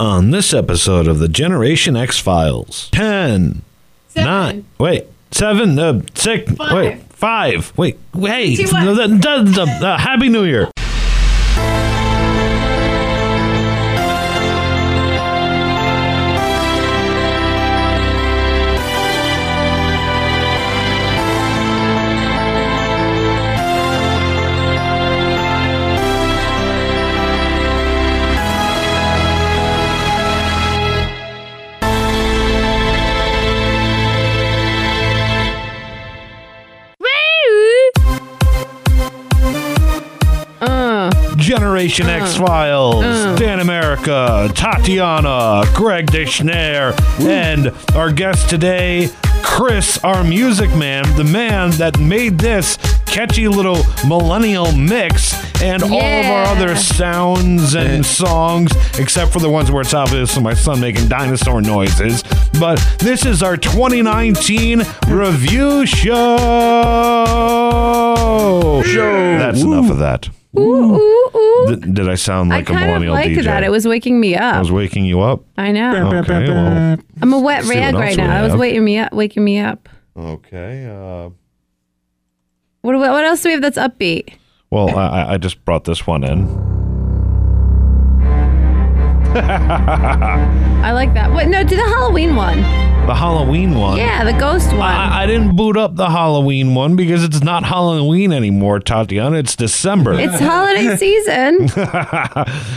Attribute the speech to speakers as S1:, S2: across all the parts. S1: On this episode of the Generation X Files, 10,
S2: Seven.
S1: 9, wait, 7, uh, 6, wait, 5, wait, wait,
S2: Two, one.
S1: no, that- that- that- uh, Happy New Year.
S2: Uh,
S1: Generation X Files, Dan America, Tatiana, Greg Deschner, and our guest today, Chris, our music man, the man that made this catchy little millennial mix and all of our
S2: Yeah.
S1: other sounds and songs, except for the ones where it's obvious my son making dinosaur noises. But this is our 2019 review show. Show. That's enough of that.
S2: ooh, ooh, ooh.
S1: Th- did I sound
S2: I
S1: like a
S2: kind of
S1: millennial
S2: liked
S1: DJ?
S2: that. It was waking me
S1: I
S2: up.
S1: was waking you up.
S2: I know.
S1: Okay. Well,
S2: I'm a wet
S1: see what
S2: rag
S1: else
S2: right
S1: we
S2: now. It was
S1: have.
S2: waking me up. Waking me up.
S1: okay. Uh,
S2: What, do we- what else do we have that's upbeat?
S1: well, I, I- I just brought this one in.
S2: I like that. Wait, no, do the Halloween one.
S1: The Halloween one.
S2: Yeah, the ghost one.
S1: Uh, I, I didn't boot up the Halloween one because it's not Halloween anymore, Tatiana. It's December.
S2: it's holiday season.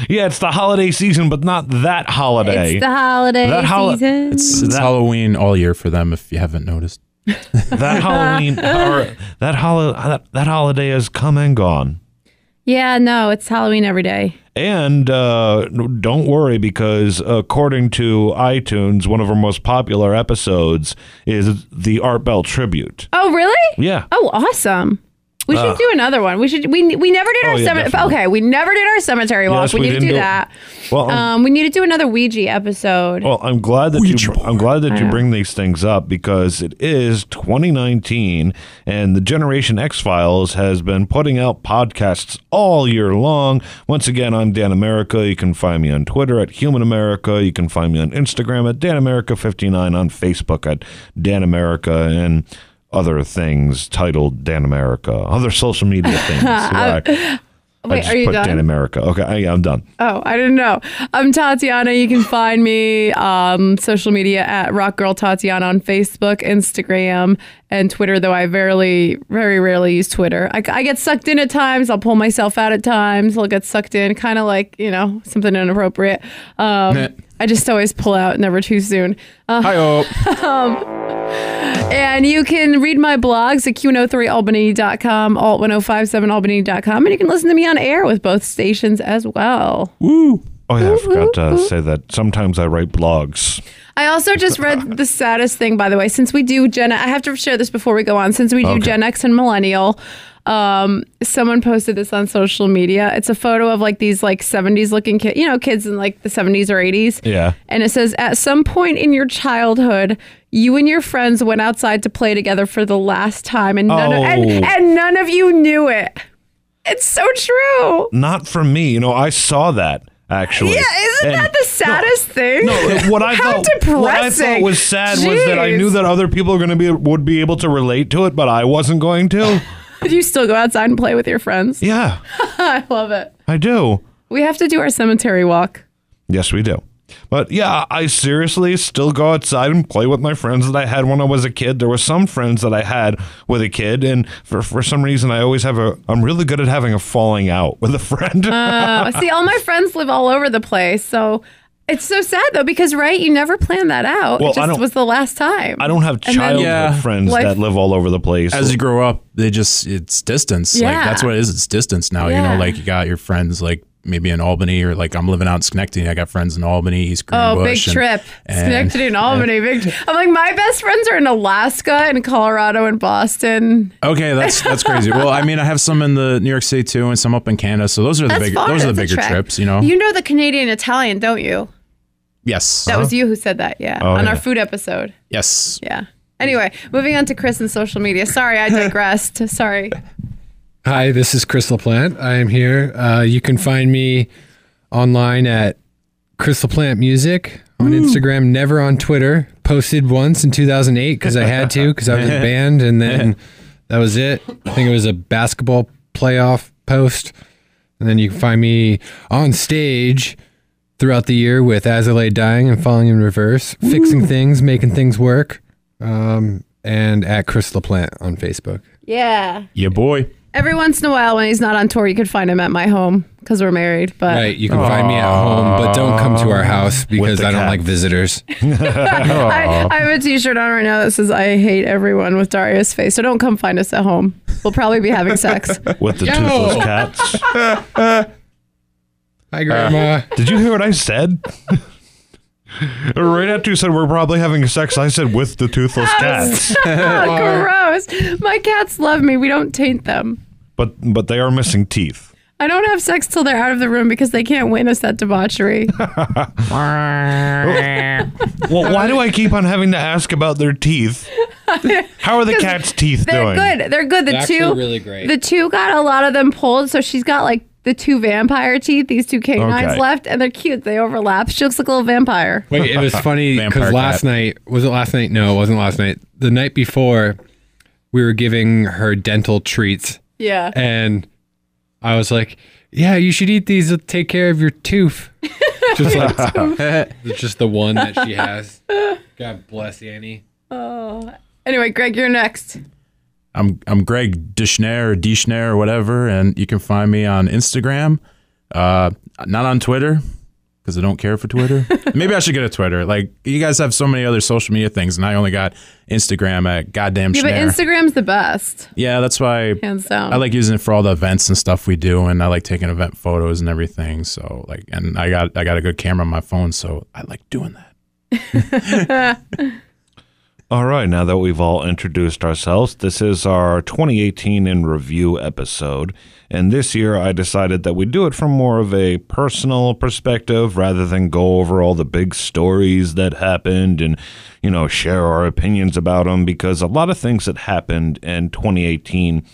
S1: yeah, it's the holiday season, but not that holiday.
S2: It's the holiday
S1: That hol-
S2: season.
S3: It's, it's
S1: That-
S3: Halloween all year for them, if you haven't noticed.
S1: that Halloween, or that, hol- that that holiday has come and gone.
S2: yeah, no, it's Halloween every day.
S1: And uh, n- don't worry, because according to iTunes, one of our most popular episodes is the Art Bell tribute.
S2: Oh, really?
S1: Yeah. Uh.
S2: Oh, awesome. We should do another one. We should. We we never did
S1: Oh,
S2: our
S1: yeah,
S2: cemetery.
S1: definitely.
S2: Okay, we never did our cemetery walk.
S1: Yes,
S2: we,
S1: we
S2: need to
S1: didn't
S2: do
S1: do it.
S2: that.
S1: Well, I'm,
S2: Um, we need to do another Ouija episode.
S1: well, I'm glad that you
S3: Ouija board.
S1: I'm glad that you
S2: know.
S1: bring these things up because it is 2019, and the Generation X Files has been putting out podcasts all year long. Once again, I'm Dan America. You can find me on Twitter at Human America. You can find me on Instagram at Dan America 59 on Facebook at Dan America and other things titled Dan America, other social media things. Right. I,
S2: Wait,
S1: just
S2: are you
S1: put
S2: done?
S1: Dan America. Okay, I, I'm done.
S2: Oh, I didn't know. I'm Tatiana. You can find me um, social media at Rock Girl Tatiana on Facebook, Instagram, and Twitter. Though I rarely, very rarely use Twitter. I, I get sucked in at times. I'll pull myself out at times. I'll get sucked in, kind of like you know something inappropriate.
S3: Meh.
S2: Um, I just always pull out, never too soon. Uh, um,
S3: Hi,
S2: And you can read my blogs at q103albany.com, alt1057albany.com, and you can listen to me on air with both stations as well.
S3: woo.
S1: Oh yeah, I forgot to
S2: Mm-hmm,
S1: say that. Sometimes I write blogs.
S2: I also just read the saddest thing, by the way. Since we do Gen, I have to share this before we go on. Since we do Gen X and Millennial, um, someone posted this on social media. It's a photo of like these like '70s looking kids, you know, kids in like the '70s or '80s.
S1: Yeah.
S2: And it says, at some point in your childhood, you and your friends went outside to play together for the last time, and none, of, and,
S1: Oh.
S2: and none of you knew it. It's so true.
S1: Not from me. You know, I saw that actually.
S2: Yeah, isn't
S1: And-
S2: that the saddest thing?
S1: No, what I
S2: How
S1: thought what I thought
S2: depressing.
S1: was sad was that I
S2: Jeez.
S1: knew that other people are going to be would be able to relate to it, but I wasn't going to.
S2: Do you still go outside and play with your friends?
S1: Yeah,
S2: I love it.
S1: I do.
S2: We have to do our cemetery walk.
S1: Yes, we do. But yeah, I seriously still go outside and play with my friends that I had when I was a kid. There were some friends that I had with a kid, and for, for some reason, I always have a. I'm really good at having a falling out with a friend.
S2: Uh, see, all my friends live all over the place, so it's so sad though because right, you never planned that out.
S1: Well, I
S2: it just
S1: don't-
S2: was the last time.
S1: I don't have
S2: And then-
S1: childhood
S3: Yeah.
S1: friends
S2: Life-
S1: that live all over the place.
S3: As you grow up, they just, it's distance.
S2: Yeah.
S3: Like, that's what it is. It's distance now. You
S2: Yeah.
S3: know, like you got your friends, like maybe in Albany, or like I'm living out in Schenectady. I got friends in Albany, East
S2: Oh, big
S3: Greenbush. and-
S2: trip.
S3: and-
S2: Schenectady and Albany. Big. tr- I'm like, my best friends are in Alaska and Colorado and Boston.
S3: Okay, that's that's crazy. well, I mean, I have some in the New York City too, and some up in Canada. So those are the
S2: That's
S3: bigger,
S2: far.
S3: those are the
S2: That's a
S3: bigger
S2: trek.
S3: trips. You know.
S2: You know the Canadian Italian, don't you?
S3: yes.
S2: That was you who said that, yeah,
S1: Oh,
S2: on our
S1: yeah.
S2: food episode.
S3: yes.
S2: Yeah. Anyway, moving on to Chris and social media. Sorry, I digressed. Sorry.
S4: Hi, this is Chris LaPlante. I am here. Uh, you can find me online at Crystal Plant Music on Instagram, never on Twitter. Posted once in 2008 because I had to because I was banned, and then that was it. I think it was a basketball playoff post, and then you can find me on stage throughout the year with As I Lay Dying and Falling in Reverse, fixing things, making things work, um, and at Crystal Plant on Facebook.
S2: Yeah.
S5: Yeah, boy.
S2: Every once in a while, when he's not on tour, you can find him at my home because we're married. But
S4: Right, you can find me at home, but don't come to our house because
S1: the
S4: I don't
S1: cat.
S4: like visitors.
S2: I, I have a T-shirt on right now that says "I hate everyone" with Daria's face. So don't come find us at home. We'll probably be having sex.
S1: with the toothless cats.
S4: Hi, Grandma.
S1: Did you hear what I said? right after you said we're probably having sex, I said with the toothless cats.
S2: Gross. My cats love me. We don't taint them.
S1: But but they are missing teeth.
S2: I don't have sex till they're out of the room because they can't witness that debauchery.
S1: Well, why do I keep on having to ask about their teeth? How are the
S2: 'Cause
S1: cats' teeth
S2: They're
S1: doing?
S2: good. They're good. The
S4: They're
S2: two
S4: actually really great.
S2: The two got a lot of them pulled, so she's got like the two vampire teeth, these two canines
S1: Okay.
S2: left, and they're cute. They overlap. She looks like a little vampire.
S4: Wait, it was funny because
S3: Vampire
S4: last
S3: cat.
S4: night was it last night? No, it wasn't last night. The night before, we were giving her dental treats,
S2: Yeah.
S4: and I was like, "Yeah, you should eat these. It'll take care of your tooth." Just like it's just the one that she has. God bless Annie.
S2: Anyway, Greg, you're next.
S3: I'm I'm Greg Dishner or Dishner or whatever, and you can find me on Instagram. Uh, not on Twitter because I don't care for Twitter. Maybe I should get a Twitter. Like you guys have so many other social media things, and I only got Instagram at goddamn
S2: Yeah,
S3: yeah,
S2: but Instagram's the best,
S3: yeah, that's why
S2: hands down.
S3: I like using it for all the events and stuff we do, and I like taking event photos and everything. So like, and I got I got a good camera on my phone, so I like doing that.
S1: All right, now that we've all introduced ourselves, this is our 2018 in review episode. And this year I decided that we do it from more of a personal perspective rather than go over all the big stories that happened and, you know, share our opinions about them because a lot of things that happened in 2018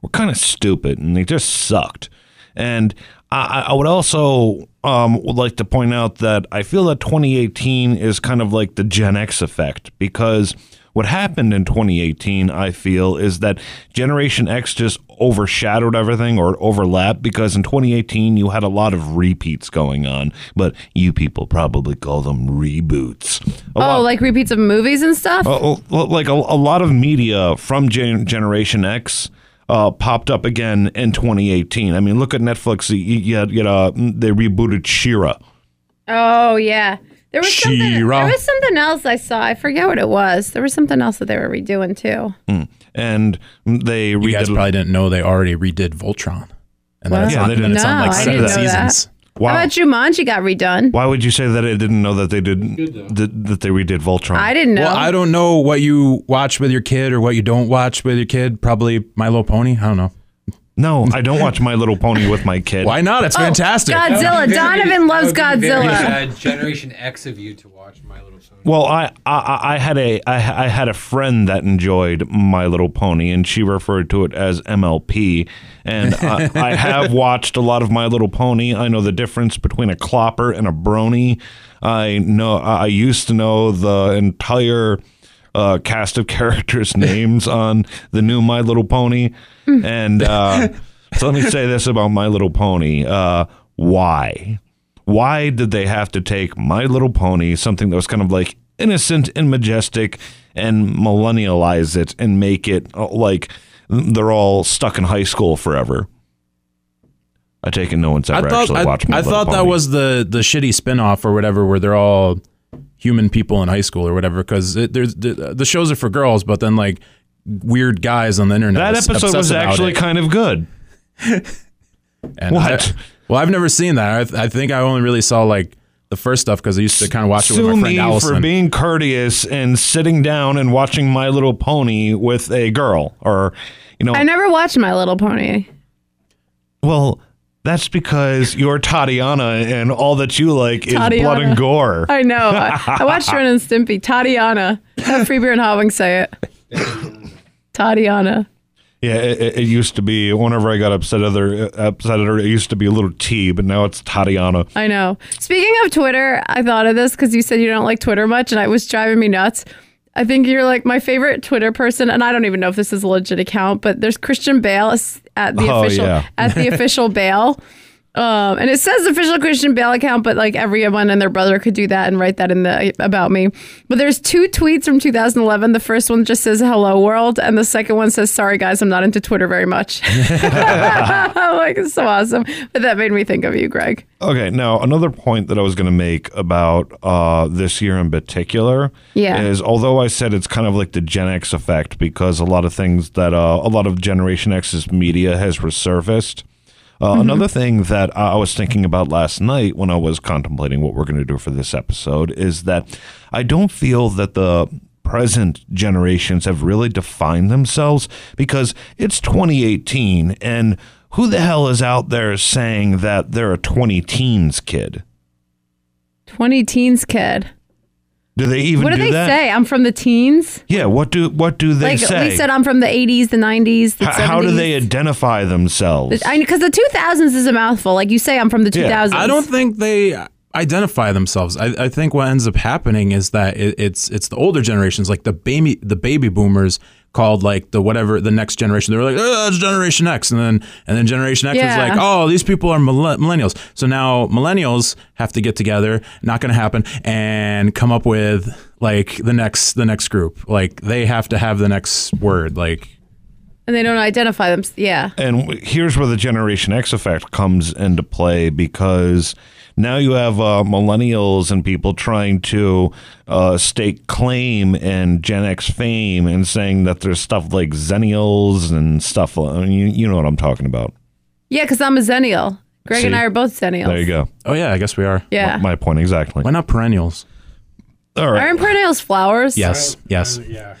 S1: were kind of stupid and they just sucked. And I, I- I would also um, would like to point out that I feel that 2018 is kind of like the Gen X effect because what happened in 2018, I feel, is that Generation X just overshadowed everything or overlapped because in 2018 you had a lot of repeats going on, but you people probably call them reboots. A lot-
S2: oh, like repeats of movies and stuff.
S1: uh, uh, like a, a lot of media from Gen- Generation X uh, popped up again in 2018. I mean, look at Netflix. You, you had, you know, they rebooted Shira.
S2: Oh yeah. There was, something,
S3: She-Ra.
S2: there was something else I saw. I forget what it was. There was something else that they were redoing too.
S1: and they
S3: You guys
S1: redid.
S3: probably didn't know they already redid Voltron, and then
S2: Wow.
S3: it's
S1: Yeah,
S3: on,
S1: they
S3: and
S1: didn't-
S3: it's on
S2: No,
S3: like
S2: I
S3: seven
S2: didn't know that.
S3: seasons.
S1: wow.
S2: How about Jumanji got redone?
S1: Why would you say that I didn't know that they did that, that they redid Voltron?
S2: I didn't know.
S3: Well, I don't know what you watch with your kid or what you don't watch with your kid. Probably My Little Pony. I don't know.
S1: no, I don't watch My Little Pony with my kid.
S3: Why not? It's fantastic.
S2: Oh, Godzilla. Donovan loves Godzilla.
S4: Generation X of you to watch My Little Pony.
S1: Well, I, I I had a I, I had a friend that enjoyed My Little Pony, and she referred to it as MLP. And I, I have watched a lot of My Little Pony. I know the difference between a clopper and a brony. I know I I used to know the entire uh, cast of characters' names on the new My Little Pony. And uh, so let me say this about My Little Pony: uh, Why? why did they have to take My Little Pony, something that was kind of like innocent and majestic, and millennialize it and make it uh, like they're all stuck in high school forever? I take it no one's ever
S3: I thought
S1: actually
S3: I,
S1: watched My
S3: I
S1: Little
S3: thought that
S1: Pony.
S3: was the the shitty spin-off or whatever where they're all human people in high school or whatever because there's the, the shows are for girls but then like weird guys on the internet
S1: that
S3: obs-
S1: episode
S3: obsess
S1: was
S3: about
S1: actually
S3: it.
S1: kind of good.
S3: And
S1: What?
S3: I- well, I've never seen that. I, th- I think I only really saw like the first stuff because I used to kind of watch it with
S1: Sue
S3: my
S1: me
S3: friend Allison.
S1: for being courteous and sitting down and watching My Little Pony with a girl, or you know,
S2: I never watched My Little Pony.
S1: well. That's because you're Tatiana and all that you like is blood
S2: Tatiana.
S1: and gore.
S2: I know. I, I watched Ren and Stimpy. Tatiana. Have Freebeer and Hobbing say it. Tatiana.
S1: Yeah, it, it- it used to be whenever I got upset at her, upset at her, it used to be a little T, but now it's Tatiana.
S2: I know. Speaking of Twitter, I thought of this because you said you don't like Twitter much, and it was driving me nuts. I think you're like my favorite Twitter person, and I don't even know if this is a legit account, but there's Christian Bale s- at the
S1: Oh,
S2: official
S1: yeah.
S2: at the official Bale. Um, and it says official Christian Bale account, but like everyone and their brother could do that and write that in the about me. But there's two tweets from 2011. The first one just says "Hello world," and the second one says "Sorry guys, I'm not into Twitter very much." I'm like it's so awesome, but that made me think of you, Greg.
S1: Okay, now another point that I was going to make about uh, this year in particular
S2: Yeah.
S1: is although I said it's kind of like the Gen X effect because a lot of things that uh, a lot of Generation X's media has resurfaced.
S2: Mm-hmm.
S1: Uh, Another thing that I I was thinking about last night when I was contemplating what we're going to do for this episode is that I don't feel that the present generations have really defined themselves because it's 2018 and who the hell is out there saying that they're a 20 teens kid?
S2: 20 teens kid.
S1: Do they even
S2: What do,
S1: do
S2: they
S1: that?
S2: say? I'm from the teens.
S1: Yeah, what do what do they
S2: like
S1: say?
S2: we said, I'm from the 80s, the 90s, the
S1: H- how do they
S2: 70s.
S1: identify themselves?
S2: I because the 2000s is a mouthful. Like you say, I'm from the
S1: Yeah.
S2: 2000s.
S3: I don't think they identify themselves. I, I think what ends up happening is that it, it's it's the older generations, like the baby the baby boomers, called like the whatever the next generation. They were like, oh, it's Generation X, and then and then Generation X
S2: Yeah.
S3: was like, oh, these people are mille- millennials. So now millennials have to get together. Not going to happen, and come up with like the next the next group. Like they have to have the next word. Like
S2: and they don't identify them. Yeah.
S1: and w- here's where the Generation X effect comes into play because now you have uh, millennials and people trying to uh, stake claim and Gen X fame and saying that there's stuff like Xennials and stuff. uh, I mean, you, you know what I'm talking about.
S2: Yeah, because I'm a Xennial. Greg and
S1: See?
S2: I are both Xennials.
S1: There you go.
S3: oh yeah, I guess we are.
S2: Yeah.
S1: My point exactly.
S3: Why not perennials?
S1: All right.
S2: Aren't perennials flowers?
S3: Yes, yes.
S4: Yeah.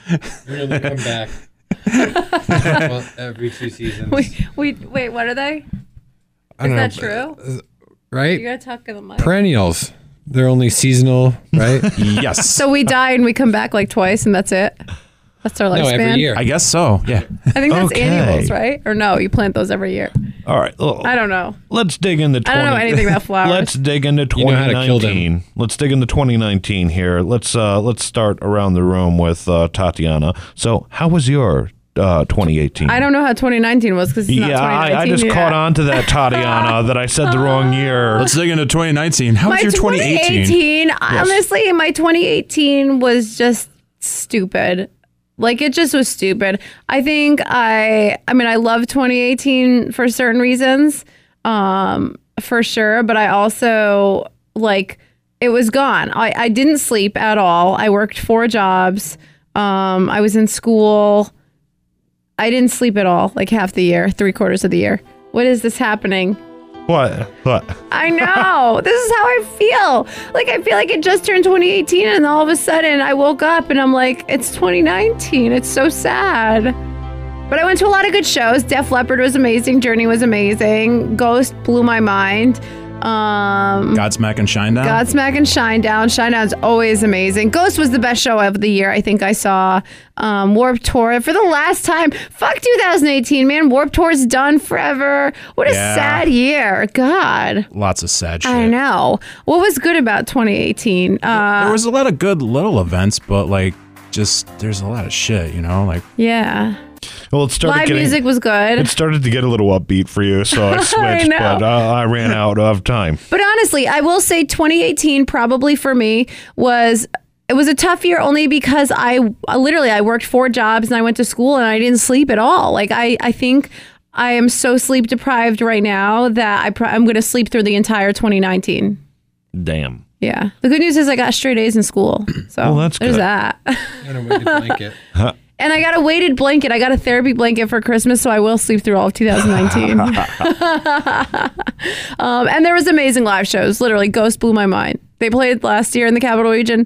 S4: Really come back. well, every two seasons.
S2: We, we, wait, what are they?
S4: I don't
S2: Is that
S4: know,
S2: true? You
S4: Right?
S2: gotta talk to the mic.
S4: Perennials. They're only seasonal, right?
S3: Yes.
S2: so we die and we come back like twice, and that's it. That's our
S4: no,
S2: lifespan.
S4: every year.
S3: I guess so. Yeah.
S2: I think that's
S1: Okay.
S2: annuals, right? Or no, you plant those every year.
S1: All right. Well,
S2: I don't know.
S1: Let's dig into. 20,
S2: I don't know anything about flowers.
S1: Let's dig into
S4: You know how to
S1: 2019.
S4: kill them.
S1: Let's dig into 2019 here. Let's uh, let's start around the room with uh, Tatiana. So, how was your uh, 2018?
S2: I don't know how 2019 was because it's not
S1: Yeah,
S2: 2019.
S1: I, I just
S2: yet.
S1: caught on to that, Tatiana, that I said the wrong year.
S3: Let's dig into 2019. How
S2: My
S3: was your 2018?
S2: 2018, honestly, my 2018 was just stupid. Like it just was stupid. I think I I mean I love 2018 for certain reasons. Um for sure, but I also like it was gone. I I didn't sleep at all. I worked four jobs. Um I was in school. I didn't sleep at all, like half the year, three quarters of the year. What is this happening?
S1: What? What?
S2: I know. this is how I feel. Like I feel like it just turned 2018 and all of a sudden I woke up and I'm like, it's 2019. It's so sad. But I went to a lot of good shows. Def Leppard was amazing. Journey was amazing. Ghost blew my mind. Um
S3: Godsmack and Shinedown.
S2: Godsmack and Shinedown. Shinedown's always amazing. Ghost was the best show of the year. I think I saw um, Warp Tour for the last time. Fuck 2018, man. Warp Tour's done forever. What a
S3: Yeah.
S2: sad year. God.
S3: Lots of sad shit.
S2: I know. What was good about 2018? Uh,
S3: There was a lot of good little events, but like, just there's a lot of shit, you know? Like,
S2: yeah.
S1: Well, it started
S2: Live
S1: getting,
S2: music was
S1: It
S2: good.
S1: started to get a little upbeat for you, so I switched,
S2: know.
S1: but uh, I, I ran out of time.
S2: But honestly, I will say 2018 probably for me was it was a tough year only because I literally I worked four jobs and I went to school and I didn't sleep at all. Like I I think I am so sleep deprived right now that I pro- I'm going to sleep through the entire 2019.
S1: Damn.
S2: Yeah. The good news is I got straight A's in school. So
S1: Well, that's
S2: there's
S1: good.
S2: that.
S4: And a weighted blanket.
S2: And I got a weighted blanket. I got a therapy blanket for Christmas, so I will sleep through all of 2019. um, and there was amazing live shows. Literally, Ghost blew my mind. They played last year in the Capital Region,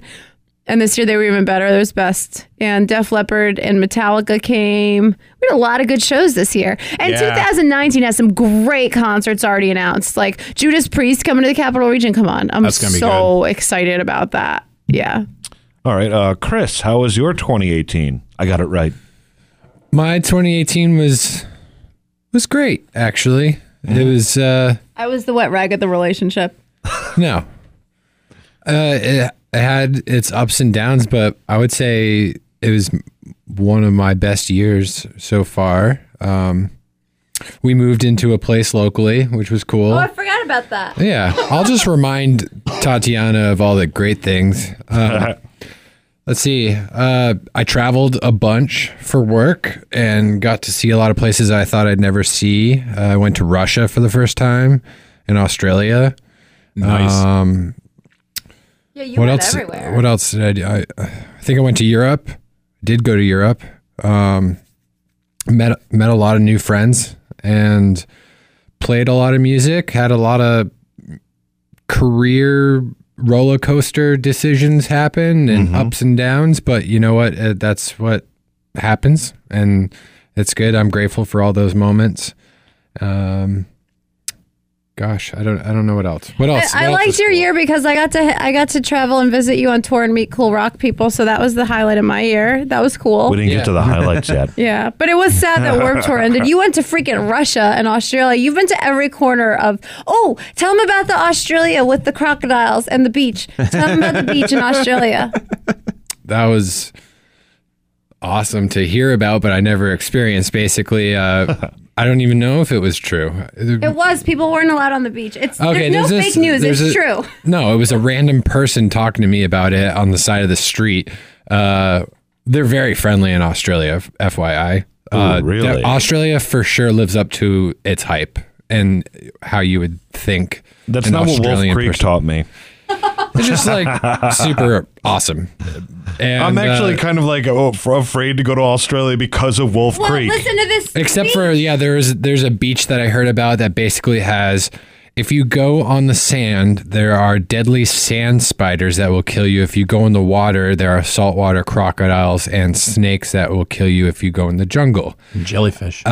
S2: and this year they were even better. There was best. And Def Leppard and Metallica came. We had a lot of good shows this year. And
S3: Yeah.
S2: 2019 has some great concerts already announced, like Judas Priest coming to the Capital Region. Come on, I'm
S3: That's gonna be
S2: so excited about that. Yeah.
S1: All right, uh, Chris, how was your 2018? I got it right.
S4: My 2018 was was great actually. It was uh
S6: I was the wet rag of the relationship.
S4: no. Uh it, it had its ups and downs, but I would say it was one of my best years so far. Um we moved into a place locally, which was cool.
S2: Oh, I forgot about that.
S4: Yeah, I'll just remind Tatiana of all the great things. Um, let's see. Uh, I traveled a bunch for work and got to see a lot of places I thought I'd never see. Uh, I went to Russia for the first time and Australia.
S3: Nice.
S4: Um,
S2: Yeah, you
S4: what
S2: went
S4: else?
S2: everywhere.
S4: What else did I do? I, I think I went to Europe. Did go to Europe. Um, met met a lot of new friends and played a lot of music. Had a lot of career roller coaster decisions happen and ups and downs. But you know what? Uh, that's what happens, and it's good. I'm grateful for all those moments. Um, gosh, I don't I don't know what else. What
S2: I-
S4: else?
S2: I
S4: What else
S2: liked
S4: is
S2: your
S4: cool?
S2: year because I got to I got to travel and visit you on tour and meet cool rock people. So that was the highlight of my year. That was cool.
S1: We didn't get to the highlights yet.
S6: Yeah.
S2: But it was sad that Warped Tour ended. You went to freaking Russia and Australia. You've been to every corner of. Oh, tell them about the Australia with the crocodiles and the beach. Tell them about the beach in Australia.
S4: that was awesome to hear about, but I never experienced. Basically, uh, I don't even know if it was true.
S2: It was. People weren't allowed on the beach. It's
S4: Okay,
S2: there's no
S4: there's
S2: fake
S4: this-
S2: news. It's
S4: there's a-
S2: true.
S4: No, it was a random person talking to me about it on the side of the street. Uh, they're very friendly in Australia, f- FYI. Uh,
S1: really?
S4: they're- Australia for sure lives up to its hype and how you would think.
S1: That's
S4: an
S1: not what Wolf
S4: Australian
S1: Creek
S4: person-
S1: taught me.
S4: It's just like super awesome. And,
S1: I'm actually
S4: uh,
S1: kind of like oh, f- afraid to go to Australia because of Wolf
S2: Well,
S1: Creek.
S2: listen to this.
S4: Except for yeah, there's there's a beach that I heard about that basically has if you go on the sand, there are deadly sand spiders that will kill you. If you go in the water, there are saltwater crocodiles and snakes that will kill you if you go in the jungle.
S3: Jellyfish.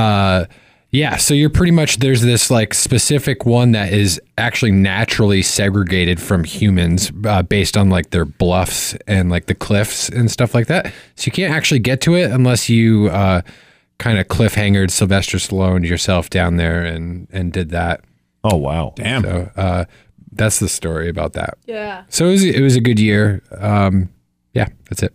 S4: Yeah, so you're pretty much there's this like specific one that is actually naturally segregated from humans uh, based on like their bluffs and like the cliffs and stuff like that. So you can't actually get to it unless you uh, kind of cliffhangered Sylvester Stallone yourself down there and and did that.
S1: oh wow.
S3: Damn.
S4: So uh, that's the story about that.
S2: Yeah,
S4: So it was it was a good year. Um, yeah, that's it.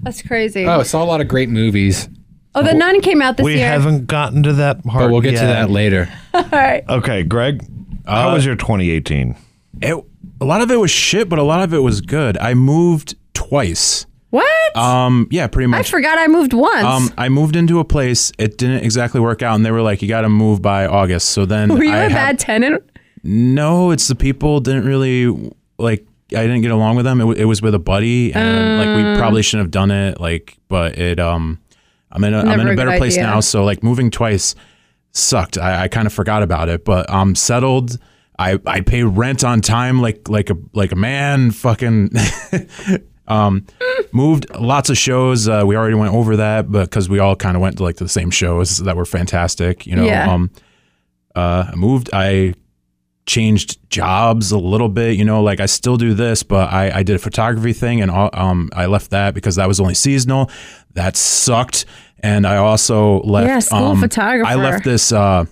S2: that's crazy.
S4: Oh,
S2: Oh,
S4: I saw a lot of great movies,
S2: the nun came out this
S1: We
S2: year.
S1: haven't gotten to that part.
S4: but we'll get to Uh,
S1: yet.
S4: that later.
S2: All right.
S1: Okay, Greg, how was your 2018?
S3: It- a lot of it was shit, but a lot of it was good. I moved twice.
S2: What?
S3: Um, yeah, pretty
S2: I
S3: much.
S2: forgot I moved once.
S3: Um, I moved into a place. It didn't exactly work out, and they were like, "You got to move by August." So then,
S6: Were you
S3: I
S6: a
S3: had-
S6: bad tenant?
S3: No, it's the people didn't really like. I didn't get along with them. It, w- it was with a buddy, and like
S6: Mm.
S3: we probably shouldn't have done it. Like, but it. Um, I'm in a am in
S6: Never
S3: a
S6: a
S3: better
S6: good
S3: place
S6: idea.
S3: now. So like moving twice sucked. I, I kind of forgot about it, but I'm settled. I, I pay rent on time like like a like a man. Fucking um, moved lots of shows. Uh, we already went over that, but because we all kind of went to like the same shows that were fantastic, you know.
S6: Yeah.
S3: Um, uh, I moved. I changed jobs a little bit, you know. Like I still do this, but I, I did a photography thing, and all- um, I left that because that was only seasonal. That sucked, and I also left.
S6: Yeah, school
S3: um, I
S6: photographer.
S3: left this. Uh,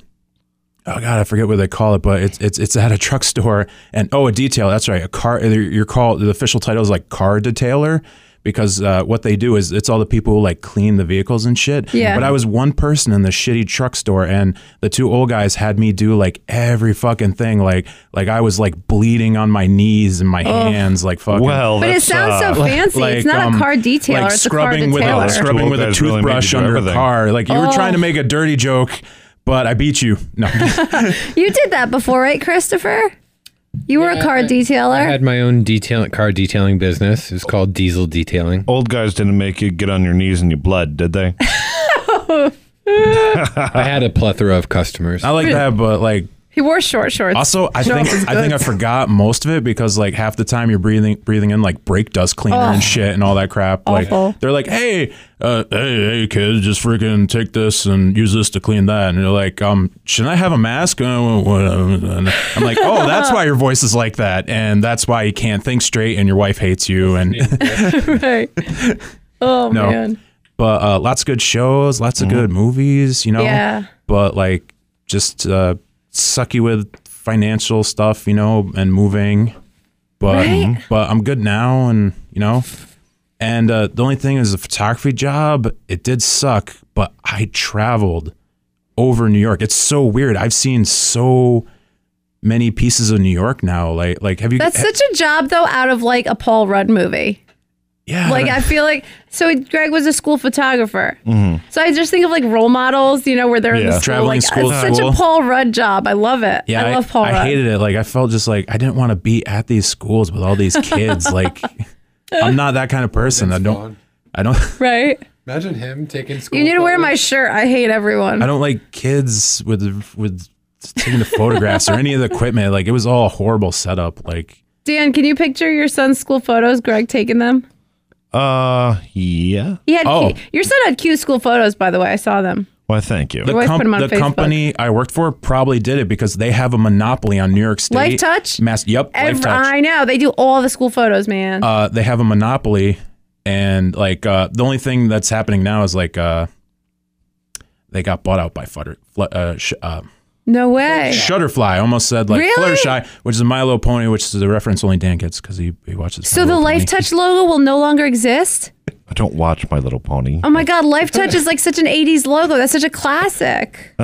S3: oh god, I forget what they call it, but it's it's it's at a truck store and oh, a detail. That's right, a car. Your call. The official title is like car detailer because uh, what they do is it's all the people who like clean the vehicles and shit.
S6: Yeah.
S3: But I was one person in the shitty truck store, and the two old guys had me do like every fucking thing. Like like I was like bleeding on my knees and my hands, like fucking.
S1: Well,
S6: But it
S1: that's,
S6: sounds
S1: uh,
S6: so fancy. it's not
S3: um,
S6: a car detailer.
S3: like
S6: it's a car
S3: scrubbing with
S6: detailer.
S3: a scrubbing
S1: Cool
S3: with a
S1: guys really made you
S3: toothbrush
S1: do
S3: under a
S1: everything.
S3: car. Like you were trying to make a dirty joke, but I beat you. No,
S2: you did that before, right, Christopher? You were a car
S4: I
S2: detailer.
S4: had my own detail car detailing business. It was called Diesel Detailing.
S1: old guys didn't make you get on your knees in your blood, did they?
S4: I had a plethora of customers.
S3: I like that, but like
S6: He wore short shorts.
S3: also I
S6: Show
S3: think
S6: off his
S3: I think I
S6: goods.
S3: forgot most of it because like half the time you're breathing breathing in like brake dust cleaner and shit and all that crap.
S6: Awful.
S3: Like they're like, hey, uh, hey, hey, kids, just freaking take this and use this to clean that. And you're like, um, should I have a mask? Uh, what- and I'm like, oh, that's why your voice is like that, and that's why you can't think straight, and your wife hates you, and
S6: Right. Oh
S3: No.
S6: man.
S3: But uh, lots of good shows, lots of good movies, you know.
S2: Yeah.
S3: But like just uh, sucky with financial stuff, you know, and moving. But mm,
S2: Right?
S3: but I'm good now, and you know. And uh, the only thing is the photography job. It did suck, but I traveled over New York. It's so weird. I've seen so many pieces of New York now. Like like have you?
S2: That's
S3: ha-
S2: such a job though, out of like a Paul Rudd movie.
S3: yeah.
S2: Like I feel like so. Greg was a school photographer, so I just think of like role models, you know, where they're in
S1: Yeah.
S2: the school.
S3: Mm-hmm. Traveling
S2: like,
S3: school
S2: It's
S3: to
S2: such
S3: school.
S2: a Paul Rudd job. I love it.
S3: Yeah,
S2: I love Paul Rudd.
S3: hated it. Like I felt just like I didn't want to be at these schools with all these kids. like I'm not that kind of person. I don't. I don't.
S6: right?
S4: Imagine him taking school.
S2: You need to wear my shirt. I hate everyone.
S3: I don't like kids with with taking the photographs or any of the equipment. Like it was all a horrible setup. Like
S2: Dan, can you picture your son's school photos? Greg taking them.
S1: Uh, yeah.
S2: He had
S3: Oh.
S2: Q- your son had cute school photos, by the way. I saw them.
S1: Why, thank you.
S3: the,
S2: wife put 'em on
S3: the
S2: Facebook.
S3: company I worked for probably did it because they have a monopoly on New York State.
S2: Life Touch?
S3: Mass. Yep.
S2: Every,
S3: Life touch.
S2: I know they do all the school photos, man.
S3: uh, they have a monopoly, and like uh, the only thing that's happening now is like uh, they got bought out by Flutter, Flu- uh, sh- uh,
S2: no way.
S3: Shutterfly. I Almost said like
S2: Really?
S3: Fluttershy, which is a My Little Pony, which is a reference only Dan gets because he, he watches.
S2: So
S3: My
S2: the
S3: Little
S2: Life
S3: Pony.
S2: Touch logo will no longer exist.
S1: I don't watch My Little Pony.
S2: Oh my God, Life Touch is like such an 80s logo. That's such a classic.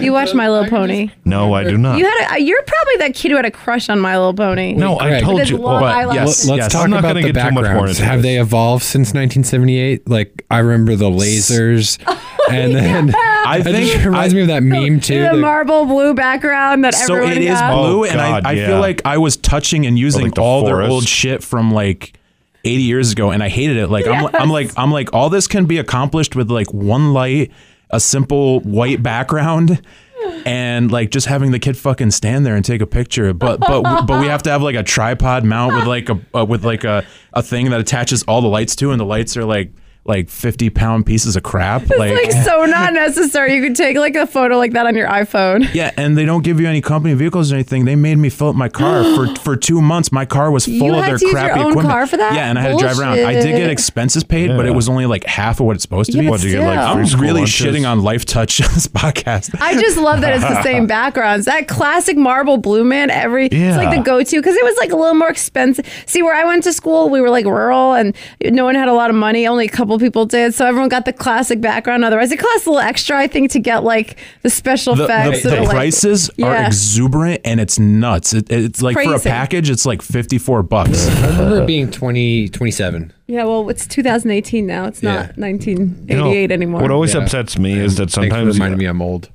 S2: You watch My Little Pony.
S1: no, I do not.
S2: You had a, you're probably that kid who had a crush on My Little Pony.
S1: no, I
S4: Greg.
S1: told
S2: With
S1: you.
S2: his long
S1: Well,
S2: eyelash.
S3: yes.
S4: Let's
S3: yes.
S4: talk
S1: I'm not
S4: about
S1: gonna
S4: the
S1: get too much more
S4: backgrounds.
S1: into
S4: Have
S1: this.
S4: they uh, evolved since 1978? Like I remember the lasers, and then
S3: I
S4: it
S3: think
S4: just reminds
S3: I-
S4: me of that meme too.
S2: the
S4: that-
S2: marble blue background that
S3: so
S2: everyone
S3: it is
S2: got.
S3: blue,
S1: Oh,
S3: and
S1: God,
S3: I, I
S1: yeah.
S3: feel like I was touching and using
S1: like the
S3: all their
S1: forest.
S3: old shit from like 80 years ago, and I hated it. Like I'm, I'm like I'm like all this can be accomplished with like one light, a simple white background. And like just having the kid fucking stand there and take a picture, but but but we have to have like a tripod mount with like a uh, with like a, a thing that attaches all the lights to, and the lights are like like fifty pound pieces of crap.
S6: Like so not necessary. You could take like a photo like that on your iPhone.
S3: Yeah, and they don't give you any company vehicles or anything. They made me fill up my car for for two months. My car was full
S2: You had
S3: of their
S2: to use your
S3: crappy
S2: own
S3: equipment.
S2: car for that?
S3: Yeah, and I had to drive around. I did
S2: Bullshit.
S3: get expenses paid, but it
S1: Yeah.
S3: was only like half of what it's supposed to be.
S1: What'd you get, like,
S2: still.
S1: free
S3: I'm
S1: school
S3: really
S1: lunches?
S3: shitting on Life Touch on this podcast.
S2: I just love that it's the same backgrounds. That classic marble blue man, every it's like
S1: Yeah.
S2: the go-to because it was like a little more expensive. See, where I went to school, we were like rural and no one had a lot of money. Only a couple people did, so everyone got the classic background. Otherwise, it costs a little extra, I think, to get like the special
S3: The,
S2: effects.
S3: the,
S2: that
S3: the
S2: are, like-
S3: prices are
S2: Yeah.
S3: exuberant and it's nuts. It, it's like for a
S2: Crazy.
S3: package, it's like fifty four bucks.
S4: I remember it being 20, 27.
S2: Yeah, well, it's 2018 now. It's
S4: Yeah.
S2: not 1988
S1: You know,
S2: anymore.
S1: What always
S4: Yeah.
S1: upsets me is that
S4: Thanks for
S1: sometimes
S4: reminding me I'm old.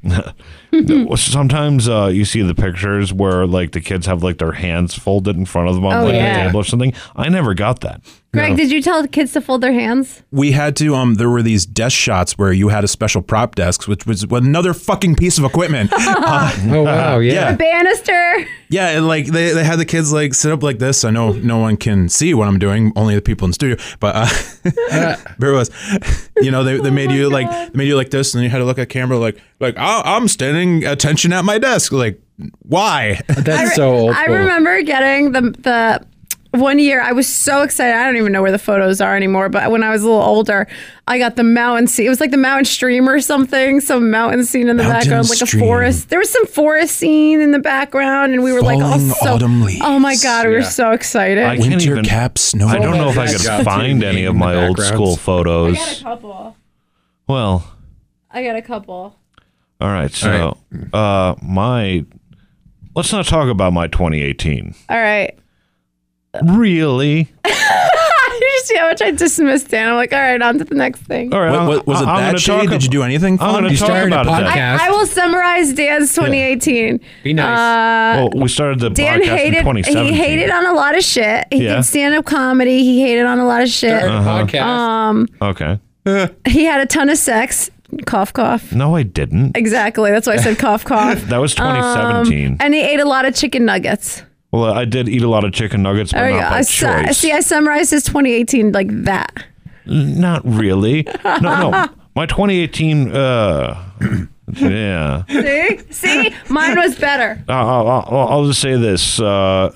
S2: Hmm.
S1: Well, sometimes uh, you see the pictures where like the kids have like their hands folded in front of them on
S2: Oh,
S1: like
S2: yeah.
S1: a table or something. I never got that.
S2: Greg, did you tell the kids to fold their hands?
S3: we had to um there were these desk shots where you had a special prop desk, which was another fucking piece of equipment. Uh,
S4: Oh wow, yeah.
S3: yeah.
S2: Bannister.
S3: Yeah, and like they, they had the kids like sit up like this. I know no one can see what I'm doing, only the people in the studio. But uh, there was, you know, they,
S2: Oh
S3: they made you like they made you like this, and then you had to look at camera like like I, I'm standing attention at my desk. Like why?
S4: That's so old.
S2: I
S4: school.
S2: remember getting the the one year I was so excited. I don't even know where the photos are anymore, but when I was a little older, I got the mountain scene. It was like the mountain stream or something, some mountain scene in the
S3: Mountain
S2: background, like
S3: stream.
S2: a forest. There was some forest scene in the background and we were like
S3: Falling
S2: oh, so,
S3: autumn leaves.
S2: Oh my god, we were so excited.
S1: I can't
S3: Winter
S1: even.
S3: cap, snow.
S1: I don't know if
S4: my
S1: I
S4: God.
S1: could
S4: Yeah.
S1: find any of my old
S4: Backgrounds.
S1: school photos.
S2: couple.
S1: Well,
S2: I got a couple.
S1: all right. So, uh, my let's not talk about my 2018.
S2: All right.
S1: Really?
S2: You see how much I dismissed Dan. I'm like, all right, on to the next thing.
S1: All right.
S3: What,
S1: I'm-
S3: what- was it
S1: I'm gonna
S3: that
S1: talk
S3: shitty? Did you do anything?
S1: I'm
S3: Fun?
S1: gonna
S4: You
S1: talk
S4: started a
S1: about it then.
S4: podcast.
S2: I will summarize Dan's 2018.
S4: Be nice.
S1: Well, we started the
S2: Dan
S1: podcast in
S2: hated
S1: 2017.
S2: he hated on a lot of shit. He
S1: Yeah. Uh-huh.
S2: did stand up comedy. He hated on a lot of shit.
S4: Podcast.
S2: Uh,
S1: okay.
S2: He had a ton of sex. Cough cough.
S1: No, I didn't.
S2: Exactly. That's why I Um, said cough cough.
S1: That was 2017.
S2: And he ate a lot of chicken nuggets.
S1: well, I did eat a lot of chicken nuggets, but
S2: There you
S1: not
S2: go.
S1: by
S2: I su-
S1: choice.
S2: see, I summarized his 2018 like that.
S1: Not really. No, no. My 2018. Uh, yeah.
S2: See, see, mine was better.
S1: Uh, I'll, I'll, I'll just say this. Uh,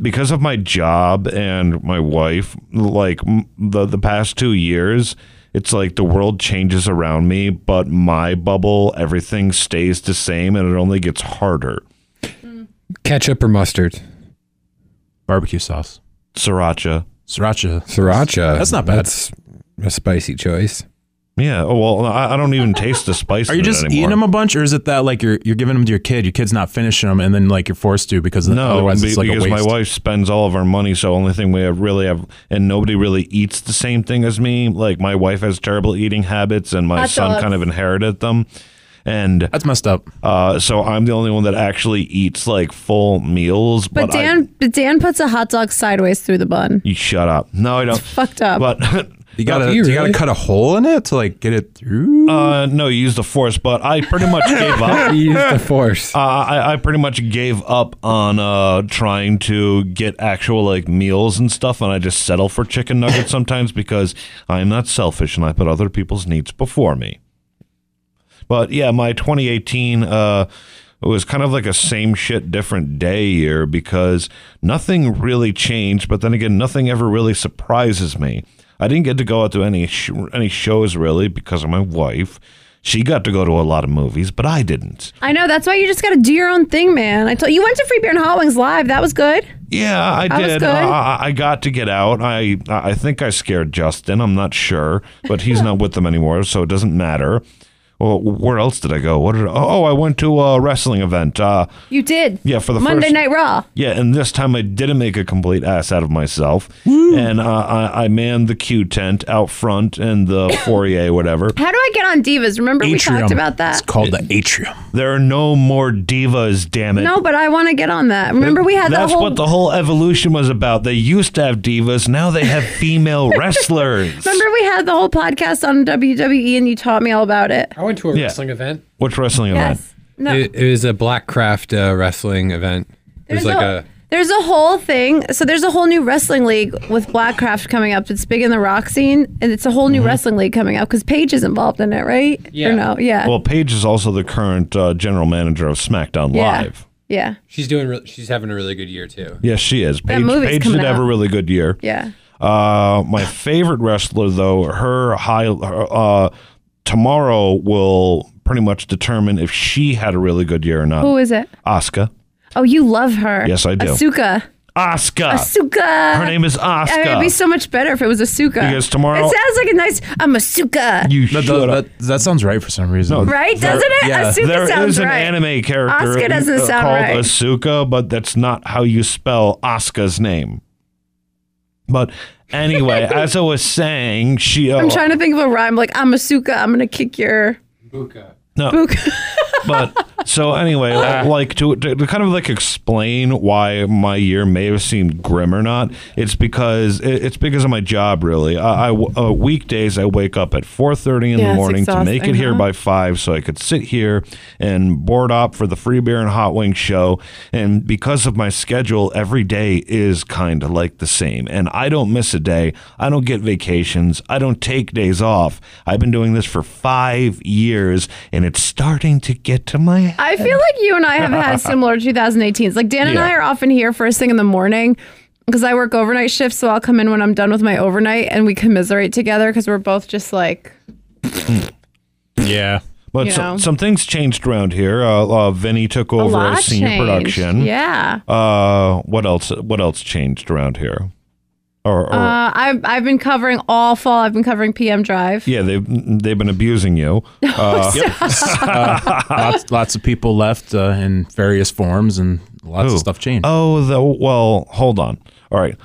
S1: because of my job and my wife, like m- the the past two years, it's like the world changes around me, but my bubble, everything stays the same and it only gets harder.
S4: Ketchup or mustard?
S3: Barbecue sauce.
S1: Sriracha.
S3: Sriracha.
S4: Sriracha.
S3: That's not bad.
S4: That's a spicy choice.
S1: Yeah. Oh, well, I, I don't even taste the spice.
S3: Are you
S1: in it
S3: just
S1: anymore.
S3: eating them a bunch, or is it that like you're you're giving them to your kid? Your kid's not finishing them, and then like you're forced to because
S1: No,
S3: otherwise
S1: be-
S3: it's like a
S1: because
S3: waste.
S1: my wife spends all of our money, so only thing we have really have, and nobody really eats the same thing as me. Like my wife has terrible eating habits, and my
S2: Hot
S1: son
S2: dogs.
S1: kind of inherited them, and
S3: That's messed up.
S1: uh, so I'm the only one that actually eats like full meals. But,
S2: But Dan,
S1: I,
S2: but Dan puts a hot dog sideways through the bun.
S1: you shut up. No, I don't.
S2: Fucked up.
S1: But
S3: You gotta
S4: you
S3: you,
S4: really?
S3: gotta cut a hole in it to like get it through.
S1: uh, no, you use the force. But I pretty much gave up.
S4: He used the force.
S1: Uh, I, I pretty much gave up on uh, trying to get actual like meals and stuff, and I just settle for chicken nuggets sometimes because I'm not selfish and I put other people's needs before me. But yeah, my 2018 uh, it was kind of like a same shit, different day year because nothing really changed. But then again, nothing ever really surprises me. I didn't get to go out to any sh- any shows really because of my wife. She got to go to a lot of movies, but I didn't.
S2: I know. That's why you just got to do your own thing, man. I told you went to Free Beer and Hot Wings live. That was good.
S1: Yeah, I
S2: That was
S1: did.
S2: good.
S1: Uh, I, I got to get out. I I think I scared Justin. I'm not sure, but he's not with them anymore, so it doesn't matter. Well, where else did I go? What did? Oh, I went to a wrestling event. Uh,
S2: You did.
S1: yeah, for the
S2: Monday
S1: first,
S2: Night Raw.
S1: Yeah, and this time I didn't make a complete ass out of myself, and uh, I, I manned the Q tent out front and the foyer, whatever.
S2: How do I get on divas? Remember we talked about
S3: It's
S2: that.
S3: called the atrium.
S1: There are no more divas, damn it.
S2: No, but I want to get on that. Remember we had that
S1: That's
S2: whole.
S1: what the whole evolution was about. They used to have divas, now they have female wrestlers.
S2: remember we had the whole podcast on WWE and you taught me all about it.
S4: I went to a
S1: Yeah.
S4: wrestling event.
S1: Which wrestling event?
S2: Yes. No.
S4: It, it was a Blackcraft uh, wrestling event. It was like a
S2: There's a whole thing. So there's a whole new wrestling league with Blackcraft coming up. It's big in the rock scene, and it's a whole new
S1: Mm-hmm.
S2: wrestling league coming up because Paige is involved in it, right?
S4: Yeah.
S2: Or no? Yeah.
S1: Well, Paige is also the current uh, general manager of SmackDown
S2: yeah.
S1: Live.
S2: Yeah.
S4: She's doing. Re- she's having a really good year too.
S1: Yes, she is. Paige,
S2: movie's
S1: Paige
S2: coming
S1: did have a
S2: out.
S1: really good year.
S2: Yeah.
S1: Uh, my favorite wrestler, though, her high her, uh, tomorrow will pretty much determine if she had a really good year or not.
S2: Who is it?
S1: Asuka.
S2: Oh, you love her.
S1: Yes, I do.
S2: Asuka.
S1: Asuka.
S2: Asuka.
S1: Her name is
S2: I mean, it'd be
S1: Asuka.
S2: so much better if it was Asuka.
S1: Because tomorrow-
S2: It sounds like a nice. I'm Asuka.
S1: you
S3: That,
S1: shut
S3: that,
S1: up.
S3: that, that sounds right for some reason.
S2: right? Doesn't it?
S3: yeah.
S2: Asuka
S1: There
S2: sounds
S1: is an
S2: right.
S1: anime character
S2: Asuka doesn't
S1: uh,
S2: sound
S1: called
S2: right.
S1: Asuka, but that's not how you spell Asuka's name. But anyway, as I was saying, she. uh,
S2: I'm trying to think of a rhyme like I'm Asuka. I'm gonna kick your.
S1: No. but so anyway, like to, to to kind of like explain why my year may have seemed grim or not, it's because it, it's because of my job. Really, I, I w- uh, weekdays I wake up at four thirty in
S2: Yeah,
S1: the
S2: it's
S1: morning to make it
S2: exhausting,
S1: here
S2: huh?
S1: by five, so I could sit here and board up for the free beer and hot wing show. And because of my schedule, every day is kind of like the same, and I don't miss a day. I don't get vacations. I don't take days off. I've been doing this for five years, and it's starting to get to my head.
S2: I feel like you and I have had similar 2018s. Like Dan and
S1: Yeah.
S2: I are often here first thing in the morning because I work overnight shifts, so I'll come in when I'm done with my overnight and we commiserate together because we're both just like
S3: Yeah.
S1: But
S2: You
S1: some,
S2: know.
S1: some things changed around here. Uh, uh, Vinny took
S2: a
S1: over
S2: lot
S1: as senior
S2: changed.
S1: production.
S2: Yeah.
S1: Uh, what else? What else changed around here? Or, or
S2: Uh, I've, I've been covering all fall. I've been covering PM Drive.
S1: yeah, they've they've been abusing you. Uh,
S3: lots, lots of people left uh, in various forms, and lots
S1: Who?
S3: of stuff changed.
S1: oh, the well, hold on. All right,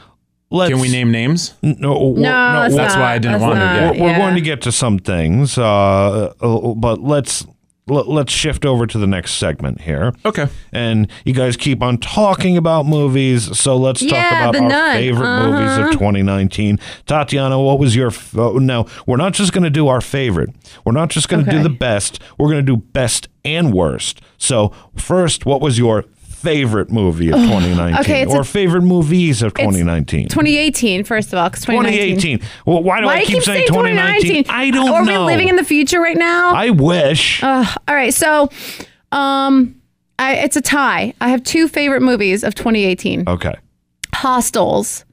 S1: let's.
S3: Can we name names?
S1: No,
S2: No,
S1: no,
S2: that's
S1: we're,
S3: that's
S2: not-
S3: why I didn't
S2: that's
S3: want to,
S2: not-
S3: yeah.
S1: we're going to get to some things. Uh, uh, but let's let, let's shift over to the next segment here.
S3: Okay.
S1: and you guys keep on talking about movies. So let's
S2: Yeah,
S1: talk about
S2: The
S1: our
S2: Nun.
S1: favorite
S2: Uh-huh.
S1: movies of 2019. Tatiana, what was your? F- oh, no, we're not just going to do our favorite. We're not just going to do
S2: Okay.
S1: the best. We're going to do best and worst. So first, what was your favorite movie of 2019
S2: okay, it's
S1: or
S2: a-
S1: favorite movies of 2019?
S2: 2018, first of all, 'cause 2019.
S1: 2018. Well, why do
S2: Why
S1: I
S2: do you
S1: keep, saying 2019? I don't
S2: Are
S1: know.
S2: we living in the Oh. future right now?
S1: I wish.
S2: Ugh, all right, so um, I, it's
S1: Oh.
S2: a tie. I have two favorite movies of 2018:
S1: okay.
S2: Hostels,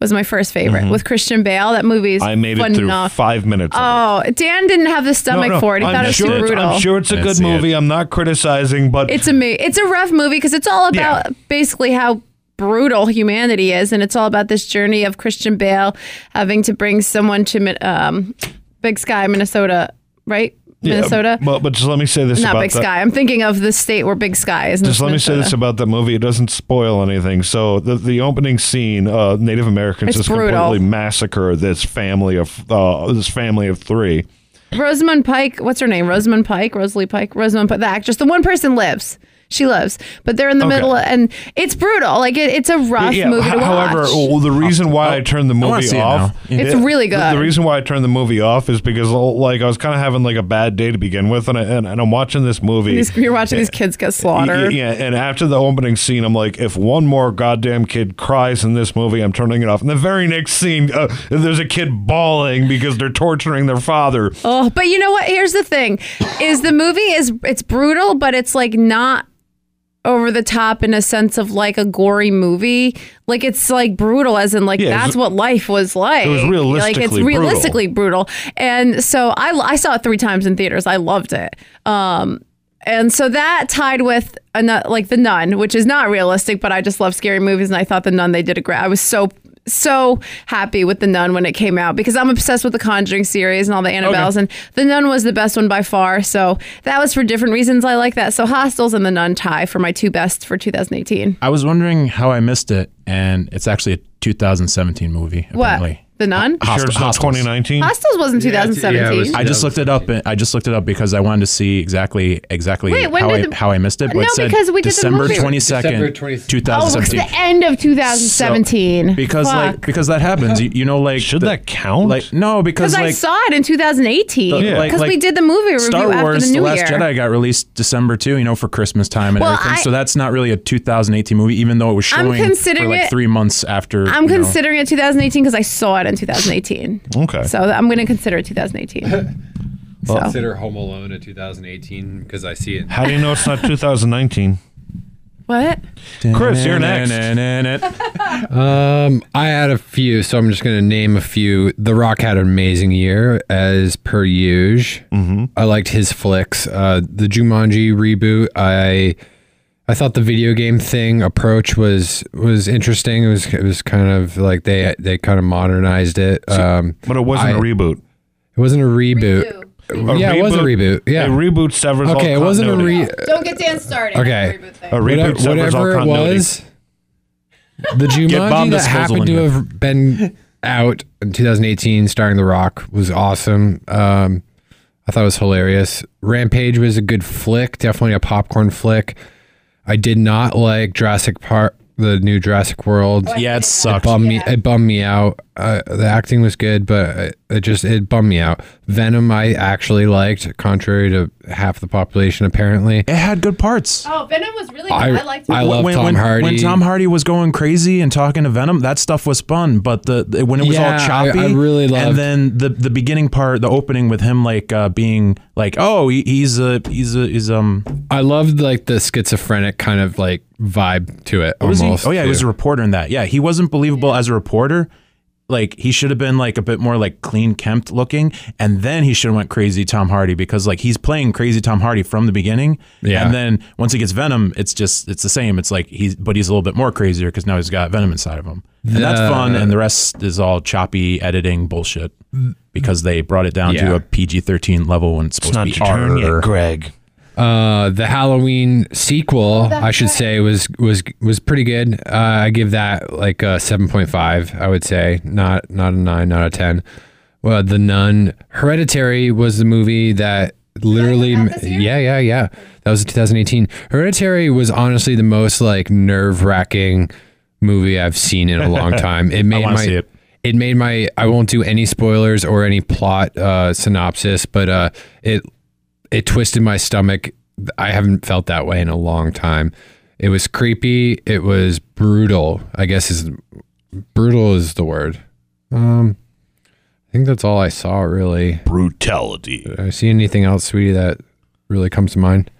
S2: was my first favorite with Christian Bale. That movie is
S1: Mm-hmm. I made it through
S2: phenomenal.
S1: five minutes. of it.
S2: Oh, Dan didn't have the
S1: No,
S2: stomach
S1: no,
S2: for it. He
S1: I'm
S2: thought it was
S1: sure
S2: too
S1: it's-
S2: brutal.
S1: I'm sure it's a
S3: Didn't
S1: good
S3: see it.
S1: movie. I'm not criticizing, but
S2: It's a mo- it's a rough movie because it's all about
S1: Yeah.
S2: basically how brutal humanity is, and it's all about this journey of Christian Bale having to bring someone to Min- um, Big Sky, Minnesota, right?
S1: Yeah,
S2: Minnesota,
S1: But, but just let me say this
S2: not
S1: about
S2: Big
S1: that.
S2: Sky. I'm thinking of the state where Big Sky is. and
S1: Just
S2: it's
S1: let me say
S2: Minnesota.
S1: this about that movie. It doesn't spoil anything. So the the opening scene, uh, Native Americans
S2: It's
S1: just
S2: brutal.
S1: completely massacre this family of uh, this family of three.
S2: Rosamund Pike, what's her name? Rosamund Pike, Rosalie Pike, Rosamund Pike, the actress. The one person lives. She lives, but they're in the
S1: Okay.
S2: middle, and it's brutal. Like it, it's a rough
S1: Yeah,
S2: movie
S1: ho-
S2: to watch.
S1: However, well, the reason why I turned the
S3: I wanna
S1: movie
S3: see it
S1: off,
S3: now.
S2: It's really good.
S1: The, the reason why I turned the movie off is because like I was kind of having like a bad day to begin with, and I, and, and I'm watching this movie.
S2: These- you're watching these kids get slaughtered.
S1: Y- Yeah, and after the opening scene, I'm like, if one more goddamn kid cries in this movie, I'm turning it off. And the very next scene, uh, there's a kid bawling because they're torturing their father.
S2: Oh, but you know what? Here's the thing: is the movie is it's brutal, but it's like not over the top in a sense of like a gory movie. Like it's like brutal, as in like
S1: Yeah, it
S2: that's
S1: was-
S2: what life was like. like it's
S1: realistically brutal.
S2: realistically brutal. And so I I saw it three times in theaters. I loved it. Um, and so that tied with ano- like the nun, which is not realistic, but I just love scary movies, and I thought the nun they did a great. I was so so happy with the nun when it came out because I'm obsessed with the Conjuring series and all the Annabelles, and the nun was the best one by far. So that was for different reasons. I like that. So Hostels and the Nun tie for my two best for 2018.
S3: I was wondering how I missed it, and it's actually a 2017 movie.
S2: What
S3: Apparently.
S2: the nun?
S1: You sure, it's not
S3: Hostels.
S1: 2019.
S2: Hostels wasn't 2017.
S4: yeah, it was-
S3: I just looked it up. and- I just looked it up because I wanted to see exactly exactly
S2: Wait, when
S3: how I
S2: did the-
S3: how I missed it. But
S2: No,
S3: it said
S2: because we did the
S3: December
S2: movie-
S3: twenty
S4: December
S3: second,
S4: 22nd.
S3: two
S2: Oh,
S3: thousand
S2: it was the
S3: seventeen.
S2: end of 2017.
S3: because like
S2: Fuck.
S3: because that happens. You, you know, like
S1: Should
S3: the-
S1: that count?
S3: Like no, because
S2: Because
S3: like
S2: I saw it in 2018. Because
S3: Yeah. like- like
S2: we did the movie review
S3: Star Wars:
S2: after the
S3: The
S2: New
S3: Last
S2: Year.
S3: Jedi got released December too. You know, for Christmas time and
S2: Well,
S3: everything.
S2: I-
S3: so that's not really a 2018 movie, even though it was
S2: I'm
S3: showing
S2: considering
S3: for like
S2: it-
S3: three months after.
S2: I'm
S3: you know.
S2: considering it 2018 because I saw it in 2018.
S1: Okay.
S2: So I'm going to consider it 2018. so.
S4: Consider Home Alone a 2018 because I see it.
S1: How do you know it's not 2019?
S2: What?
S1: Chris, you're next.
S4: Um, I had a few, so I'm just gonna name a few. The Rock had an amazing year, as per usual. Mm-hmm. I liked his flicks. Uh, the Jumanji reboot, I I thought the video game thing approach was was interesting. It was it was kind of like they they kind of modernized it. Um,
S1: But it wasn't a
S4: I-
S1: reboot.
S4: it wasn't a reboot.
S1: A
S4: Yeah, it was a reboot.
S1: A
S4: Yeah.
S1: reboot severs all
S4: Okay, it wasn't a
S1: continuity.
S4: re.
S7: Don't get Dan started.
S4: Okay.
S1: A reboot
S4: Whatever,
S1: severs all
S4: whatever it
S1: continuity.
S4: was, the
S3: bomb
S4: Jumanji that
S3: disposal
S4: happened to
S3: in
S4: have been out in 2018, starring The Rock, was awesome. Um, I thought it was hilarious. Rampage was a good flick, definitely a popcorn flick. I did not like Jurassic Park, the new Jurassic World.
S3: Yeah, it
S4: It
S3: sucked.
S4: bummed me. It bummed me out. Uh, the acting was good, but it, it just it bummed me out. Venom, I actually liked, contrary to half the population apparently.
S3: It had good parts.
S2: Oh, Venom was really
S4: I I love Tom
S3: when,
S4: Hardy.
S3: When Tom Hardy was going crazy and talking to Venom, that stuff was fun. But the, the- when it was
S4: Yeah,
S3: all
S4: I-
S3: choppy,
S4: I really
S3: And
S4: loved-
S3: then the the beginning part, the opening with him like uh, being like, oh, he, he's a he's a he's um
S4: I loved like the schizophrenic kind of like vibe to it
S3: was he?
S4: almost.
S3: Oh yeah, he was a
S4: too.
S3: reporter in that. Yeah, he wasn't believable as a reporter. Like he should have been like a bit more like clean kempt looking, and then he should have went crazy Tom Hardy because like he's playing crazy Tom Hardy from the beginning.
S4: Yeah.
S3: And then once he gets Venom, it's just it's the same. It's like he's but he's a little bit more crazier because now he's got Venom inside of him, and that's
S4: The-
S3: fun. And the rest is all choppy editing bullshit because they brought it down
S4: Yeah.
S3: to a PG thirteen level when it's
S1: It's
S3: supposed
S1: not
S3: to be
S1: your turn
S3: R.
S1: yet, Greg.
S4: uh, the Halloween sequel, I should say, was was was pretty good. Uh, I give that like a seven point five. I would say not not a nine, not a ten. Well, the Nun, Hereditary was the movie that literally, yeah, yeah, yeah. That was 2018. Hereditary was honestly the most like nerve wracking movie I've seen in a long time. It made
S3: wanna
S4: my
S3: see it.
S4: it made my I won't do any spoilers or any plot uh, synopsis, but uh, it it twisted my stomach. I haven't felt that way in a long time. It was creepy. It was brutal. I guess is brutal is the word. Um, I think that's all I saw really.
S1: Brutality.
S4: Did I see anything else, sweetie, that really comes to mind?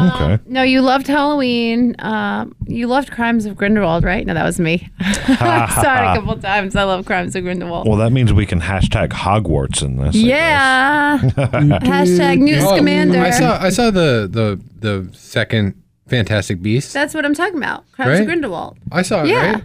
S1: Okay.
S2: No, you loved Halloween. Um, you loved Crimes of Grindelwald, right? No, that was me. I've saw it a couple times. I love Crimes of Grindelwald.
S1: Well, that means we can hashtag Hogwarts in this. I
S2: yeah. Hashtag Newt
S4: Oh,
S2: Scamander.
S4: I saw I saw the the the second Fantastic Beast.
S2: That's what I'm talking about. Crimes
S4: Right?
S2: of Grindelwald.
S4: I saw it,
S2: Yeah.
S4: right?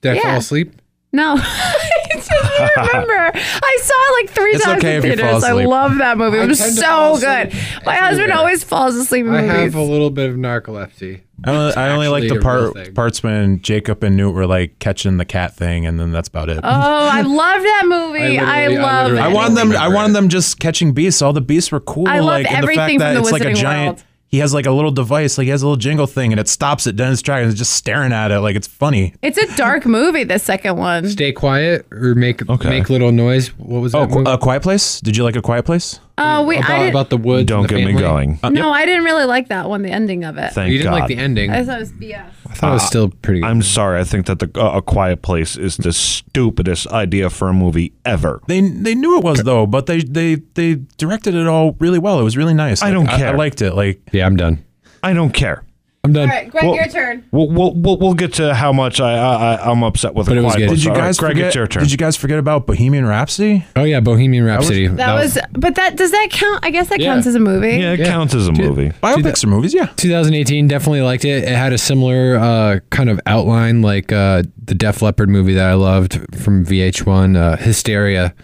S4: Did I
S2: Yeah.
S4: fall asleep?
S2: No. I just remember. I saw it like three
S3: It's
S2: times
S3: okay
S2: in
S3: if you fall
S2: theaters. I
S3: asleep.
S2: love that movie. It
S4: I
S2: was
S4: tend to fall
S2: so
S4: asleep
S2: good. My husband
S4: everywhere.
S2: always falls asleep in
S1: Mm.
S4: I
S2: movies.
S4: have a little bit of narcolepsy.
S3: I only, I only like
S4: actually
S3: the
S4: a real
S3: part
S4: thing.
S3: parts when Jacob and Newt were like catching the cat thing, and then that's about it.
S2: oh, I love that movie. I,
S4: I literally- I
S2: love
S4: literally-
S3: I
S2: it.
S3: wanted them. I
S4: remember
S3: wanted
S4: it.
S3: them just catching beasts. All the beasts were cool.
S2: I love
S3: like, and the fact
S2: everything from
S3: that
S2: the
S3: it's like a
S2: Wizarding
S3: giant.
S2: World.
S3: He has like a little device. Like he has a little jingle thing, and it stops at Dennis Dragon. It's just staring at it. Like it's funny.
S2: It's a dark movie, the second one.
S4: Stay quiet or make
S1: Okay. uh,
S4: make little noise. What was
S3: Oh,
S4: that
S3: qu-
S4: movie?
S3: a Quiet Place. Did you like a Quiet Place?
S2: Oh, we. I
S4: about,
S2: didn't,
S4: about the woods.
S1: guess.
S4: and
S1: Don't
S4: the
S1: get me
S4: family? Uh,
S1: going.
S2: no, I didn't really like that one. The ending of it.
S1: Thank
S4: You didn't
S1: God. Uh,
S4: like the ending.
S2: I
S4: I
S2: thought it was BS.
S4: thought it was still pretty.
S1: I'm sorry. I think that the uh, A Quiet Place is the stupidest idea for a movie ever.
S3: They they knew it was though, but they they they directed it all really well. It was really nice.
S1: I
S3: Like,
S1: don't
S3: I,
S1: care.
S3: liked it. Like
S4: yeah, I'm done.
S1: I don't care.
S4: I'm done.
S2: All right, Greg, your turn.
S1: We'll, we'll, we'll, we'll get to how much I, I, I- I'm upset with
S4: But
S1: A
S4: it was
S1: Quiet
S4: good.
S1: Place.
S4: Did
S3: did you
S1: All right,
S3: guys
S1: Greg,
S3: forget?
S1: it's your turn.
S3: Did you guys forget about Bohemian Rhapsody?
S4: Oh yeah, Bohemian Rhapsody.
S2: That was, but that does that count? I guess that
S4: Yeah.
S2: counts as a movie.
S1: yeah, it
S4: Yeah.
S1: counts as a movie.
S3: Biopics or movies? Yeah.
S4: 2018. Definitely liked it. It had a similar uh, kind of outline, like uh, the Def Leppard movie that I loved from VH1, uh, Hysteria.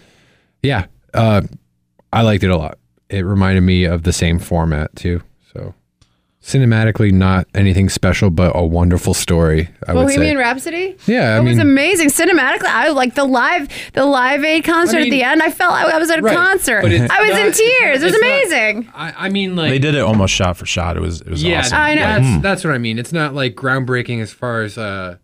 S4: Yeah, uh, I liked it a lot. It reminded me of the same format too. So cinematically, not anything special, but a wonderful story. I would say.
S2: Bohemian Rhapsody.
S4: Yeah, I
S2: it was
S4: mean-
S2: amazing cinematically. I like the live, the live aid concert at
S4: mean-
S2: the end. I felt like I was at a
S4: Right,
S2: concert.
S4: but it's
S2: I was
S4: not-
S2: in tears. It was
S4: it's not-
S2: amazing.
S4: I, I mean, like
S3: They did it almost shot for shot. It was it was
S4: yeah,
S3: awesome.
S2: I know.
S4: That's, that's what I mean. It's not like groundbreaking as far as uh,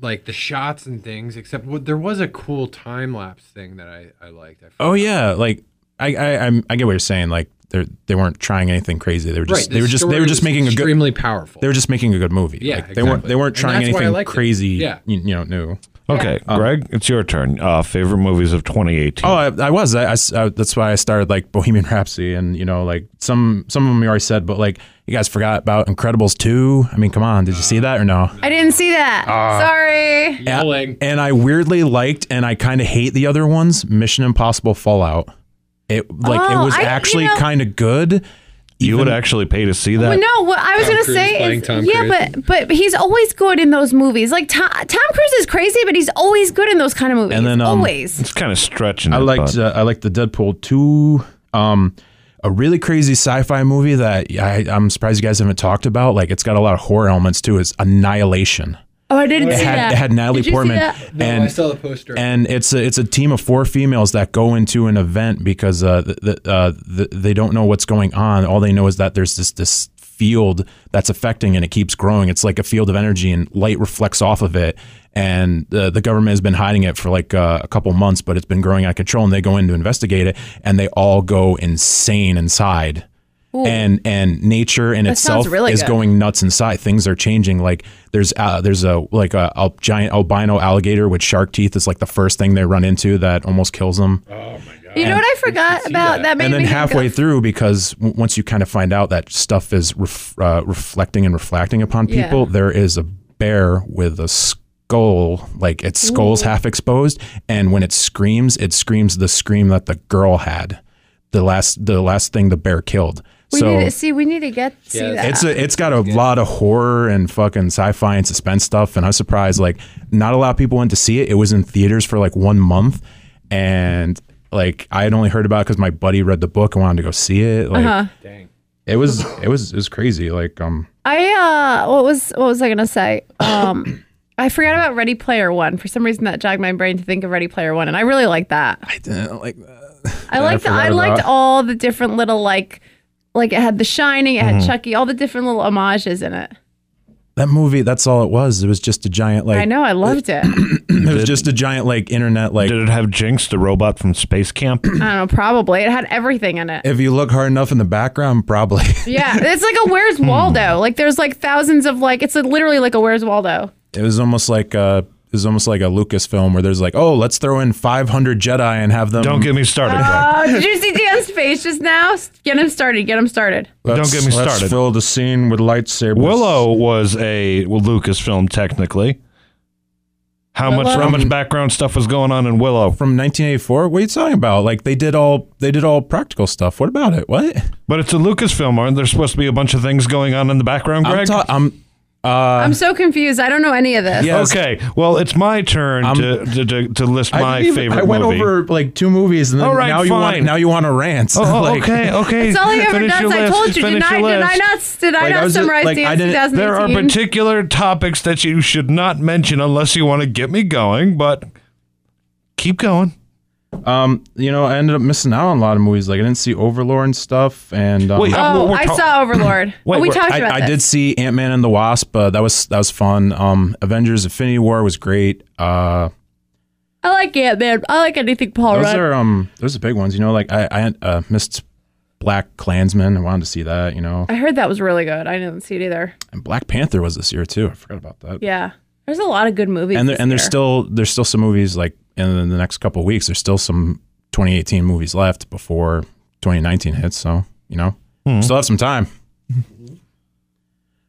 S4: like the shots and things. Except what, there was a cool time lapse thing that I I liked. I
S3: Oh yeah, like I I I'm, I get what you're saying. Like they they weren't trying anything crazy. They were just they were just they were just making a good
S4: extremely powerful.
S3: they were just making a good movie.
S4: Yeah,
S3: like, they weren't
S4: exactly.
S3: they weren't
S4: And
S3: trying
S4: that's why I
S3: anything
S4: liked it.
S3: crazy.
S4: Yeah.
S3: you, you know, new.
S1: Okay, Greg, it's your turn. Uh, favorite movies of 2018.
S3: Um, Oh, I, I was. I, I s- I- that's why I started like Bohemian Rhapsody, and you know, like some some of them you already said, but like you guys forgot about Incredibles two. I mean, come on, did you see that or no?
S2: I didn't see that.
S4: Ah.
S2: Sorry.
S4: yelling.
S3: And I weirdly liked, and I kind of hate the other ones. Mission Impossible Fallout. It like
S2: Oh,
S3: it was
S2: I- you
S3: actually
S2: know-
S3: kind of good.
S1: you would actually pay to see that.
S2: Well, no, what I was
S4: Tom
S2: gonna
S4: Cruise
S2: say
S4: playing
S2: is,
S4: Tom
S2: yeah,
S4: Cruise.
S2: but but he's always good in those movies. Like Tom, Tom Cruise is crazy, but he's always good in those kind of movies.
S3: And then, um,
S2: always.
S1: It's kind of stretching.
S3: I
S1: it,
S3: liked
S1: but-
S3: uh, I liked the Deadpool two. Um, a really crazy sci-fi movie that I, I'm surprised you guys haven't talked about. Like it's got a lot of horror elements too. Is Annihilation.
S2: Oh, I didn't see
S3: It had,
S2: that.
S3: it had Natalie
S2: Did you see
S3: Portman,
S2: that?
S3: and
S4: the poster.
S3: and it's a, it's a team of four females that go into an event because uh, the, the, uh, the, they don't know what's going on. All they know is that there's this this field that's affecting and it keeps growing. It's like a field of energy and light reflects off of it. And the, the government has been hiding it for like uh, a couple months, but it's been growing out of control. And they go in to investigate it, and they all go insane inside. And and nature in
S2: sounds
S3: itself
S2: really
S3: is
S2: good.
S3: going going nuts inside. Things are changing. Like there's uh, there's a like a, al- giant albino alligator with shark teeth is like the first thing they run into that almost kills them.
S2: You know what I forgot about that? made
S3: and then
S2: me think of-
S3: halfway through, because w- once you kind of find out that stuff is ref- uh, reflecting and reflecting upon
S2: Yeah.
S3: people, there is a bear with a skull, like its skull's half exposed, and when it screams, it screams the scream that the girl had, the last the last thing the bear killed.
S2: We
S3: so
S2: need to see. We need to get see that.
S3: it's a, it's got a lot of horror and fucking sci-fi and suspense stuff, and I'm surprised like not a lot of people went to see it. It was in theaters for like one month, and like I had only heard about it because my buddy read the book and wanted to go see it. Like, dang, it was it was it was crazy. Like um,
S2: I uh, what was what was I gonna say? Um, I forgot about Ready Player One. For some reason, that jogged my brain to think of Ready Player One, and I really liked that.
S3: I didn't Uh, like that.
S2: I liked the,
S3: forgot
S2: I liked
S3: about-
S2: all the different little like like it had The Shining, it had
S3: Mm-hmm.
S2: Chucky, all the different little homages in it.
S3: That movie, that's all it was. It was just a giant like
S2: I know, I loved it. I
S3: it was just a giant like internet like.
S1: Did it have Jinx, the robot from Space Camp?
S2: don't know, probably it had everything in it.
S3: If you look hard enough in the background, probably.
S2: Yeah, it's like a
S3: Hmm.
S2: Where's Waldo. Like there's like thousands of like it's a, literally like a Where's Waldo.
S3: it was almost like uh is almost like a Lucasfilm where there's like, oh, let's throw in 500 Jedi and have them.
S1: Don't get me started. Greg.
S2: Oh, did you see Dan's face just now? Get him started. Get him started.
S1: don't
S3: let's-
S1: get me
S3: let's
S1: started.
S3: Fill the scene with lightsabers.
S1: Willow was a Lucasfilm technically. How much how much background stuff was going on in Willow?
S3: from 1984. What are you talking about? Like they did all they did all practical stuff. What about it? What?
S1: But it's a Lucasfilm, aren't there supposed to be a bunch of things going on in the background,
S3: I'm,
S1: Greg?
S3: ta- I'm uh
S2: I'm so confused. I don't know any of this.
S3: yeah.
S1: okay, well, it's my turn to, to, to, to list
S3: I
S1: my
S3: didn't even-
S1: favorite
S3: I went
S1: movie.
S3: over like two movies, and then
S1: All right,
S3: now you want
S1: fine.
S3: now you want to rant.
S1: Oh,
S3: Like,
S1: okay, okay.
S2: It's all he ever
S1: Finish
S2: does.
S1: your
S2: I
S1: list.
S2: told you. Did
S1: Finish
S2: I,
S1: your
S2: did I
S1: list.
S2: not? Did I
S3: Like, I
S2: not
S3: was just-
S2: summarize
S3: like, I
S2: Dan's
S3: didn't- there
S2: 2018?
S1: There are particular topics that you should not mention unless you want to get me going, but keep going.
S3: Um, you know, I ended up missing out on a lot of movies. Like I didn't see Overlord and stuff, and um,
S1: Wait, I'm-
S2: Oh,
S1: we're
S2: I
S1: ta-
S2: saw Overlord.
S1: Wait,
S2: oh, we
S1: we're-
S2: talked about
S3: I, I
S2: this.
S3: did see Ant Man and the Wasp. Uh, that was that was fun. Um, Avengers: Infinity War was great. Uh,
S2: I like Ant Man. I like anything Paul
S3: those
S2: Rudd.
S3: are um, those are big ones. You know, like I I uh, missed Black Klansman. I wanted to see that. You know,
S2: I heard that was really good. I didn't see it either.
S3: and Black Panther was this year too. I forgot about that.
S2: Yeah, there's a lot of good movies.
S3: and there,
S2: this
S3: and there's
S2: year.
S3: still there's still some movies like in the next couple of weeks. There's still some 2018 movies left before 2019 hits. So you know, still have some time.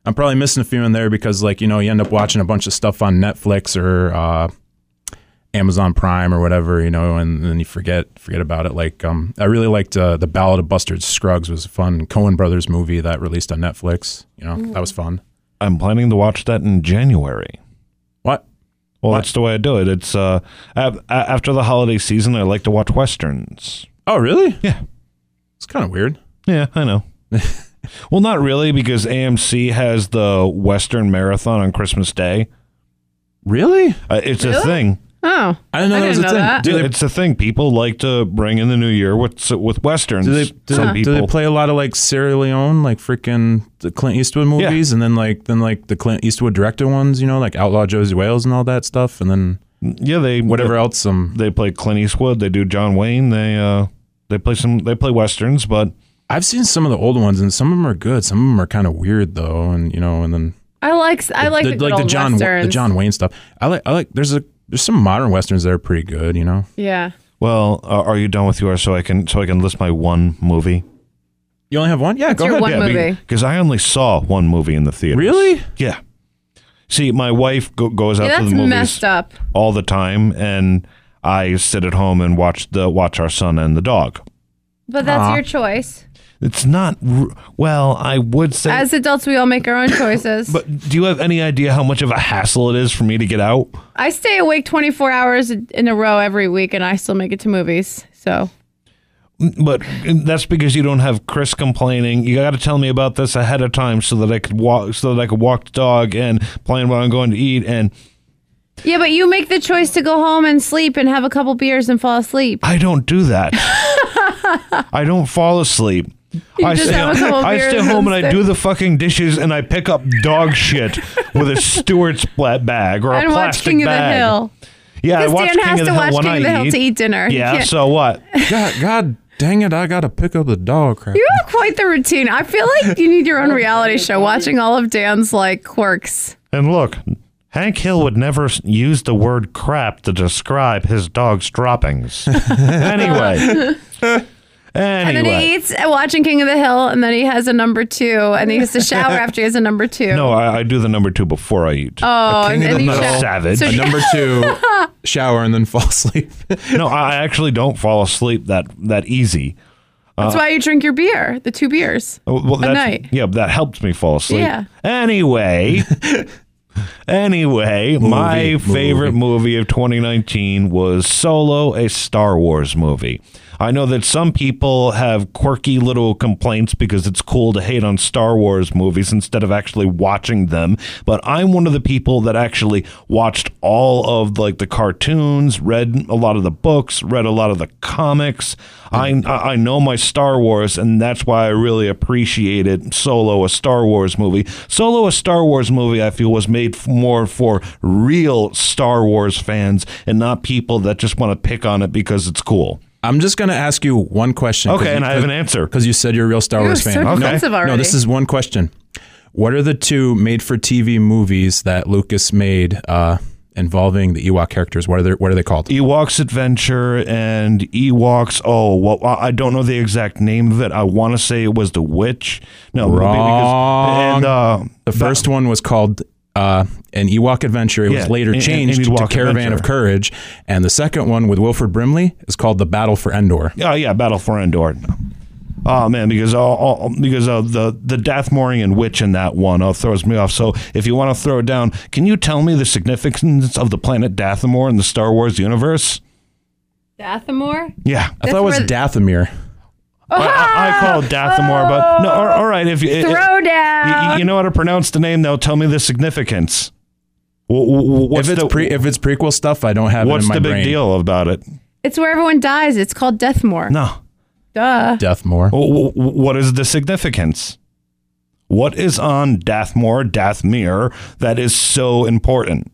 S3: I'm probably missing a few in there because like you know you end up watching a bunch of stuff on Netflix or uh, Amazon Prime or whatever you know, and then you forget forget about it. Like um, I really liked uh, the Ballad of Buster Scruggs was a fun Cohen Brothers movie that released on Netflix. You know that was fun.
S1: I'm planning to watch that in January.
S3: What?
S1: Well,
S3: What?
S1: that's the way I do it. It's uh, a- a- after the holiday season, I like to watch westerns.
S3: Oh really?
S1: Yeah,
S3: It's kind of weird.
S1: yeah, I know. well, not really, because AMC has the Western Marathon on Christmas Day.
S3: Really?
S1: Uh, it's a thing.
S2: Oh,
S3: I didn't know that was
S2: didn't
S3: a
S2: know
S3: thing.
S2: that.
S3: Do they,
S1: it's a thing. People like to bring in the new year with with westerns.
S3: do they, do,
S1: Some
S3: they, do
S1: people.
S3: they play a lot of like Sierra Leone, like freaking the Clint Eastwood movies, and then like then like the Clint Eastwood directed ones, you know, like Outlaw Josie Wales and all that stuff, and then
S1: yeah, they
S3: whatever else. Um,
S1: They play Clint Eastwood. They do John Wayne. They uh, they play some. They play westerns, but
S3: I've seen some of the old ones, and some of them are good. Some of them are kind of weird though, and you know, and then
S2: I like I like the, good old
S3: John
S2: westerns.
S3: the John Wayne stuff. I like I like there's a there's some modern westerns that are pretty good, you know.
S2: Yeah,
S1: well, uh, are you done with yours? So I can so I can list my one movie.
S3: You only have one? Yeah, go
S2: your
S3: ahead.
S2: one
S3: yeah,
S2: movie.
S1: Because I only saw one movie in the theater.
S3: Really?
S1: Yeah. See, my wife go- goes out
S2: Yeah,
S1: to
S2: that's
S1: the movies
S2: messed up.
S1: all the time, and I sit at home and watch the watch our son and the dog.
S2: But that's
S3: Aw.
S2: your choice.
S1: It's not r- well. I would say,
S2: As adults, we all make our own choices.
S1: but do you have any idea how much of a hassle it is for me to get out?
S2: I stay awake 24 hours in a row every week, and I still make it to movies. So
S1: Mm, But that's because you don't have Chris complaining. You got to tell me about this ahead of time so that I could walk, so that I could walk the dog and plan what I'm going to eat. And
S2: yeah, but you make the choice to go home and sleep and have a couple beers and fall asleep.
S1: I don't do that. I don't fall asleep. I
S2: just
S1: stay,
S2: have a couple
S1: I
S2: beers
S1: stay home and I
S2: instead.
S1: do the fucking dishes and I pick up dog shit with a Stewart's bla- bag or a
S2: And watch
S1: plastic
S2: King
S1: bag.
S2: of the Hill.
S1: Yeah, I
S2: Because
S1: watch
S2: Dan
S1: King of
S2: has
S1: the
S2: to
S1: Hill
S2: watch
S1: when
S2: King
S1: I
S2: of the Hill
S1: eat.
S2: to eat dinner. He
S1: Yeah,
S2: can't-
S1: so what?
S3: God, God dang it! I gotta pick up the dog crap.
S2: You have quite the routine. I feel like you need your own reality show watching all of Dan's like quirks.
S1: And look, Hank Hill would never s- use the word crap to describe his dog's droppings. anyway.
S2: And then he
S1: Anyway.
S2: eats uh, watching King of the Hill, and then he has a number two, and he has to shower after he has a number two.
S1: No, I, I do the number two before I eat.
S2: oh, and,
S3: King of
S2: and
S3: the
S2: he
S3: Hill.
S2: sho-
S1: Savage.
S2: So
S3: A number two, shower and then fall asleep.
S1: no, I actually don't fall asleep that that easy. uh,
S2: that's why you drink your beer, the two beers.
S1: Oh, Well, that's,
S2: night.
S1: Yeah, that helped me fall asleep.
S2: Yeah.
S1: Anyway. anyway, my favorite movie of 2019 was Solo, a Star Wars movie. I know that some people have quirky little complaints because it's cool to hate on Star Wars movies instead of actually watching them, but I'm one of the people that actually watched all of like the cartoons, read a lot of the books, read a lot of the comics. I I I know my Star Wars and that's why I really appreciated Solo, a Star Wars movie. Solo, a Star Wars movie, I feel was made f- more for real Star Wars fans and not people that just want to pick on it because it's cool.
S3: I'm just gonna ask you one question.
S1: Okay, and I have an answer.
S3: because you said you're a real Star
S2: You
S3: Wars
S2: were
S3: fan.
S2: so
S1: Okay.
S2: defensive already.
S3: No, this is one question. What are the two made-for-TV movies that Lucas made uh, involving the Ewok characters. What are they, what are they called?
S1: Ewoks Adventure and Ewoks. Oh, well, I I don't know the exact name of it. I want to say it was the Witch. No, it would be
S3: Wrong.
S1: and uh,
S3: the first one was called uh, an Ewok Adventure. It
S1: Yeah,
S3: was later
S1: an- an
S3: changed to
S1: Ewok
S3: Caravan of
S1: Adventure.
S3: Courage, and the second one with Wilfred Brimley is called The Battle for Endor.
S1: Oh yeah, Battle for Endor. Oh man, because all, all because of the the Dathmorian witch in that one, oh, throws me off. So if you want to throw it down, can you tell me the significance of the planet Dathomor in the Star Wars universe?
S2: Dathomor?
S1: Yeah,
S3: I thought it was
S2: where-
S3: Dathomir.
S1: I, I, I call it Dathomor, but no. all- all right, if you
S2: Oh, Throw down.
S1: you, you know how to pronounce the name, though, tell me the significance. Wh- wh- What's
S3: If it's
S1: the
S3: pre, if it's prequel stuff, I don't have it
S1: what's
S3: in my
S1: the big
S3: brain.
S1: deal about it?
S2: it's where everyone dies. It's called Deathmore.
S1: No,
S2: Duh.
S3: Deathmore.
S1: Wh- wh- what is the significance? What is on Dathmore, Dathmere that is so important?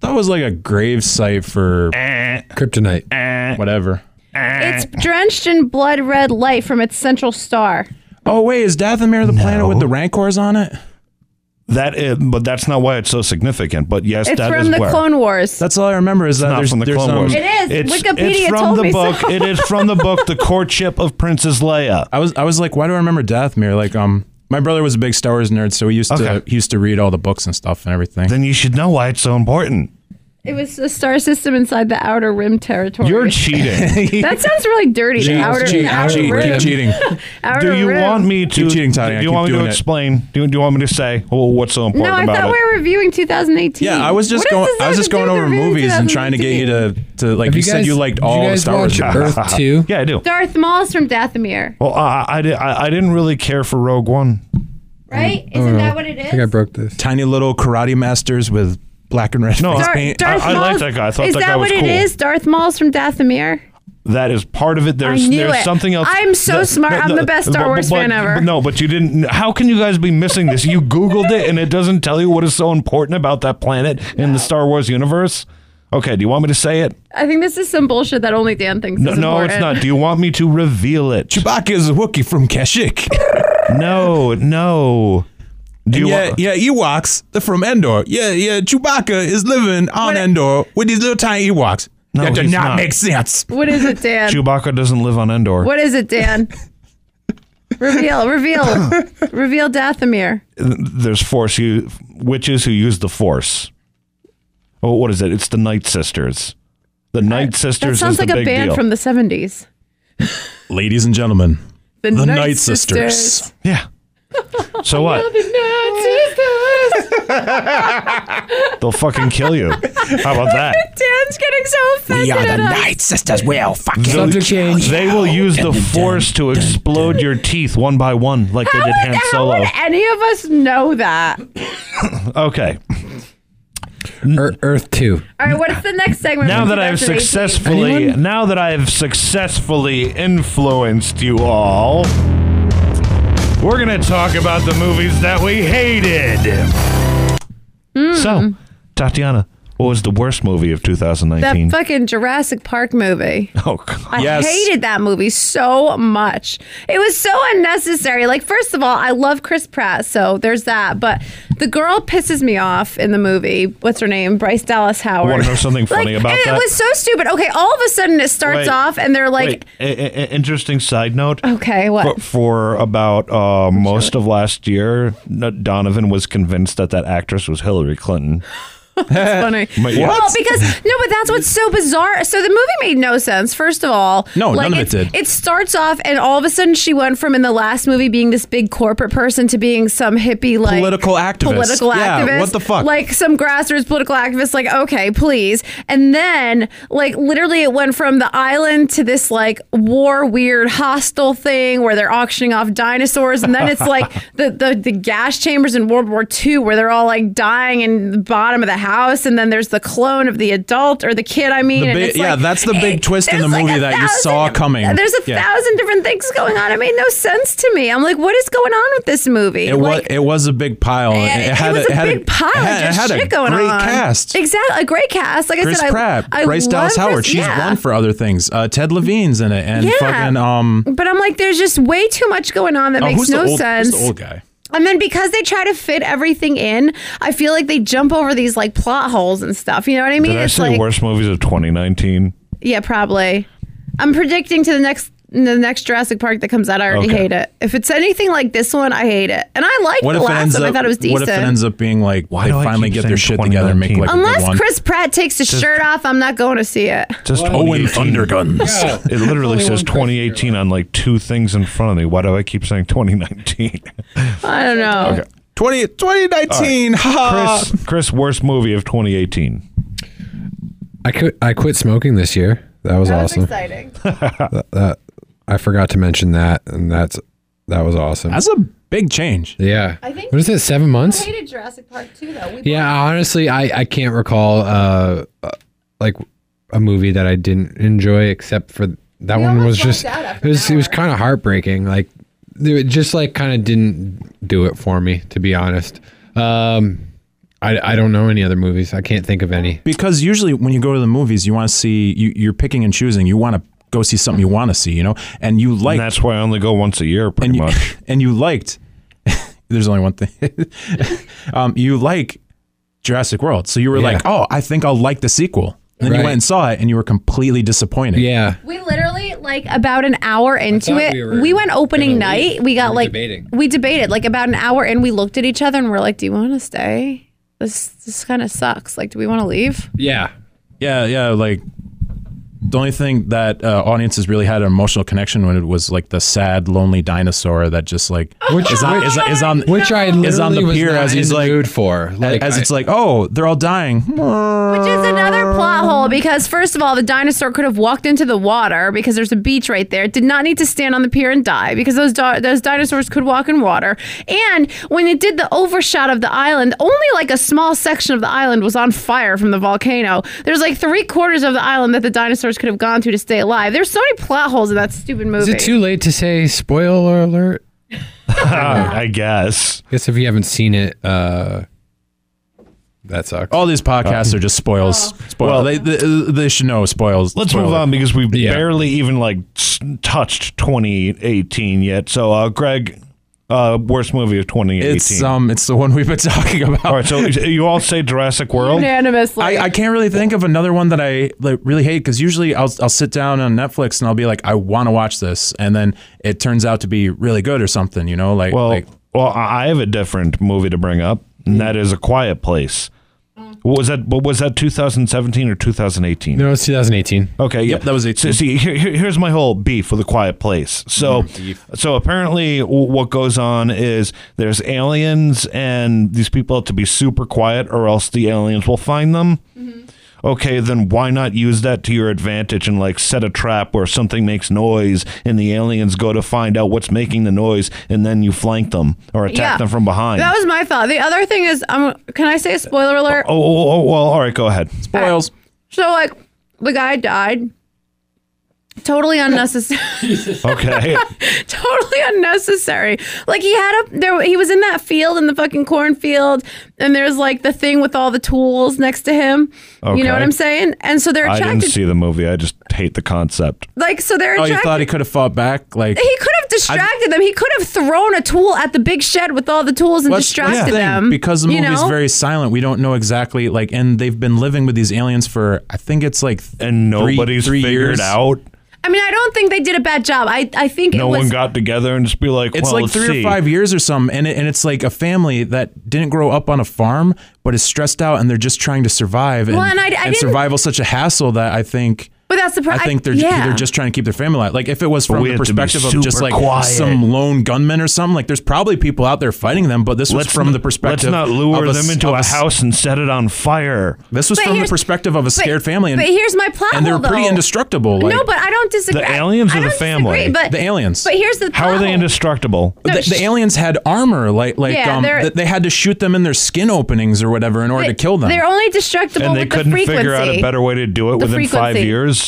S3: That was like a grave site for
S4: Kryptonite.
S3: Eh. whatever.
S2: It's drenched in blood red light from its central star.
S3: Oh wait, is Dathomir the planet
S1: No.
S3: with the rancors on it?
S1: That is, but that's not why it's so significant. But yes,
S2: It's
S1: that
S2: from
S1: is
S2: the
S1: where.
S2: Clone Wars.
S3: That's all I remember is that
S1: not
S3: there's
S1: from the
S3: there's
S1: Clone
S3: um,
S1: Wars.
S2: It is. Wikipedia
S1: it's from
S2: told
S1: the
S2: me so.
S1: book. It is from the book, The Courtship of Princess Leia.
S3: I was I was like, why do I remember Dathomir? Like um. My brother was a big Star Wars nerd, so he used to
S1: Okay.
S3: he used to read all the books and stuff and everything.
S1: Then you should know why it's so important.
S2: It was a star system inside the outer rim territory.
S1: You're cheating.
S2: that sounds really dirty. the outer,
S3: cheat,
S2: outer
S3: cheat,
S2: rim.
S3: keep cheating.
S2: Outer
S1: do you
S2: rim.
S1: want me to
S3: Keep cheating, Tony. I
S1: Do you
S3: keep
S1: want me to
S3: doing it.
S1: explain? Do, do you want me to say well, what's so important
S2: No, I
S1: about
S2: thought
S1: it?
S2: we were reviewing 2018.
S3: Yeah, I was
S2: What
S3: just
S2: does
S3: going.
S2: this
S3: I
S2: have
S3: was just
S2: to do
S3: going
S2: with
S3: over
S2: reviewing
S3: movies and trying to get you
S2: 2018?
S3: to to like.
S4: Have
S3: You,
S4: you
S3: said
S4: guys-
S3: you liked
S4: did you
S3: all
S4: guys
S3: Star Wars.
S4: watch
S3: movies.
S4: Earth 2?
S1: yeah, I do.
S2: Darth Maul's from Dathomir,
S1: Well, I, I, di- I, I didn't really care for Rogue One.
S2: right?
S1: Mm-hmm.
S2: Isn't that what it
S4: I think I
S2: is?
S4: broke this.
S3: Tiny little karate masters with black and red
S1: No,
S3: face
S1: Dar-
S3: paint.
S1: Dar-
S2: Darth
S1: I- I
S2: Maul's,
S1: liked that guy. I thought
S2: is
S1: that
S2: that,
S1: guy was
S2: what
S1: cool.
S2: it is? Darth Maul's from Dathomir.
S1: That is part of it. There's,
S2: I knew
S1: there's
S2: it.
S1: something else.
S2: I'm so smart. I'm the best Star
S1: but-
S2: Wars
S1: but-
S2: fan
S1: but
S2: ever.
S1: No, but you didn't. How can you guys be missing this? You Googled it and it doesn't tell you what is so important about that planet in the Star Wars universe. Okay, do you want me to say it?
S2: I think this is some bullshit that only Dan thinks
S1: No,
S2: is
S1: no,
S2: important.
S1: it's not. Do you want me to reveal it?
S3: Chewbacca is a Wookiee from Kashyyyk.
S1: No, no. Do you
S3: yeah,
S1: want?
S3: yeah, Ewoks. They're from Endor. Yeah, yeah. Chewbacca is living on Endor with these little tiny Ewoks.
S1: No,
S3: that does
S1: he's
S3: not,
S1: not.
S3: make sense.
S2: What is it, Dan?
S1: Chewbacca doesn't live on Endor.
S2: What is it, Dan? reveal, reveal, reveal Dathomir.
S1: there's force who witches who use the force. Oh, what is it? It's the Night Sisters. The Night
S2: That
S1: Sisters is
S2: sounds
S1: the
S2: like a
S1: big
S2: band
S1: deal.
S2: from the 70s.
S3: Ladies and gentlemen,
S2: The,
S3: the
S2: Night,
S3: Night
S2: Sisters.
S3: Sisters.
S1: yeah. So what? They'll fucking kill you. How about that?
S2: Dan's getting so offended.
S8: We are the
S2: at us.
S8: Night Sisters. We'll fucking
S4: Subject
S8: kill
S4: change.
S8: you.
S1: They will use the force to explode your teeth one by one, like they
S2: How
S1: did
S2: would,
S1: Han
S2: how
S1: Solo.
S2: would any of us know that? All
S1: Okay.
S4: Ear- Earth 2.
S2: right, what's the next segment?
S1: Now
S2: from
S1: that I have
S2: 2018?
S1: successfully,
S4: Anyone?
S1: now that I have successfully influenced you all, we're gonna talk about the movies that we hated.
S2: Hmm.
S1: So, Tatiana, what was the worst movie of
S2: That
S1: 2019?
S2: fucking Jurassic Park movie.
S1: oh, God.
S2: I
S3: Yes.
S2: hated that movie so much. It was so unnecessary. Like, first of all, I love Chris Pratt, so there's that. But the girl pisses me off in the movie. What's her name? Bryce Dallas Howard.
S1: Wanna know something funny
S2: Like,
S1: about
S2: it,
S1: that?
S2: It was so stupid. Okay, all of a sudden it starts
S1: Wait.
S2: off and they're like,
S1: Wait, a- a- a- interesting side note.
S2: okay, what?
S1: For, for about uh, most of last year, N- Donovan was convinced that that actress was Hillary Clinton.
S2: funny.
S1: But yeah.
S2: Well, because no, but that's what's so bizarre. So the movie made no sense. First of all,
S3: No, none of it
S2: it's-
S3: did.
S2: It starts off, and all of a sudden, she went from in the last movie being this big corporate person to being some hippie like
S3: Political activist.
S2: Political
S3: Yeah,
S2: activist.
S3: what the fuck?
S2: Like some grassroots political activist. Like okay, please. And then like literally, it went from the island to this like war weird hostile thing where they're auctioning off dinosaurs, and then it's like the the, the gas chambers in World War II where they're all like dying in the bottom of the house, and then there's the clone of the adult or the kid. I mean,
S3: The
S2: and
S3: big-
S2: it's
S3: yeah,
S2: like-
S3: that's the big twist in the
S2: there's like
S3: movie
S2: a
S3: that you saw coming.
S2: There's a
S3: Yeah.
S2: thousand different things going on. It made no sense to me. I'm like, what is going on with this movie?
S3: It was
S2: like,
S3: it was a big pile. and
S2: it,
S3: It, had
S2: was
S3: a, it had
S2: big pile
S3: It
S2: of
S3: had, it
S2: just
S3: had a
S2: shit going
S3: great
S2: on.
S3: cast.
S2: Exactly, a great cast. Like
S3: Chris
S2: I said,
S3: Pratt,
S2: I, I
S3: Bryce
S2: love
S3: Dallas Howard.
S2: Chris-
S3: She's
S2: yeah.
S3: one for other things. Uh, Ted Levine's in it, and
S2: Yeah.
S3: fucking um.
S2: But I'm like, there's just way too much going on that
S3: oh,
S2: makes
S3: who's
S2: no
S3: the old,
S2: sense.
S3: Who's the old guy?
S2: And then because they try to fit everything in, I feel like they jump over these like plot holes and stuff. You know what I mean?
S1: Did I
S2: it's
S1: say
S2: like
S1: worst movies of 2019?
S2: yeah, probably. I'm predicting to the next the next Jurassic Park that comes out. I already
S1: Okay.
S2: hate it. If it's anything like this one, I hate it. And I liked
S3: What
S2: the
S3: if it
S2: last
S3: ends
S2: one.
S3: up?
S2: I thought oh it was
S3: What if it
S2: decent.
S3: ends up being like
S1: Why
S3: they
S1: do I
S3: finally
S1: keep
S3: get their
S1: saying
S3: shit together and make like a good
S2: Unless
S3: one?
S2: Chris Pratt takes his shirt off, I'm not going to see it.
S1: Just
S3: Owen
S1: 2018.
S3: Thunderguns.
S1: It literally
S4: Only
S1: says
S4: one
S1: 2018 on like two things in front of me. Why do I keep saying 2019?
S2: I don't know.
S3: 20, 2019.
S4: Uh,
S3: ha.
S1: Chris, Chris, worst movie of 2018.
S4: I quit. I quit smoking this year. That was
S2: That was
S4: awesome.
S2: exciting.
S4: I forgot to mention that, and that's that was awesome.
S3: That's a big change.
S4: yeah.
S2: I think-
S4: what is it? Seven months?
S2: hated Jurassic Park too, though. We
S4: Yeah, honestly, I, I can't recall uh, uh, like a movie that I didn't enjoy except for that one
S2: almost
S4: was just
S2: blacked out
S4: it
S2: after
S4: was
S2: an
S4: it was
S2: hour.
S4: kind of heartbreaking. Like it just like kind of didn't do it for me to be honest. Um, I I don't know any other movies. I can't think of any.
S3: because usually when you go to the movies, you want to see you, you're picking and choosing. You want to go see something you want to see, you know, and you like
S1: And that's why I only go once a year, pretty
S3: and you,
S1: much.
S3: and you liked. there's only one thing. um, you like Jurassic World, so you were like, oh, I think I'll like the sequel. And then you
S4: Right.
S3: went and saw it, and you were completely disappointed.
S4: Yeah,
S2: We literally like about an hour into
S4: thought
S2: it.
S4: we
S2: We,
S4: were
S2: went opening
S4: gonna leave.
S2: night. We got
S4: were
S2: like
S4: debating.
S2: we debated like about an hour in. We looked at each other and we're like, "Do you want to stay? This this kind of sucks. Like, do we want to leave?"
S4: yeah.
S3: yeah, yeah. Like the only thing that uh, audiences really had an emotional connection when it was like the sad, lonely dinosaur that just like
S4: Which
S3: is on, is, is on
S4: Oh, Which I literally
S3: is on the
S4: was
S3: pier
S4: not
S3: as
S4: in
S3: he's
S4: the
S3: like
S4: mood for. Like
S3: as it's
S4: I-
S3: like, oh, they're all dying.
S2: Which is another plot hole because first of all, the dinosaur could have walked into the water because there's a beach right there. It did not need to stand on the pier and die because those di- those dinosaurs could walk in water. And when it did the overshot of the island, only like a small section of the island was on fire from the volcano. There's like three quarters of the island that the dinosaurs could have gone to to stay alive. There's so many plot holes in that stupid
S4: is
S2: movie.
S4: it too late to say spoiler alert?
S1: I guess.
S4: guess if you haven't seen it, uh, that sucks.
S3: All these podcasts are just spoils. Spoil.
S1: Well-
S3: they, they they should know spoils.
S1: Let's
S3: Spoiler.
S1: move on because we've
S4: Yeah.
S1: barely even like s- touched 2018 yet. So, uh, Greg, uh, worst movie of 2018.
S3: It's um, it's the one we've been talking about.
S1: All right, so you all say Jurassic World.
S6: Unanimously.
S3: I, I can't really think of another one that I like, really hate because usually I'll I'll sit down on Netflix and I'll be like I want to watch this and then it turns out to be really good or something you know like
S1: Well,
S3: like,
S1: well, I I have a different movie to bring up, and that is A Quiet Place. What was that? What was that? 2017 or 2018?
S4: No, it's 2018.
S2: Oh.
S1: Okay.
S3: Yep,
S1: yeah.
S3: that was
S1: So,
S3: 18.
S1: see, here, here- here's my whole beef with a Quiet Place. So, so apparently, w- what goes on is there's aliens, and these people have to be super quiet, or else the aliens will find them. Okay, then why not use that to your advantage and like set a trap where something makes noise, and the aliens go to find out what's making the noise, and then you flank them or attack
S2: Yeah.
S1: them from behind.
S2: That was my thought. The other thing is, um, can I say a spoiler alert?
S1: oh, oh, oh, well, all right, go ahead.
S3: spoils.
S2: So like, the guy died. Totally unnecessary.
S1: Okay.
S2: totally unnecessary. Like he had a there he was in that field in the fucking cornfield and there's like the thing with all the tools next to him. You
S1: Okay.
S2: know what I'm saying? And so they're
S1: I didn't
S2: attracted
S1: see the movie. I just hate the concept.
S2: like so they're
S3: Oh,
S2: attracted
S3: you thought he could have fought back like.
S2: he could have distracted them. He could have thrown a tool at the big shed with all the tools and
S3: Let's- let's
S2: distracted
S3: think,
S2: them.
S3: because the
S2: you
S3: movie's
S2: know?
S3: very silent. We don't know exactly like, and they've been living with these aliens for I think it's like
S1: and
S3: three-
S1: nobody's
S3: three
S1: figured
S3: years.
S1: out.
S2: I mean, I don't think they did a bad job. I I think
S1: No
S2: it was
S1: one got together and just be like,
S3: It's
S1: well,
S3: like
S1: let's
S3: three
S1: see.
S3: or five years or some, and it, and it's like a family that didn't grow up on a farm, but is stressed out, and they're just trying to survive. And,
S2: Well, and I- I didn't-
S3: survival's such a hassle that I think
S2: But that's the pro-
S3: I think they're
S2: yeah.
S3: they're just trying to keep their family alive. Like if it was from
S1: we
S3: the
S1: have to be
S3: perspective of just
S1: super
S3: like
S1: quiet.
S3: some lone gunman or something, like there's probably people out there fighting them, but this was
S1: Let's
S3: from
S1: n-
S3: the perspective.
S1: Let's not
S3: of
S1: lure
S3: a,
S1: them into
S3: of
S1: a
S3: s-
S1: house and set it on fire.
S3: This was
S2: But
S3: from the
S2: here's-
S3: perspective of a scared family, and,
S2: But here's my plot
S3: and they're
S2: hole,
S3: pretty
S2: though.
S3: indestructible. Like,
S2: No, but I don't disagree.
S1: The aliens
S2: I,
S1: or
S2: I
S1: the
S2: don't
S1: family?
S2: disagree, but
S3: The aliens.
S2: But here's the
S1: How are
S2: plot
S1: they
S2: hole.
S1: indestructible?
S3: the, the aliens had armor, like like
S2: Yeah,
S3: um,
S2: they're-
S3: th- they had to shoot them in their skin openings or whatever in order to kill them.
S2: They're only destructible
S1: and they
S2: with
S1: couldn't
S2: the frequency.
S1: figure out a better way to do it within five
S2: frequency.
S1: years.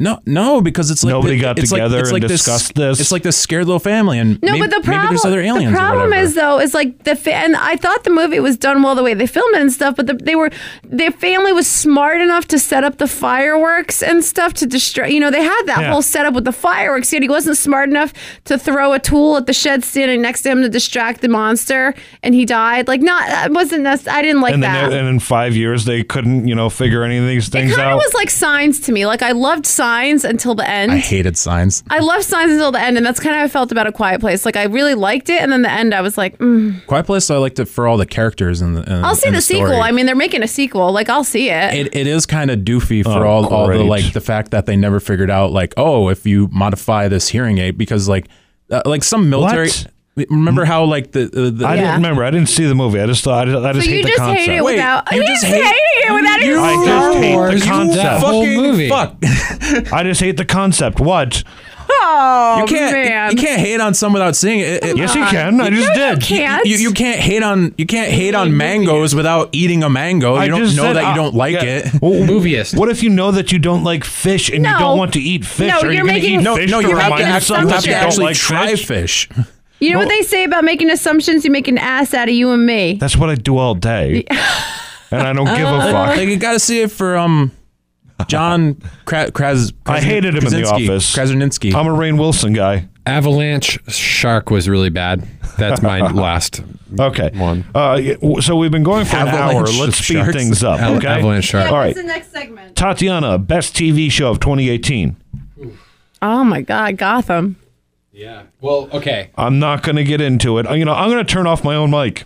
S3: No, no, because it's like
S1: Nobody
S3: the-
S1: got
S3: it's like-
S1: together
S3: it's
S1: and
S3: like
S1: discussed this.
S3: It's like this scared little family, and
S2: No,
S3: maybe,
S2: but the problem,
S3: maybe there's other aliens.
S2: the
S3: or
S2: problem
S3: whatever.
S2: is though, is like the fa- and I thought the movie was done well the way they filmed it and stuff, but the, they were the family was smart enough to set up the fireworks and stuff to distract. You know, they had that
S1: Yeah.
S2: whole setup with the fireworks, yet he wasn't smart enough to throw a tool at the shed standing next to him to distract the monster, and he died. Like, not that wasn't nec- I didn't like
S1: and
S2: that.
S1: then and in five years they couldn't you know figure any of these
S2: it
S1: things
S2: kind
S1: out.
S2: of was like signs to me. Like I loved signs until the end.
S3: I hated signs.
S2: I loved signs until the end, and that's kind of how I felt about a quiet place. Like I really liked it, and then the end, I was like, mm,
S3: Quiet Place. I liked it for all the characters and the. And,
S2: I'll see
S3: and
S2: the, sequel.
S3: story.
S2: I mean, they're making a sequel. Like, I'll see it.
S3: it, it is kind of doofy for all, all the
S1: Oh, great.
S3: like the fact that they never figured out like oh if you modify this hearing aid because like uh, like some military
S1: What?
S3: remember how like the, the, the
S1: I
S2: Yeah.
S1: didn't remember. I didn't see the movie. I just thought I just, I just
S2: you
S1: hate the
S2: just hate
S1: concept.
S2: it
S3: wait
S2: without-
S3: you
S2: He
S3: just
S2: is
S3: hate
S2: hating it without
S3: you
S2: his
S1: I
S4: Star
S1: just hate
S4: Wars,
S1: the
S4: you
S1: concept.
S4: fuck- whole
S3: fucking
S4: movie.
S3: fuck
S1: I just hate the concept. What?
S2: oh,
S3: you can't
S2: man.
S3: you can't hate on someone without seeing it, it,
S1: Yes, you can. I just
S2: Uh, You
S1: did.
S2: can't.
S3: You, you can't hate on you can't hate on mangoes without eating a mango. You
S1: I
S3: don't
S1: just
S3: know
S1: said,
S3: that
S1: uh,
S3: you don't like
S1: yeah.
S3: it.
S1: Well,
S4: Movieist.
S1: What if you know that you don't like fish and
S2: No.
S1: you don't want to eat fish?
S2: No,
S1: Are you
S2: you're
S1: going to
S2: making-
S1: eat
S3: No,
S1: fish
S3: no,
S1: to
S3: you have
S1: remind
S3: to, act-
S1: yourself
S3: you have
S1: that
S3: to
S1: you don't
S3: actually
S1: like
S3: try
S1: fish?
S3: fish.
S2: You know what they say about making assumptions? You make an ass out of you and me.
S1: That's what I do all day, and I don't give
S2: Uh,
S1: a fuck.
S3: Like you got to see it for um, John Kra- Kras.
S1: I hated him in The
S3: Krasinski-
S1: Office.
S3: Krasinski.
S1: I'm a Rain Wilson guy.
S4: Avalanche Shark was really bad. That's my last
S1: Okay. One. Uh, y- w- so we've been going for an hour.
S3: Avalanche
S1: Let's speed
S3: sharks.
S1: things up.
S4: Av-
S1: Okay.
S4: Avalanche Shark.
S1: All right.
S2: next segment?
S1: Tatiana, best TV show of 2018.
S2: Oh, my God. Gotham.
S4: Yeah. Well, okay.
S1: I'm not going to get into it. Uh, You know, I'm going to turn off my own mic.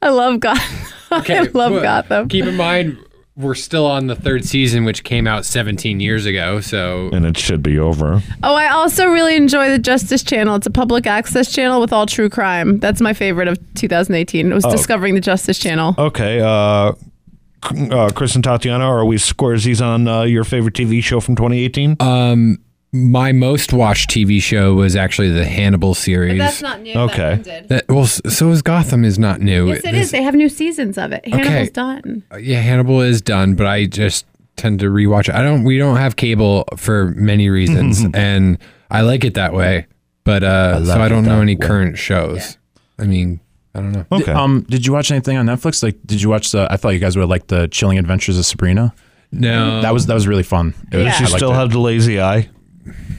S2: I love Gotham. I love Gotham.
S4: Keep in mind, we're still on the third season, which came out 17 years ago. So
S1: and it should be over.
S2: Oh, I also really enjoy the Justice Channel. It's a public access channel with all true crime. That's my favorite of 2018.
S3: Oh.
S2: It was Discovering the Justice Channel.
S1: Okay, uh, c- uh, Chris and Tatiana, are we squaresies on uh, your favorite TV show from 2018?
S3: Oh,
S4: my most watched TV show was actually the Hannibal series.
S2: not new.
S1: Okay.
S4: That- well, s- so is Gotham is not new.
S2: Yes, it
S4: This-
S2: is. They have new seasons of it. Hannibal's done.
S4: Yeah, Hannibal is done, but I just tend to rewatch it. I don't. We don't have cable for many reasons, and I like it that way. But uh, so I don't know any current shows. I mean, I don't know.
S1: okay.
S3: Um, did you watch anything on Netflix? Like, did you watch the? I thought you guys would like the Chilling Adventures of Sabrina.
S4: No,
S3: That was that was really fun. It was,
S2: Yeah.
S3: I
S1: she
S3: liked
S1: still
S3: it.
S1: had the lazy eye.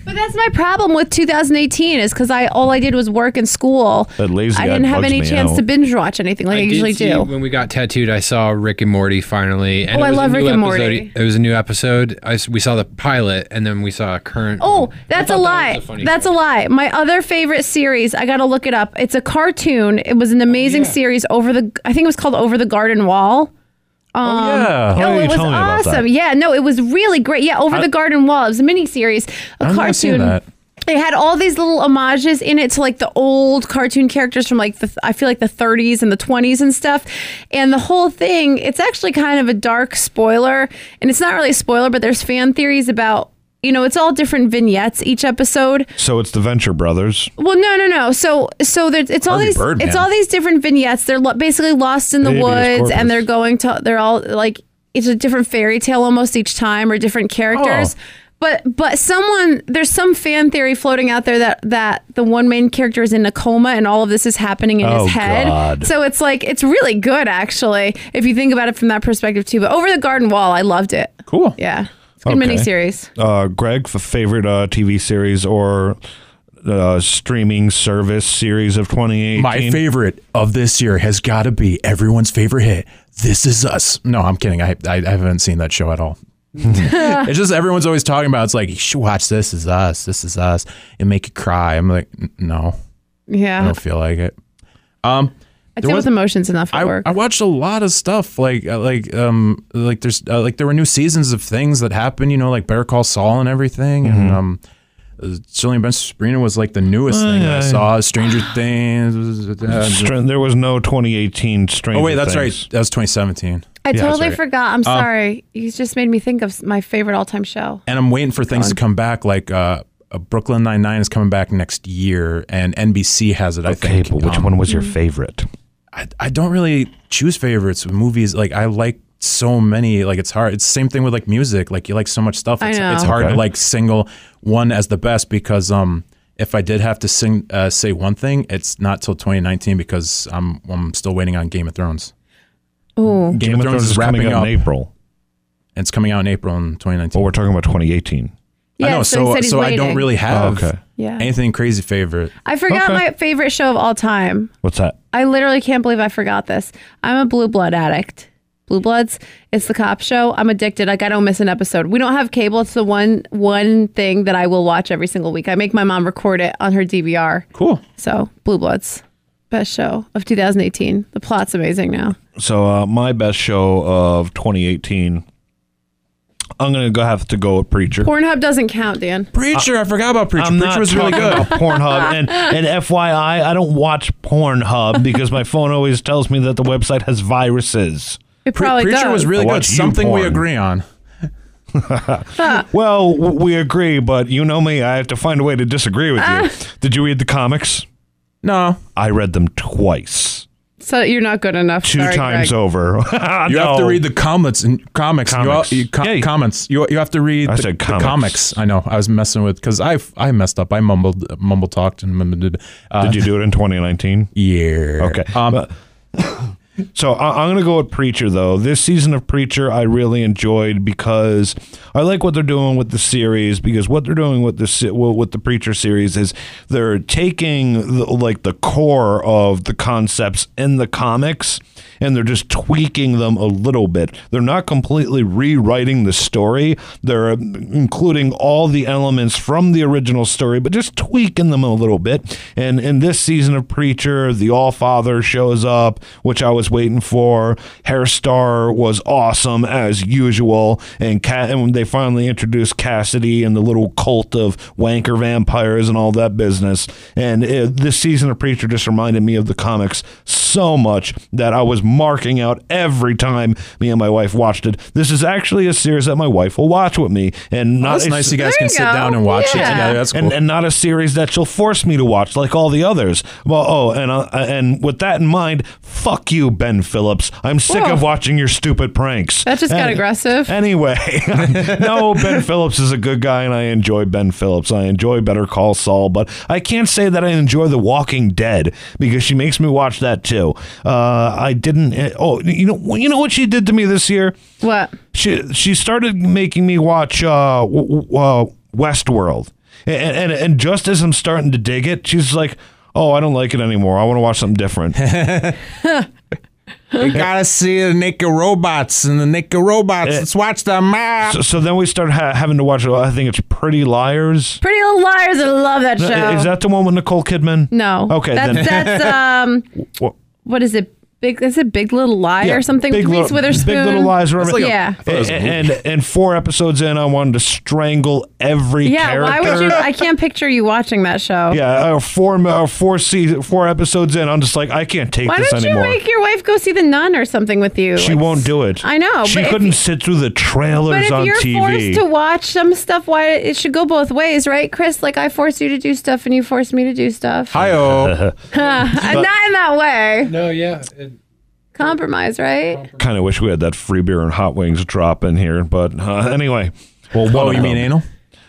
S2: But that's my problem with 2018 is because I all I did was work and school.
S1: That lazy
S2: I
S1: eye
S2: didn't have
S1: bugs
S2: any
S1: me
S2: chance
S1: out.
S2: to binge watch anything like I,
S4: did
S2: usually
S4: see
S2: do.
S4: When we got tattooed, I saw Rick and Morty finally. And
S2: Oh,
S4: it
S2: I
S4: was a
S2: love
S4: new
S2: Rick and
S4: episode-
S2: Morty.
S4: It was a new episode. I s we saw the pilot, and then we saw a current.
S2: Oh,
S4: one.
S2: that's
S4: I
S2: a
S4: thought that
S2: lie.
S4: was funny
S2: that's
S4: show.
S2: a lie. My other favorite series, I gotta look it up. It's a cartoon. It was an
S4: Oh,
S2: amazing series over the. I think it was called Over the Garden Wall.
S3: Oh, yeah.
S1: Oh,
S2: oh,
S1: you
S2: it was
S1: told me about that.
S2: awesome. Yeah, no, it was really great. Yeah, Over the Garden Wall. It was a mini series, a
S3: I've never
S2: cartoon.
S3: seen that.
S2: It had all these little homages in it to like the old cartoon characters from like the I feel like the 30s and the 20s and stuff. And the whole thing, it's actually kind of a dark spoiler, and it's not really a spoiler, but there's fan theories about you know, it's all different vignettes each episode.
S1: So it's the Venture Brothers.
S2: Well, no, no, no. So, so there's it's all
S3: Harvey
S2: these
S3: Birdman.
S2: it's all these different vignettes. They're lo- basically lost in the
S1: Habeas
S2: woods,
S1: corpus.
S2: and they're going to they're all like it's a different fairy tale almost each time or different characters.
S1: Oh.
S2: But but someone there's some fan theory floating out there that that the one main character is in a coma and all of this is happening in
S1: Oh,
S2: his head.
S1: God.
S2: So it's like it's really good actually if you think about it from that perspective too. But over the garden wall, I loved it.
S3: Cool.
S2: Yeah, it's a good
S1: Okay.
S2: miniseries.
S1: Uh, Greg, the favorite uh, TV series or uh, streaming service series of 2018.
S3: My favorite of this year has got to be everyone's favorite hit. This is us. No, I'm kidding. I I, I haven't seen that show at all. it's just everyone's always talking about. It's like you should watch This Is Us. This Is Us. It make you cry. I'm like, "N- no, I
S2: Yeah,
S3: don't feel like it. Um,
S2: I deal
S3: was-
S2: with emotions enough at
S3: I,
S2: work.
S3: I watched a lot of stuff like uh, like um like there's uh, like there were new seasons of things that happened you know like Better Call Saul and everything and
S1: Mm-hmm.
S3: um uh, Chilling Bench Sabrina was like the newest
S1: Oh,
S3: thing that I saw Stranger Things
S1: Str- there was no 2018 Stranger
S3: oh wait that's
S1: Things.
S3: right that was 2017
S2: I totally
S3: sorry. Um,
S2: forgot. I'm sorry. You just made me think of s- my favorite all time show.
S3: and I'm waiting for things to come back like uh uh, Brooklyn Nine Nine is coming back next year and NBC has it I
S1: Okay,
S3: think
S1: but which
S3: Um,
S1: one was your favorite?
S3: I, I don't really choose favorites with movies like I like so many. Like it's hard. It's the same thing with like music. Like you like so much stuff.
S6: I
S3: It's, it's
S6: know.
S3: hard
S1: Okay.
S3: to like single one as the best because um if I did have to sing uh, say one thing, it's not till 2019 because I'm I'm still waiting on Game of Thrones.
S2: Ooh.
S1: Game, of Thrones, is
S3: wrapping
S1: coming up,
S3: up.
S1: in April,
S3: And it's coming out in April in 2019.
S1: but we're talking about 2018.
S2: Yeah,
S3: I know,
S2: he
S3: so
S2: said he's
S3: so I don't
S2: waiting.
S3: really have
S1: Oh, okay.
S2: Yeah.
S3: anything crazy favorite.
S2: I forgot
S1: Okay.
S2: my favorite show of all time.
S1: What's that?
S2: I literally can't believe I forgot this. I'm a Blue Blood addict. Blue Bloods. It's the cop show. I'm addicted. Like I don't miss an episode. We don't have cable. It's the one one thing that I will watch every single week. I make my mom record it on her DVR.
S3: Cool.
S2: So Blue Bloods, best show of 2018. The plot's amazing now.
S1: So uh, my best show of 2018. I'm gonna go have to go with Preacher.
S2: Pornhub doesn't count, Dan.
S3: Preacher, I forgot about Preacher.
S1: I'm
S3: Preacher
S1: not
S3: was really
S1: talking
S3: good.
S1: about Pornhub. And, and FYI, I don't watch Pornhub because my phone always tells me that the website has viruses.
S2: It
S3: Pre-
S2: probably
S3: Preacher
S2: does.
S3: was
S1: I
S3: really good.
S1: watch you
S3: Something we
S1: porn.
S3: agree on.
S1: Well, w- we agree, but you know me, I have to find a way to disagree with you. Did you read the comics?
S3: No,
S1: I read them twice,
S6: So you're not good enough.
S1: two
S6: Sorry,
S1: times
S6: Greg.
S1: over.
S3: you have to read the comments and comics. You all-
S1: Comics.
S3: You, co-
S1: Yeah.
S3: comments. You you have to read.
S1: I
S3: the,
S1: said
S3: the
S1: comics.
S3: I know. I was messing with because I I messed up. I mumbled, mumble talked, and mumbled- uh,
S1: Did you do it in 2019?
S3: yeah.
S1: Okay.
S3: Um,
S1: But- so I, I'm going to go with Preacher, though. This season of Preacher, I really enjoyed because I like what they're doing with the series. Because what they're doing with the se- well, with the Preacher series is they're taking the, like the core of the concepts in the comics and they're just tweaking them a little bit. They're not completely rewriting the story. They're uh, including all the elements from the original story, but just tweaking them a little bit. And in this season of Preacher, the All Father shows up, which I was waiting for. Hairstar was awesome as usual, and Cat. And when they finally introduced Cassidy and the little cult of wanker vampires and all that business, and it, this season of Preacher just reminded me of the comics so much that I was marking out every time me and my wife watched it. This is actually a series that my wife will watch with me, and not
S3: that's
S1: a-
S3: nice. You guys
S2: There
S3: can
S2: you
S3: sit
S2: go.
S3: down and watch
S2: Yeah.
S3: it together. That's cool.
S1: and, and not a series that she'll force me to watch like all the others. Well, oh, and uh, and with that in mind, fuck you, Ben Phillips. I'm sick
S6: Whoa.
S1: of watching your stupid pranks.
S6: That just got aggressive.
S1: Anyway, no, Ben Phillips is a good guy, and I enjoy Ben Phillips. I enjoy Better Call Saul, but I can't say that I enjoy The Walking Dead because she makes me watch that too. Uh, I didn't. eh, Oh, you know, you know what she did to me this year?
S6: What?
S1: she she started making me watch uh, w- w- uh Westworld, and, and and just as I'm starting to dig it, she's like, "Oh, I don't like it anymore. I want to watch something different."
S3: you gotta see the naked robots and the naked robots. Let's watch the map.
S1: Eh. so, so then we started ha- having to watch. uh, I think it's Pretty Liars.
S2: Pretty Little Liars. I love that show.
S1: I- Is that the one with Nicole Kidman?
S2: no?
S1: Okay,
S2: That's
S1: then.
S2: that's um.
S1: Wha-
S2: What is it? Big. Is it Big Little Lie
S1: Yeah,
S2: or something?
S1: Big
S2: with Reese
S1: Little-
S2: Witherspoon.
S1: Big Little Lies, remember?
S2: like a- Yeah. I
S3: thought it was a movie.
S1: and, and and four episodes in, I wanted to strangle every
S2: Yeah.
S1: character.
S2: Why would you? I can't picture you watching that show.
S1: yeah, uh, four uh, four season, four episodes in, I'm just like, I can't take
S2: Why
S1: this
S2: don't you
S1: anymore.
S2: make your wife go see the nun or something with you?
S1: She
S2: Like,
S1: won't do it.
S2: I know,
S1: She
S2: but if
S1: couldn't
S2: you-
S1: sit through the
S2: But
S1: trailers
S2: if
S1: on
S2: you're
S1: TV.
S2: forced to watch some stuff, why it should go both ways, right, Chris? Like I force you to do stuff, and you force me to do stuff.
S3: Hi-oh.
S2: I'm not in that way.
S4: No, yeah.
S2: Compromise, right?
S1: kind of wish we had that free beer and hot wings drop in here, but uh, anyway. Well,
S3: Oh,
S1: of
S3: you mean
S1: them-
S3: anal?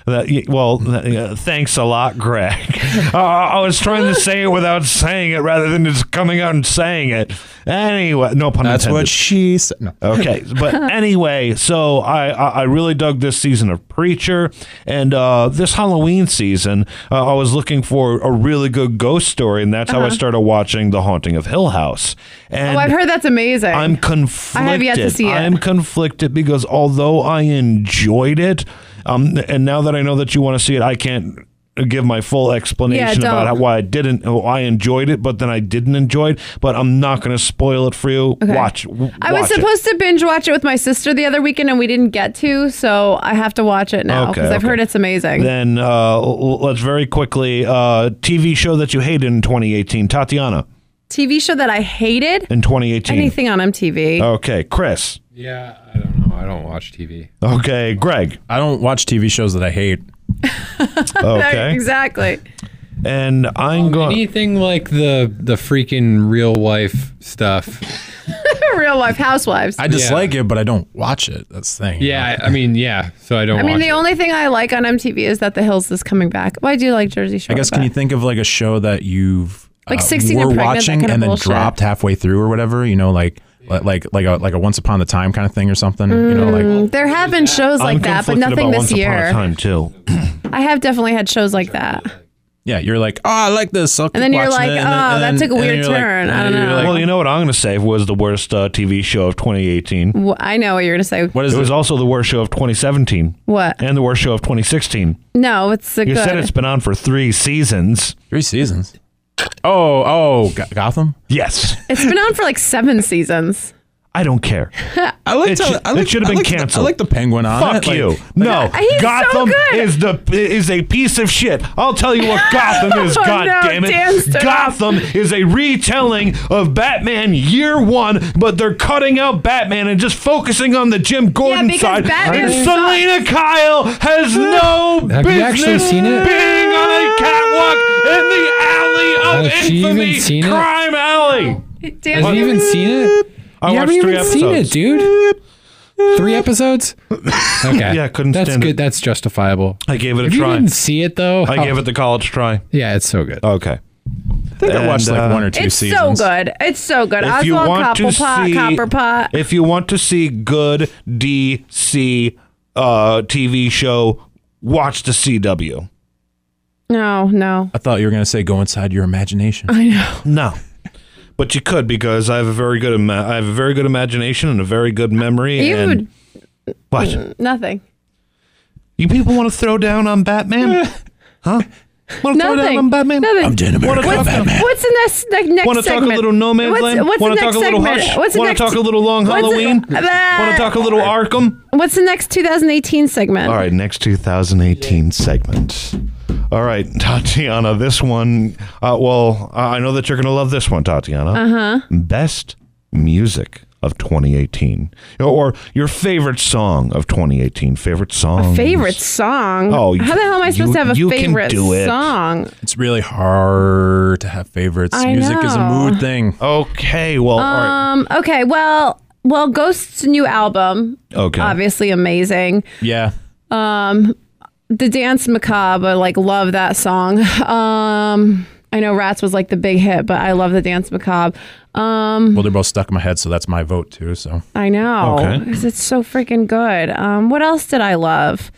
S1: That, y- well, th- uh, thanks a lot, Greg. uh, I was trying to say it without saying it, rather than just coming out and saying it. Anyway, no pun
S3: That's
S1: intended.
S3: what she said. No.
S1: Okay, but anyway, so I, I I really dug this season of Preacher, and uh, this Halloween season, uh, I was looking for a really good ghost story, and that's
S3: Uh-huh.
S1: how I started watching The Haunting of Hill House. And
S6: Oh, I've heard that's amazing.
S1: I'm conflicted.
S6: have yet to see it.
S1: I'm conflicted because although I enjoyed it, um, and now that I know that you want to see it, I can't give my full explanation
S2: Yeah,
S1: about
S2: don't.
S1: how, why I didn't. Oh, I enjoyed it, but then I didn't enjoy it. But I'm not going to spoil it for you. Watch. w-
S2: I was
S1: watch it.
S2: supposed to binge watch it with my sister the other weekend, and we didn't get to, so I have to watch it now
S1: Okay,
S2: because I've
S1: okay.
S2: heard it's amazing.
S1: Then uh, l- let's very quickly uh, TV show that you hated in 2018, Tatiana
S2: TV show that I hated.
S1: in 2018.
S2: Anything on MTV?
S1: Okay, Chris.
S4: Yeah, I don't know. I don't watch TV.
S1: Okay, Greg.
S3: I don't watch TV shows that I hate.
S1: Okay,
S2: exactly.
S1: and I'm going.
S4: Anything like the the freaking real life stuff.
S2: We're real life housewives.
S3: I dislike it, but I don't watch it. That's the thing.
S4: Yeah, I I mean, yeah. So I don't.
S2: I mean,
S4: watch
S2: the
S4: it.
S2: only thing I like on MTV is that The Hills is coming back. Well, I do like Jersey Shore.
S3: I guess can
S2: but-
S3: you think of like a show that you've uh,
S2: Like 16 and
S3: were
S2: Pregnant, that
S3: watching
S2: kind of
S3: and then
S2: bullshit.
S3: dropped halfway through or whatever? You know, like li- like like a like a Once Upon a Time kind of thing or something. You know, like
S2: mm, There have been shows like
S1: I'm
S2: that, but
S1: conflicted
S2: nothing
S1: about Once
S2: this
S1: Upon a
S2: year.
S1: time too.
S2: I have definitely had shows like that.
S3: yeah, you're like, oh, I like this. I'll keep
S2: then you're
S3: watching
S2: like, "Oh,
S3: it," and
S2: that
S3: then-
S2: took a
S3: and
S2: weird
S3: you're like-
S2: turn. I
S3: and
S2: don't
S3: you're
S2: know.
S3: like,
S1: well, you know what I'm going to say was the worst uh, TV show of 2018.
S2: Wh- I know what you're gonna say.
S3: what
S1: It
S3: is
S1: was
S3: it?
S1: also the worst show of 2017
S2: What?
S1: and the worst show of 2016.
S2: No, it's a
S1: You
S2: good.
S1: said it's been on for three seasons.
S3: Three seasons. Oh, oh, Go- Gotham.
S1: Yes,
S2: it's been on for like seven seasons.
S1: I don't care.
S3: I
S1: It
S3: liked how-
S1: should-
S3: I
S1: it
S3: liked-
S1: should have
S3: I
S1: been
S3: liked the-
S1: canceled.
S3: I like the Penguin on
S1: Fuck
S3: it. like-
S1: you. no,
S2: uh, he's so
S1: Gotham
S2: good.
S1: is the is a piece of shit. I'll tell you what Gotham is.
S2: Oh,
S1: God
S2: no,
S1: damn
S2: Dan,
S1: it!
S2: stop.
S1: Gotham is a retelling of Batman Year One, but they're cutting out Batman and just focusing on the Jim Gordon
S2: because
S1: side.
S2: Batman
S1: and
S2: sucks.
S1: Selena Kyle has no
S4: Have you
S1: business
S4: actually seen it?
S1: being on a catwalk in the alley of
S4: Has she even
S1: infamy,
S4: seen it?
S1: crime alley.
S4: Have you even seen it?
S1: I
S4: you
S1: watched
S4: haven't even
S1: three
S4: seen it,
S1: episodes.
S4: dude. Three episodes. Okay.
S1: Yeah, I couldn't
S4: That's
S1: stand
S4: good.
S1: it.
S4: That's justifiable.
S1: I gave it a
S4: If you Oh.
S1: try.
S4: didn't see it though,
S1: I
S4: how-
S1: gave it Oh. the college try.
S4: Yeah, it's so good.
S1: Okay.
S3: I think I watched
S1: And,
S3: like
S1: uh,
S3: one or two
S2: It's
S3: seasons.
S2: so good. It's so good.
S1: if you
S2: Oswald
S1: want to
S2: Cobblepot,
S1: see,
S2: Copperpot.
S1: if you want to see good DC uh, TV show, watch the CW.
S2: No, no.
S3: I thought you were gonna say go inside your imagination.
S1: No, but you could because I have a very good ima- I have a very good imagination and a very good memory.
S2: You-
S1: and what
S2: Nothing.
S1: you people want to throw down on Batman? huh? Want to throw down
S2: Nothing.
S1: on Batman?
S2: Nothing.
S3: I'm Dan America.
S1: What a-
S3: Batman.
S2: What's the next ne- next
S1: Want to talk
S2: segment?
S1: a little No Man's
S2: what's,
S1: Land?
S2: What's
S1: want
S2: the
S1: to
S2: next
S1: talk a little
S2: segment?
S1: Hush?
S2: What's the
S1: want
S2: next?
S1: to talk a little Long
S2: what's the-
S1: Halloween?
S2: Ah.
S1: want to talk a little Arkham?
S2: What's the next 2018 segment?
S1: All right, next 2018 segment. All right, Tatiana, this one. Uh, well, I I know that you're going to love this one, Tatiana. Uh huh. Best music of 2018, or your favorite song of 2018. Favorite song.
S2: Favorite song.
S1: Oh,
S2: how the hell am I supposed
S1: you-
S2: to have a
S1: you can
S2: favorite
S1: do it.
S2: song?
S3: It's really hard to have favorites.
S2: I
S3: Music is a
S2: know.
S3: mood thing.
S1: Okay. Well. all right.
S2: Um. Okay. Well. Well, Ghost's new album.
S1: Okay.
S2: Obviously amazing.
S3: Yeah.
S2: The Dance Macabre, I, like love that song. Um, I know Rats was like the big hit, but I love The Dance Macabre. Um,
S3: Well, they're both stuck in my head, so that's my vote too. So
S2: I know.
S1: Okay.
S2: 'cause It's so freaking good. Um, what else did I love?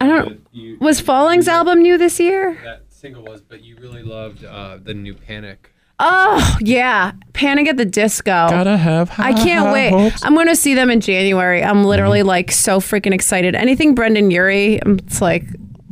S2: I don't. Was Falling's album new this year?
S4: That single was, but you really loved uh, the new Panic.
S2: Oh, yeah. Panic at the Disco.
S3: have. High
S2: I can't wait. I'm going to see them in January. I'm literally like so freaking excited. Anything Brendan Urie, um, it's like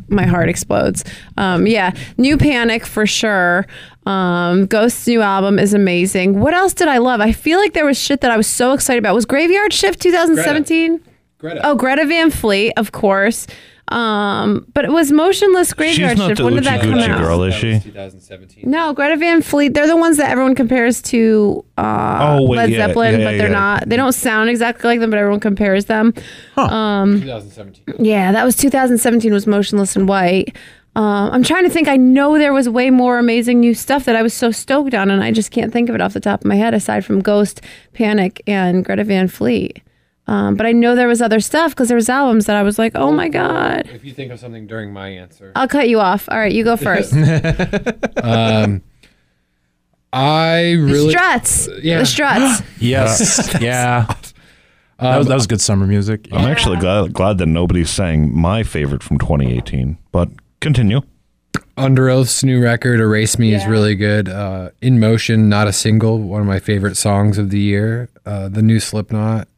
S2: my heart explodes. Um, yeah, New Panic for sure. Um, Ghost's new album is amazing. What else did I love? I feel like there was shit that I was so excited about. Was Graveyard Shift 2017?
S4: Greta.
S2: Oh, Greta Van Fleet, of course. Um, but it was Motionless Graveyard
S1: She's not
S2: Shift.
S1: the
S2: When did
S1: Oochie
S2: that come
S1: Goochie
S2: out?
S1: girl, is she?
S4: 2017.
S2: No, Greta Van Fleet. They're the ones that everyone compares to uh,
S1: Oh, wait,
S2: Led
S1: yeah,
S2: Zeppelin,
S1: yeah,
S2: but they're
S1: yeah.
S2: not. They don't sound exactly like them, but everyone compares them.
S4: 2017.
S2: Yeah, that was 2017. Was Motionless in White. Um, I'm trying to think. I know there was way more amazing new stuff that I was so stoked on, and I just can't think of it off the top of my head. Aside from Ghost, Panic, and Greta Van Fleet, um, but I know there was other stuff because there was albums that I was like, "Oh my god!"
S4: If you think of something during my answer,
S2: I'll cut you off. All right, you go first.
S4: I really
S2: Struts.
S4: yeah.
S2: The Struts.
S3: Yes. yeah. that, was, that was good summer music.
S1: I'm actually glad, glad that nobody sang my favorite from 2018. But continue.
S4: Under Oath's new record, Erase Me, is really good. Uh, In Motion, not a single, one of my favorite songs of the year. Uh, the new Slipknot,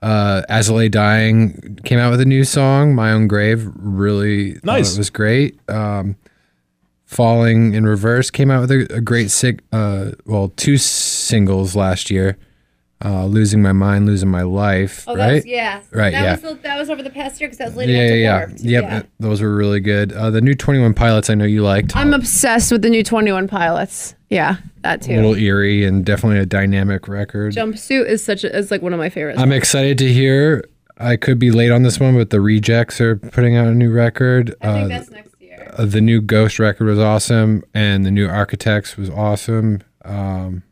S4: uh, As I Lay Dying came out with a new song, My Own Grave, really thought
S3: Nice.
S4: It was great. Um, Falling in Reverse came out with a, a great sig- uh, well, two singles last year. Uh, losing my mind, losing my life. right?
S9: yeah.
S4: Right, That yeah. was
S9: that was over the past year because that was
S4: Yeah, yeah, yeah. Yep, uh, those were really good. Uh, the new Twenty One Pilots, I know you liked.
S2: I'm obsessed with the new 21 Pilots. Yeah, that
S4: a
S2: too.
S4: little eerie and definitely a dynamic record.
S2: Jumpsuit is such a, is like one of my favorites.
S4: I'm excited to hear. I could be late on this one, but the Rejects are putting out a new record. Uh,
S9: next year.
S4: uh, the new Ghost record was awesome, and the new Architects was awesome. Um,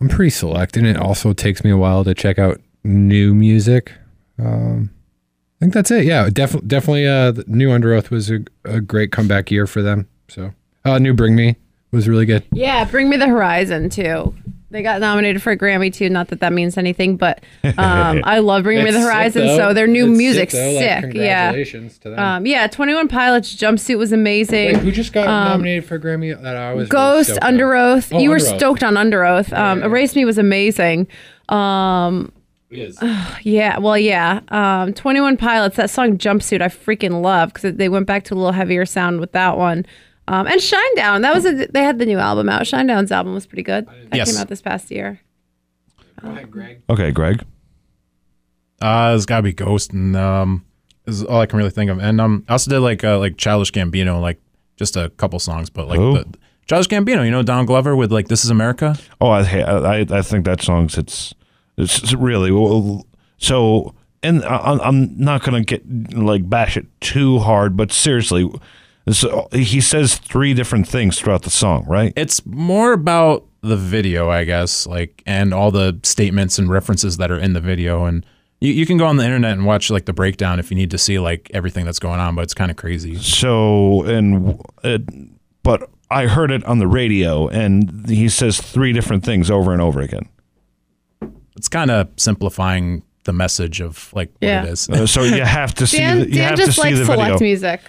S4: I'm pretty select, and it also takes me a while to check out new music. Um, I think that's it. Yeah, def- definitely. Uh, the new Under Oath was a, a great comeback year for them. So, uh, new Bring Me was really good.
S2: Yeah, Bring Me the Horizon too. They got nominated for a Grammy too. Not that that means anything, but um, I love Bring Me the Horizon. so their new music, sick. yeah,
S4: Congratulations to them.
S2: um, yeah. Twenty One Pilots jumpsuit was amazing.
S4: who just got nominated for a Grammy that I was
S2: um, Ghost, Under Oath.
S4: Oh,
S2: you were
S4: Under Oath.
S2: stoked on Under Oath. Um, Erase Me was amazing. Um, yeah, well, yeah. Um, 21 Pilots, that song Jumpsuit, I freaking love because they went back to a little heavier sound with that one. Um, and Shinedown, that was a, they had the new album out. Shinedown's album was pretty good. That
S3: Yes.
S2: came out this past year.
S1: Okay, Greg.
S3: Uh, it's gotta be Ghost, and um, this is all I can really think of. And um, I also did like uh, like Childish Gambino, like just a couple songs, but like
S1: Who?
S3: the, Childish Gambino, you know Don Glover with like This Is America.
S1: Oh, I ha- I I think that song's it's it's it's really well, so. And I, I'm- I'm not gonna get like bash it too hard, but seriously, so he says three different things throughout the song, right?
S3: It's more about the video, I guess, like and all the statements and references that are in the video, and you, you can go on the internet and watch like the breakdown if you need to see like everything that's going on, but it's kind of crazy.
S1: So and it, but I heard it on the radio, and he says three different things over and over again.
S3: It's kind of simplifying the message of like what
S2: Yeah.
S3: it is.
S1: Uh, so you have to see the,
S2: Dan,
S1: you
S2: Dan
S1: have to
S2: just
S1: see
S2: likes
S1: the
S2: select
S1: video.
S2: music.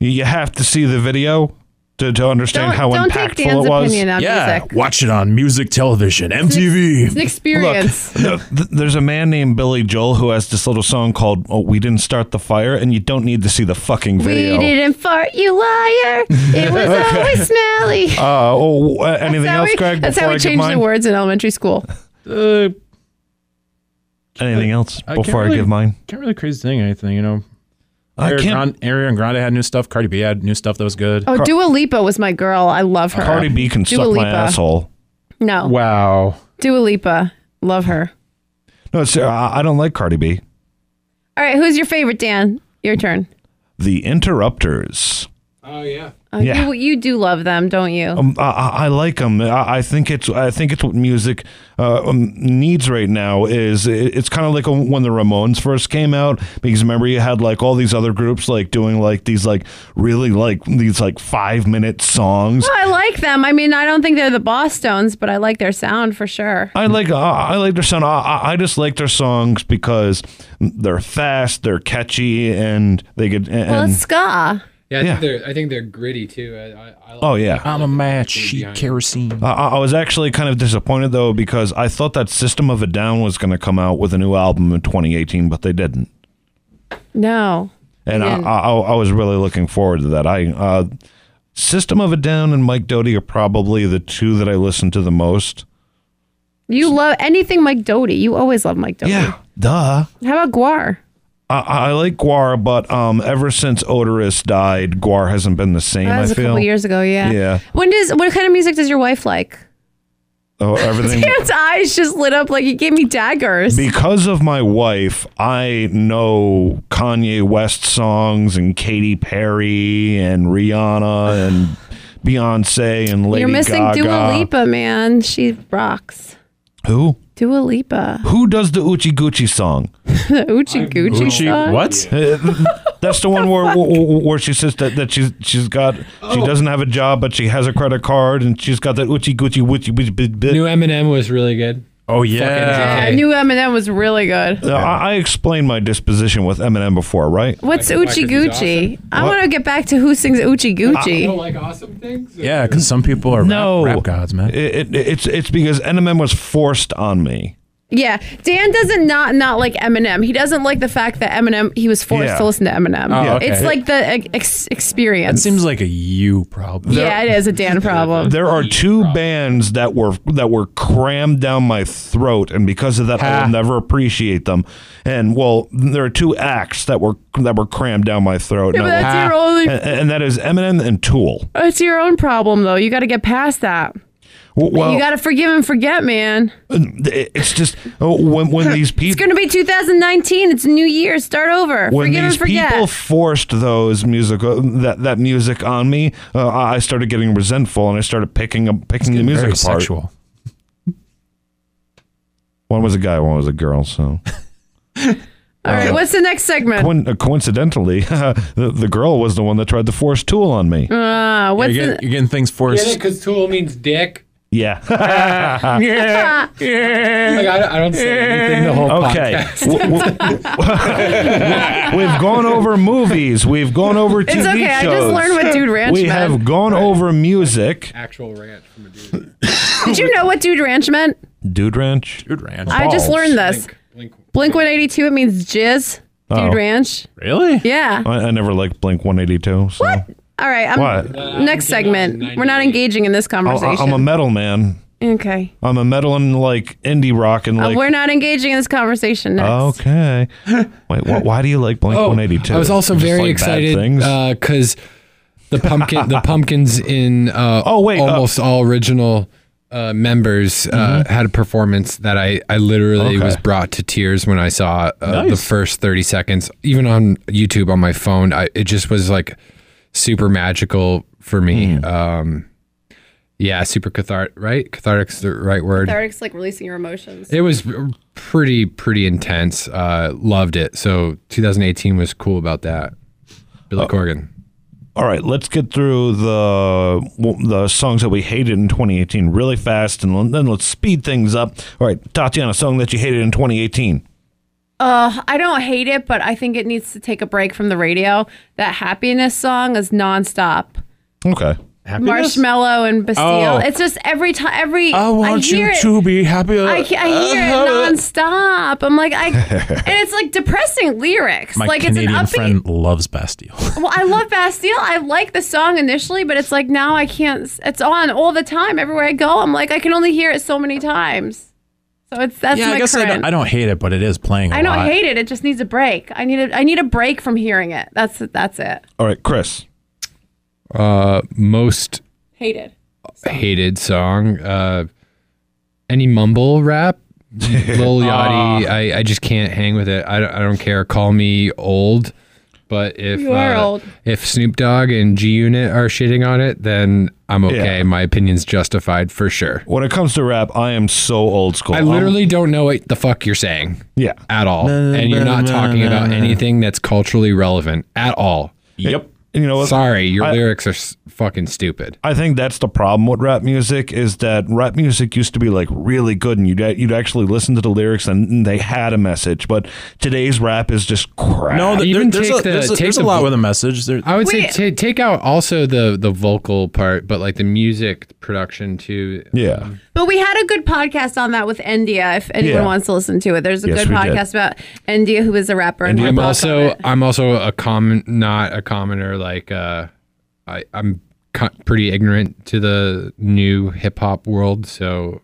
S1: You have to see the video to, to understand
S2: Don't,
S1: how
S2: don't
S1: impactful
S2: take Dan's
S1: it was.
S2: opinion on
S3: yeah,
S2: music.
S3: watch it on music television, MTV.
S2: It's an experience.
S1: Look, th- there's a man named Billy Joel who has this little song called oh, "We Didn't Start the Fire," and you don't need to see the fucking video.
S2: we didn't fart, you liar. It was always smelly.
S1: Uh, oh, uh, anything
S2: that's how
S1: else,
S2: we,
S1: Greg?
S2: that's
S1: before
S2: how we
S1: I get
S2: changed the
S1: mine?
S2: words in elementary school.
S3: Uh,
S1: Anything else
S3: I can't
S1: before I
S3: really-
S1: give mine?
S3: can't really crazy thing anything, you know.
S1: I
S3: Ariana
S1: can't.
S3: Grande, Ariana Grande had new stuff. Cardi B had new stuff that was good.
S2: Oh, Dua Lipa was my girl. I love her.
S1: Cardi B can
S2: Dua
S1: suck my
S2: Lipa.
S1: asshole.
S2: No.
S3: Wow.
S2: Dua Lipa. Love her.
S1: No, it's, uh, I I don't like Cardi B.
S2: All right, who's your favorite, Dan? Your turn.
S1: The Interrupters.
S4: Oh yeah.
S2: Oh,
S1: Yeah.
S2: You you do love them, don't you?
S1: Um, I- I, I like them. I, I think it's I think it's what music uh, um, needs right now. Is it, it's kind of like when the Ramones first came out because remember you had like all these other groups like doing like these like really like these like five minute songs.
S2: Oh, I like them. I mean, I don't think they're the Boston's, but I like their sound for sure.
S1: I like uh, I like their sound. I, I- I just like their songs because they're fast, they're catchy, and they get and
S2: Well, it's ska.
S4: Yeah, I,
S1: Yeah.
S4: Think they're, I think they're gritty too. I, I, I
S1: oh yeah.
S3: I'm a match. She kerosene.
S1: I, I I was actually kind of disappointed though because I thought that System of a Down was going to come out with a new album in 2018, but they didn't.
S2: No.
S1: and I,
S2: Again.
S1: I, I was really looking forward to that. I uh, System of a Down and Mike Doty are probably the two that I listen to the most.
S2: You love anything Mike Doty. You always love Mike Doty.
S1: Yeah, duh.
S2: How about Guar?
S1: I, I like Guar, but um, ever since Odorous died, Guar hasn't been the same.
S2: That was
S1: I
S2: a
S1: feel
S2: couple years ago, yeah.
S1: Yeah.
S2: When does what kind of music does your wife like?
S1: Oh, everything.
S2: Dan's eyes just lit up like he gave me daggers.
S1: Because of my wife, I know Kanye West songs and Katy Perry and Rihanna and Beyonce and Lady
S2: You're missing
S1: Gaga.
S2: Dua Lipa, man. She rocks.
S1: Who?
S2: Dua Lipa.
S1: Who does the Uchi Gucci song?
S2: The Uchi Gucci. song.
S3: What?
S1: That's the one where, where where she says that, that she's she's got she
S3: Oh.
S1: doesn't have a job but she has a credit card and she's got that uchi gucci wuchi bit bit bit.
S4: New Eminem was really good.
S3: Oh yeah.
S2: Yeah, I knew Eminem was really good.
S1: Uh, I, I explained my disposition with Eminem before, right?
S2: What's
S4: Like-
S2: Uchi
S4: like, 'cause he's
S2: Gucci? I
S1: What?
S2: want to get back to who sings Uchi Gucci.
S4: like awesome things.
S3: Yeah, because some people are
S1: No,
S3: rap, rap gods, man.
S1: It, it, it's it's because Eminem was forced on me.
S2: Yeah, Dan doesn't not not like Eminem. He doesn't like the fact that Eminem he was forced
S1: Yeah.
S2: to listen to Eminem.
S3: Oh, okay.
S2: It's like the ex-
S3: It
S2: experience.
S3: seems like a you problem.
S2: yeah, it is a Dan problem.
S1: There are two bands that were that were crammed down my throat, and because of that, I
S3: Ha.
S1: will never appreciate them. And well, there are two acts that were that were crammed down my throat, and,
S2: But
S1: I will-
S2: that's
S3: Ah.
S2: your only.
S1: and, and that is Eminem and Tool.
S2: It's your own problem though. You got to get past that.
S1: Well,
S2: you got to forgive and forget, man.
S1: it's just oh, when when these
S2: It's
S1: people
S2: gonna be 2019. It's New Year. Start over.
S1: when
S2: forgive
S1: these
S2: and forget.
S1: people forced those musical that that music on me, uh, I I started getting resentful and I started picking up picking the music
S3: Very
S1: apart.
S3: sexual.
S1: One was a guy, one was a girl. So
S2: All right, what's the next segment?
S1: Coin- uh, coincidentally, the, the girl was the one that tried to force Tool on me.
S2: Uh,
S3: You're
S2: what's
S3: getting, you're getting things
S4: Get it?
S3: forced.
S4: Because tool means dick.
S1: Yeah.
S3: yeah.
S4: Like, I, don't- I don't say anything the whole
S1: okay. W- w- We've gone over movies. We've gone over TV
S2: the, it's okay. I just
S1: shows.
S2: learned what Dude Ranch
S1: we
S2: meant.
S1: have gone over music.
S4: Actual rant from a dude.
S2: Did you know what Dude Ranch meant?
S1: Dude Ranch.
S3: Dude ranch.
S2: I just
S1: Balls.
S2: learned this.
S4: Blink, blink.
S2: Blink 182, it means jizz.
S1: Oh.
S2: Dude Ranch.
S3: Really?
S2: Yeah.
S1: I, I never liked Blink 182. So what?
S2: All right. I'm,
S1: What?
S2: Next segment. We're not engaging in this
S1: Oh, I,
S2: conversation.
S1: am a metal man.
S2: okay.
S1: I'm a metal and like indie rock and
S2: Uh,
S1: like. Oh,
S2: We're not engaging in this conversation next.
S1: okay. Wait, wh- why do you like Blink 182?
S4: Oh, I was also
S1: Just
S4: very
S1: like bad
S4: excited uh,
S1: things?
S4: because the pumpkin, the pumpkins in uh,
S1: Oh, wait, uh,
S4: almost all original uh, members uh, had a performance that I I literally
S1: Mm-hmm. Okay.
S4: was brought to tears when I saw uh, the
S3: Nice.
S4: first thirty seconds, even on YouTube on my phone. I, it just was like super magical for me.
S1: Mm.
S4: Um, yeah, super cathartic, right? Cathartic's the right word.
S2: Cathartic's like releasing your emotions.
S4: It was pretty pretty intense. Uh, loved it. So 2018 was cool about that.
S1: Oh.
S4: Billy Corgan.
S1: All right, let's get through the w- the songs that we hated in 2018 really fast, and l- then let's speed things up. All right, Tatiana, song that you hated in 2018.
S2: Uh, I don't hate it, but I think it needs to take a break from the radio. That happiness song is nonstop.
S1: Okay.
S3: Happiness?
S2: Marshmallow and Bastille.
S3: Oh.
S2: It's just every time, every
S3: I want
S2: hear
S3: you
S2: it,
S3: to Uh-huh. be happy.
S2: I, I hear it nonstop. I'm like, I, and it's like depressing lyrics.
S3: My
S2: like
S3: Canadian
S2: it's an upbeat.
S3: friend loves Bastille.
S2: Well, I love Bastille. I like the song initially, but it's like now I can't. It's on all the time everywhere I go. I'm like, I can only hear it so many times. So it's that's
S3: yeah,
S2: my
S3: I guess I
S2: current.
S3: don't, I don't hate it, but it is playing. I
S2: I don't hate it. It just needs a break. I need a I need a break from hearing it. That's that's it.
S1: All right, Chris.
S4: Uh, most
S2: Hated.
S4: hated song. Uh, any mumble rap. Lil
S1: Ah.
S4: Yachty. I, I just can't hang with it. I don't, I don't care. Call me old. But if
S2: You are
S4: uh,
S2: old.
S4: if Snoop Dogg and G Unit are shitting on it, then I'm okay.
S1: Yeah.
S4: My opinion's justified for sure.
S1: When it comes to rap, I am so old school.
S4: I
S1: I'm-
S4: literally don't know what the fuck you're saying.
S1: um, yeah.
S4: at all. and you're not talking about anything that's culturally relevant at all.
S3: Yep.
S1: You know what?
S4: Sorry, your
S1: I-
S4: lyrics are s- fucking stupid.
S1: I think that's the problem with rap music is that rap music used to be like really good and you'd you'd actually listen to the lyrics and, and they had a message, but today's rap is just crap.
S3: No, th-
S4: Even
S3: there, there's,
S4: take
S3: a,
S4: the-
S3: there's, a,
S4: take
S3: there's
S4: the
S3: a lot
S4: vo-
S3: with a message. There,
S4: I would say
S2: Wait.
S4: ta take out also the the vocal part, but like the music production too.
S1: yeah.
S2: But we had a good podcast on that with India. If anyone
S1: Yeah.
S2: wants to listen to it, there's a
S1: Yes,
S2: good
S1: we did.
S2: podcast about India, who is a rapper. And
S1: India
S2: her
S4: I'm
S2: thoughts on
S4: also
S2: it.
S4: I'm also a common not a commoner like uh I I'm co- pretty ignorant to the new hip hop world, so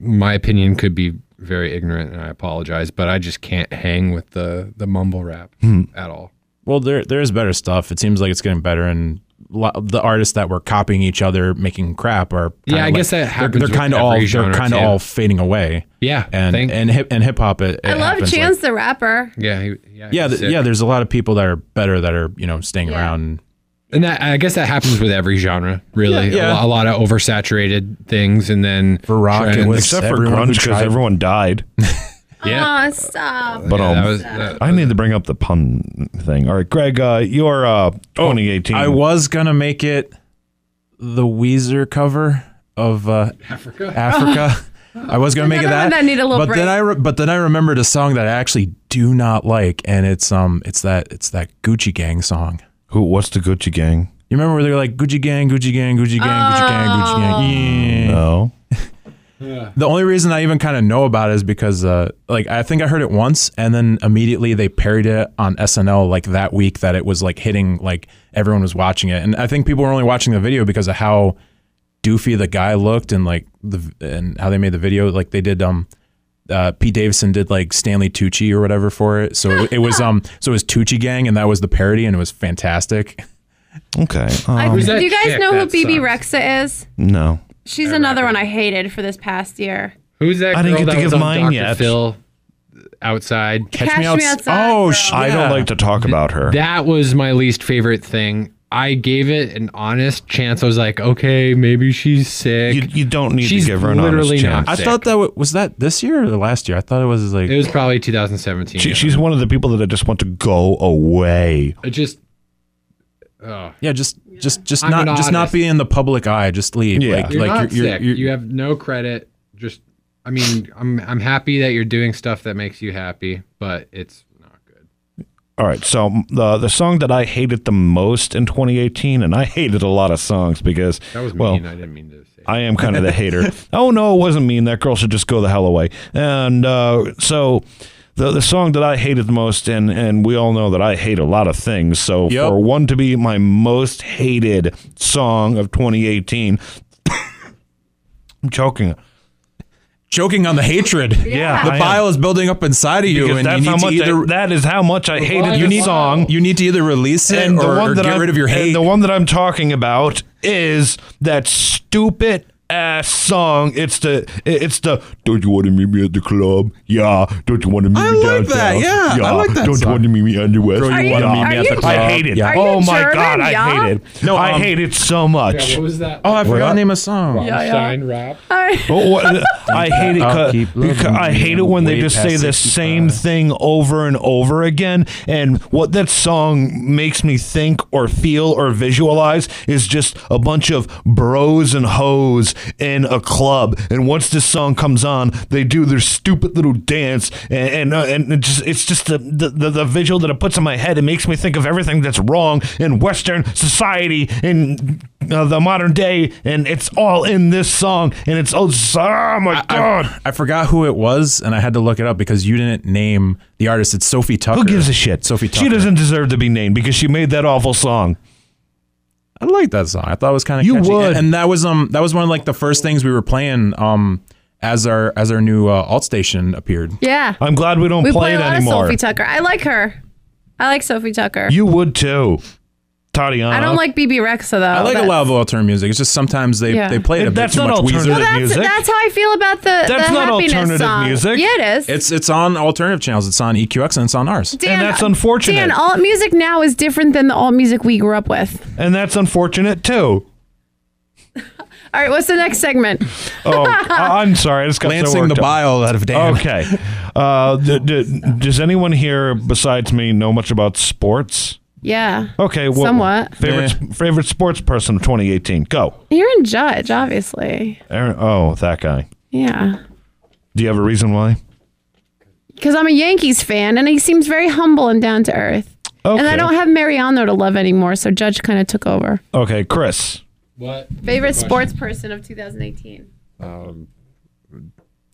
S4: my opinion could be very ignorant and I apologize, but I just can't hang with the the mumble rap at all.
S3: well, there there is better stuff. It seems like it's getting better, and lo- the artists that were copying each other, making crap, are
S4: Yeah,
S3: kinda
S4: I guess that
S3: they're-
S4: happens
S3: They're,
S4: with
S3: kind of
S4: every
S3: all they're
S4: genre,
S3: kind
S4: too.
S3: of all fading away.
S4: Yeah,
S3: and
S4: thank-
S3: and hip and hip hop. It, it
S2: I love
S3: happens, like-
S2: Chance the rapper.
S4: Yeah, he, yeah,
S3: yeah,
S4: he's
S3: th-
S4: sick.
S3: yeah. There's a lot of people that are better that are you know staying
S2: Yeah.
S3: around.
S4: And that, I guess that happens with every genre, really.
S3: Yeah, yeah.
S4: A, lo- a lot of oversaturated things, and then
S3: For rock, it
S4: trends.
S3: was-
S1: Except for
S3: Everyone who
S1: grunge because
S3: tried-
S1: everyone died.
S4: yeah.
S2: Oh, stop.
S1: But
S4: Yeah,
S1: um,
S4: that was- that-
S1: I need to bring up the pun thing. All right, Greg, uh, your uh, 2018.
S3: Oh, I was gonna make it the Weezer cover of uh, Africa. Africa. I was gonna make it
S2: Another
S3: that.
S2: one that need a little
S3: but
S2: break.
S3: then I re- but then I remembered a song that I actually do not like, and it's um it's that it's that Gucci Gang song.
S1: Who? What's the Gucci Gang?
S3: You remember where they're like Gucci Gang, Gucci Gang, Gucci Gang, Gucci Gang, Gucci
S2: Oh.
S3: Gang. Yeah.
S1: No.
S3: The only reason I even kind of know about it is because uh like I think I heard it once, and then immediately they parried it on SNL like that week that it was like hitting like everyone was watching it, and I think people were only watching the video because of how doofy the guy looked and like the and how they made the video like they did um uh, Pete Davidson did like Stanley Tucci or whatever for it, so it, it was um so it was Tucci Gang, and that was the parody, and it was fantastic.
S1: Okay.
S2: I-
S1: Um,
S4: Who's that
S2: do you guys
S4: chick
S2: know who
S4: that
S2: BB
S4: sucks?
S2: Rexa is?
S1: no.
S2: She's another one I hated for this past year.
S4: Who's that?
S1: I didn't
S4: girl
S1: get to
S4: that
S1: give
S4: was on
S1: mine
S4: Dr.
S1: yet.
S4: Phil outside.
S2: Catch me
S3: outs-
S2: outside,
S3: Oh,
S2: bro.
S3: sh-
S1: I don't
S3: yeah.
S1: like to talk about her.
S4: That was my least favorite thing. I gave it an honest chance. I was like, okay, maybe she's sick.
S1: You, you don't need
S4: She's
S1: to give her an honest
S4: literally
S1: chance.
S4: not
S3: I
S4: sick.
S3: thought that w- was that this year or the last year. I thought it was like
S4: it was probably 2017.
S1: She, she's one of the people that I just want to go away.
S4: it just
S3: yeah, just just just
S4: I'm
S3: not
S4: an
S3: just not
S4: honest.
S3: be in the public eye. Just leave.
S1: Yeah.
S3: Like
S4: you're
S3: like
S4: not
S3: you're,
S4: sick.
S3: you're,
S4: you have no credit. Just, I mean, I'm I'm happy that you're doing stuff that makes you happy, but it's not good.
S1: All right, so mm, the the song that I hated the most in 2018, and I hated a lot of songs because
S4: That was mean.
S1: well,
S4: I didn't mean to say.
S1: I am kind of the hater. Oh no, it wasn't mean. That girl should just go the hell away. And uh, so, the the song that I hated the most, and and we all know that I hate a lot of things. So
S3: Yep.
S1: for one to be my most hated song of 2018, I'm choking.
S3: choking on the hatred.
S1: Yeah,
S3: the
S1: I am.
S3: bile is building up inside of you,
S1: Because
S3: and
S1: that's
S3: you
S1: how
S3: need to
S1: much
S3: either
S1: I, that is how much I hated
S4: why
S1: the
S4: is it-
S1: song.
S3: you need to either release it or, or get
S1: I'm-
S3: rid of your hate.
S1: And the one that I'm talking about is that stupid ass song. It's the it's the Don't you want to meet me at the club? Yeah. Don't you want to meet
S3: I
S1: me
S3: like
S1: downtown?
S3: that. Yeah, I like that
S1: Don't you
S3: song.
S1: want to meet me on the west?
S3: Girl, you
S2: Are wanna you- meet me are at the you- club?
S1: I hate it.
S3: Yeah. Are
S2: you
S1: Oh my
S2: German?
S1: god, I
S2: Yeah?
S1: hate it. No, I
S3: um,
S1: hate it so much.
S4: what was that?
S3: oh, I forgot
S1: What?
S3: the name of the song.
S6: yeah.
S4: Einstein rap.
S1: Oh, what- I hate it.
S3: I'll
S1: 'cause-
S3: keep
S1: because
S3: loving
S1: I
S3: you
S1: hate it when they
S3: way
S1: just
S3: past
S1: say the
S3: 65.
S1: same thing over and over again. And what that song makes me think or feel or visualize is just a bunch of bros and hoes in a club. And once this song comes on, they do their stupid little dance, and and, uh, and it just it's just the, the the the visual that it puts in my head. It makes me think of everything that's wrong in Western society and uh, the modern day, and it's all in this song, and it's oh, so- oh my god.
S3: I, I forgot who it was, and I had to look it up because you didn't name the artist. It's Sophie Tucker.
S1: Who gives a shit?
S3: Sophie Tucker.
S1: She doesn't deserve to be named because she made that awful song.
S3: I like that song. I thought it was kind of
S1: You
S3: catchy.
S1: would.
S3: And, and that was um that was one of like the first things we were playing um as our as our new uh, alt station appeared.
S2: Yeah.
S1: I'm glad we don't
S2: We
S1: play
S2: play
S1: it
S2: a lot
S1: anymore.
S2: of Sophie Tucker. I like her. I like Sophie Tucker.
S1: you would too, Tatiana.
S2: I don't like BB Rexa though.
S3: I like a lot of alternative music. It's just sometimes they
S2: Yeah.
S3: they play it a
S1: And that's
S3: bit too
S1: not
S3: much
S1: alternative
S3: Weezer.
S2: That's,
S1: music.
S2: that's how I feel about the
S1: That's
S2: the
S1: not
S2: happiness
S1: alternative
S2: song.
S1: music.
S2: Yeah, it is.
S3: It's it's on alternative channels. It's on EQX and it's on ours.
S2: Dan,
S1: that's unfortunate.
S2: Dan, alt music now is different than the alt music we grew up with.
S1: and that's unfortunate too.
S2: All right, what's the next segment?
S1: Oh, I- I'm sorry. I just got so
S3: Lancing
S1: worked
S3: the
S1: up.
S3: bile out of Dan.
S1: Okay. Uh, d- d- does anyone here besides me know much about sports?
S2: Yeah.
S1: Okay. Well,
S2: Somewhat.
S1: Favorite favorite sports person of 2018. Go.
S2: You're in Judge, obviously.
S1: Aaron, oh, that guy.
S2: Yeah.
S1: Do you have a reason why?
S2: Because I'm a Yankees fan, and he seems very humble and down to earth.
S1: Okay.
S2: And I don't have Mariano to love anymore, so Judge kind of took over.
S1: Okay, Chris.
S4: What?
S2: Favorite sports person of 2018?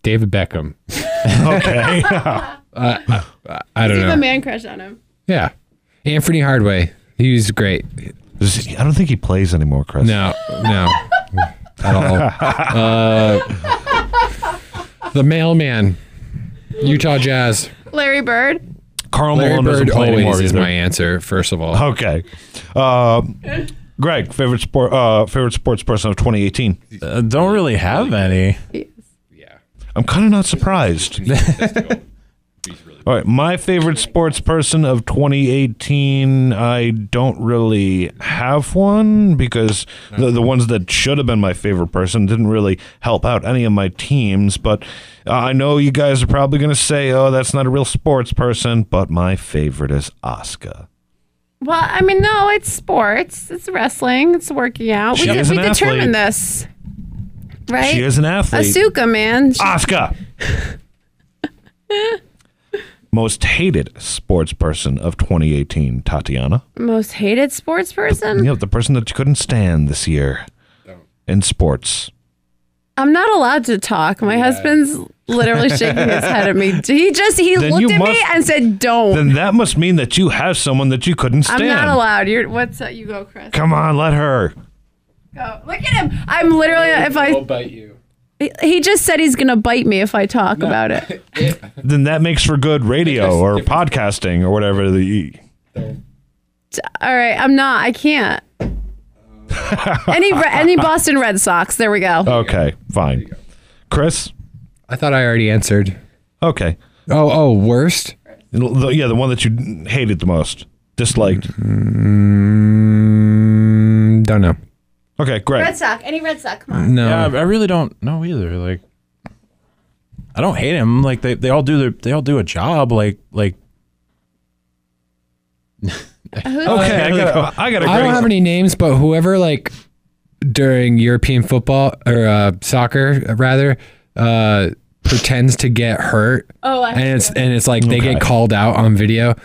S4: David Beckham.
S1: Okay.
S4: I don't
S2: You have a
S4: know.
S2: man crush on him.
S4: Yeah, Anthony Hardway. He was great.
S1: Does he- I don't think he plays anymore, Chris.
S4: No, no, at all. Uh, the mailman, Utah Jazz.
S2: Larry Bird.
S1: Carl
S4: Larry
S1: Malone
S4: Bird
S1: doesn't play
S4: always
S1: anymore
S4: is
S1: either.
S4: my answer. First of all,
S1: Okay. Um, Greg, favorite sport, uh, favorite sports person of 2018.
S3: Uh, don't really have any.
S1: I'm kind of not surprised. All right, my favorite sports person of 2018. I don't really have one because the, the ones that should have been my favorite person didn't really help out any of my teams. But uh, I know you guys are probably going to say, "Oh, that's not a real sports person," but my favorite is Oscar.
S2: Well, I mean, no, it's sports. It's wrestling. It's working out.
S1: She
S2: we
S1: is
S2: we
S1: an
S2: determined this, right?
S1: She is an athlete.
S2: Asuka, man. She-
S1: Oscar. Most hated sports person of 2018, Tatiana.
S2: most hated sports person.
S1: Yep, the person that you couldn't stand this year in sports.
S2: I'm not allowed to talk. My husband's literally shaking his head at me. He just he
S1: Then you
S2: looked at me
S1: must-
S2: and said, "Don't."
S1: Then that must mean that you have someone that you couldn't stand.
S2: I'm not allowed. You're what's that? You go, Chris.
S1: Come on, let her.
S2: Go. Look at him. I'm literally if I
S4: bite you.
S2: he just said he's gonna bite me if I talk about it.
S1: Then that makes for good radio or podcasting or whatever. The, e,
S2: All right, I'm not. I can't. any Re- any Boston Red Sox. There we go.
S1: okay, fine. Chris?
S4: I thought I already answered.
S1: Okay.
S4: Oh, oh, worst. Mm-hmm.
S1: The- yeah, the one that you hated the most, disliked. Okay, great.
S2: Red Sox. Any Red Sox? Come on.
S4: No.
S3: Yeah, I really don't know either. Like, I don't hate him. Like they, they all do their they all do a job. Like like
S1: okay, I got, I got a great.
S4: I don't have any names, but whoever like during European football or uh, soccer uh, rather uh, pretends to get hurt.
S2: Oh, I
S4: and it's and it's like they
S1: Okay.
S4: get called out on video.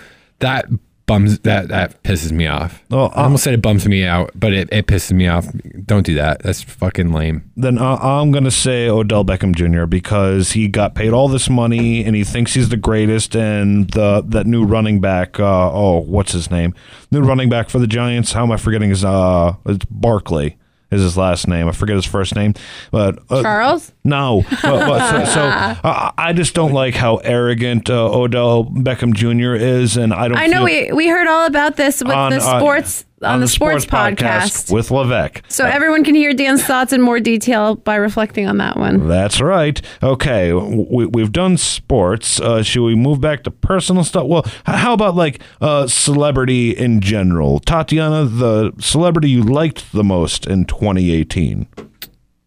S4: That bums that that pisses me off.
S1: Well, uh,
S4: I almost said it bums me out, but it, it pisses me off. Don't do that. That's fucking lame.
S1: then I I'm going to say Odell Beckham Jr. because he got paid all this money and he thinks he's the greatest. And the that new running back, uh, oh, what's his name? New running back for the Giants. How am I forgetting his? Uh, it's Barkley is his last name. I forget his first name, but uh,
S2: Charles?
S1: No, Well, well, so, so uh, I just don't like how arrogant uh, Odell Beckham Jr. is, and I don't.
S2: I know
S1: feel
S2: we we heard all about this with
S1: on-
S2: the
S1: on-
S2: sports on, the, sports, podcast.
S1: with Levesque.
S2: so everyone can hear Dan's thoughts in more detail by reflecting on that one.
S1: That's right. Okay, we, we've done sports. Uh, should we move back to personal stuff? Well, h- how about like uh, celebrity in general? Tatiana, the celebrity you liked the most in 2018.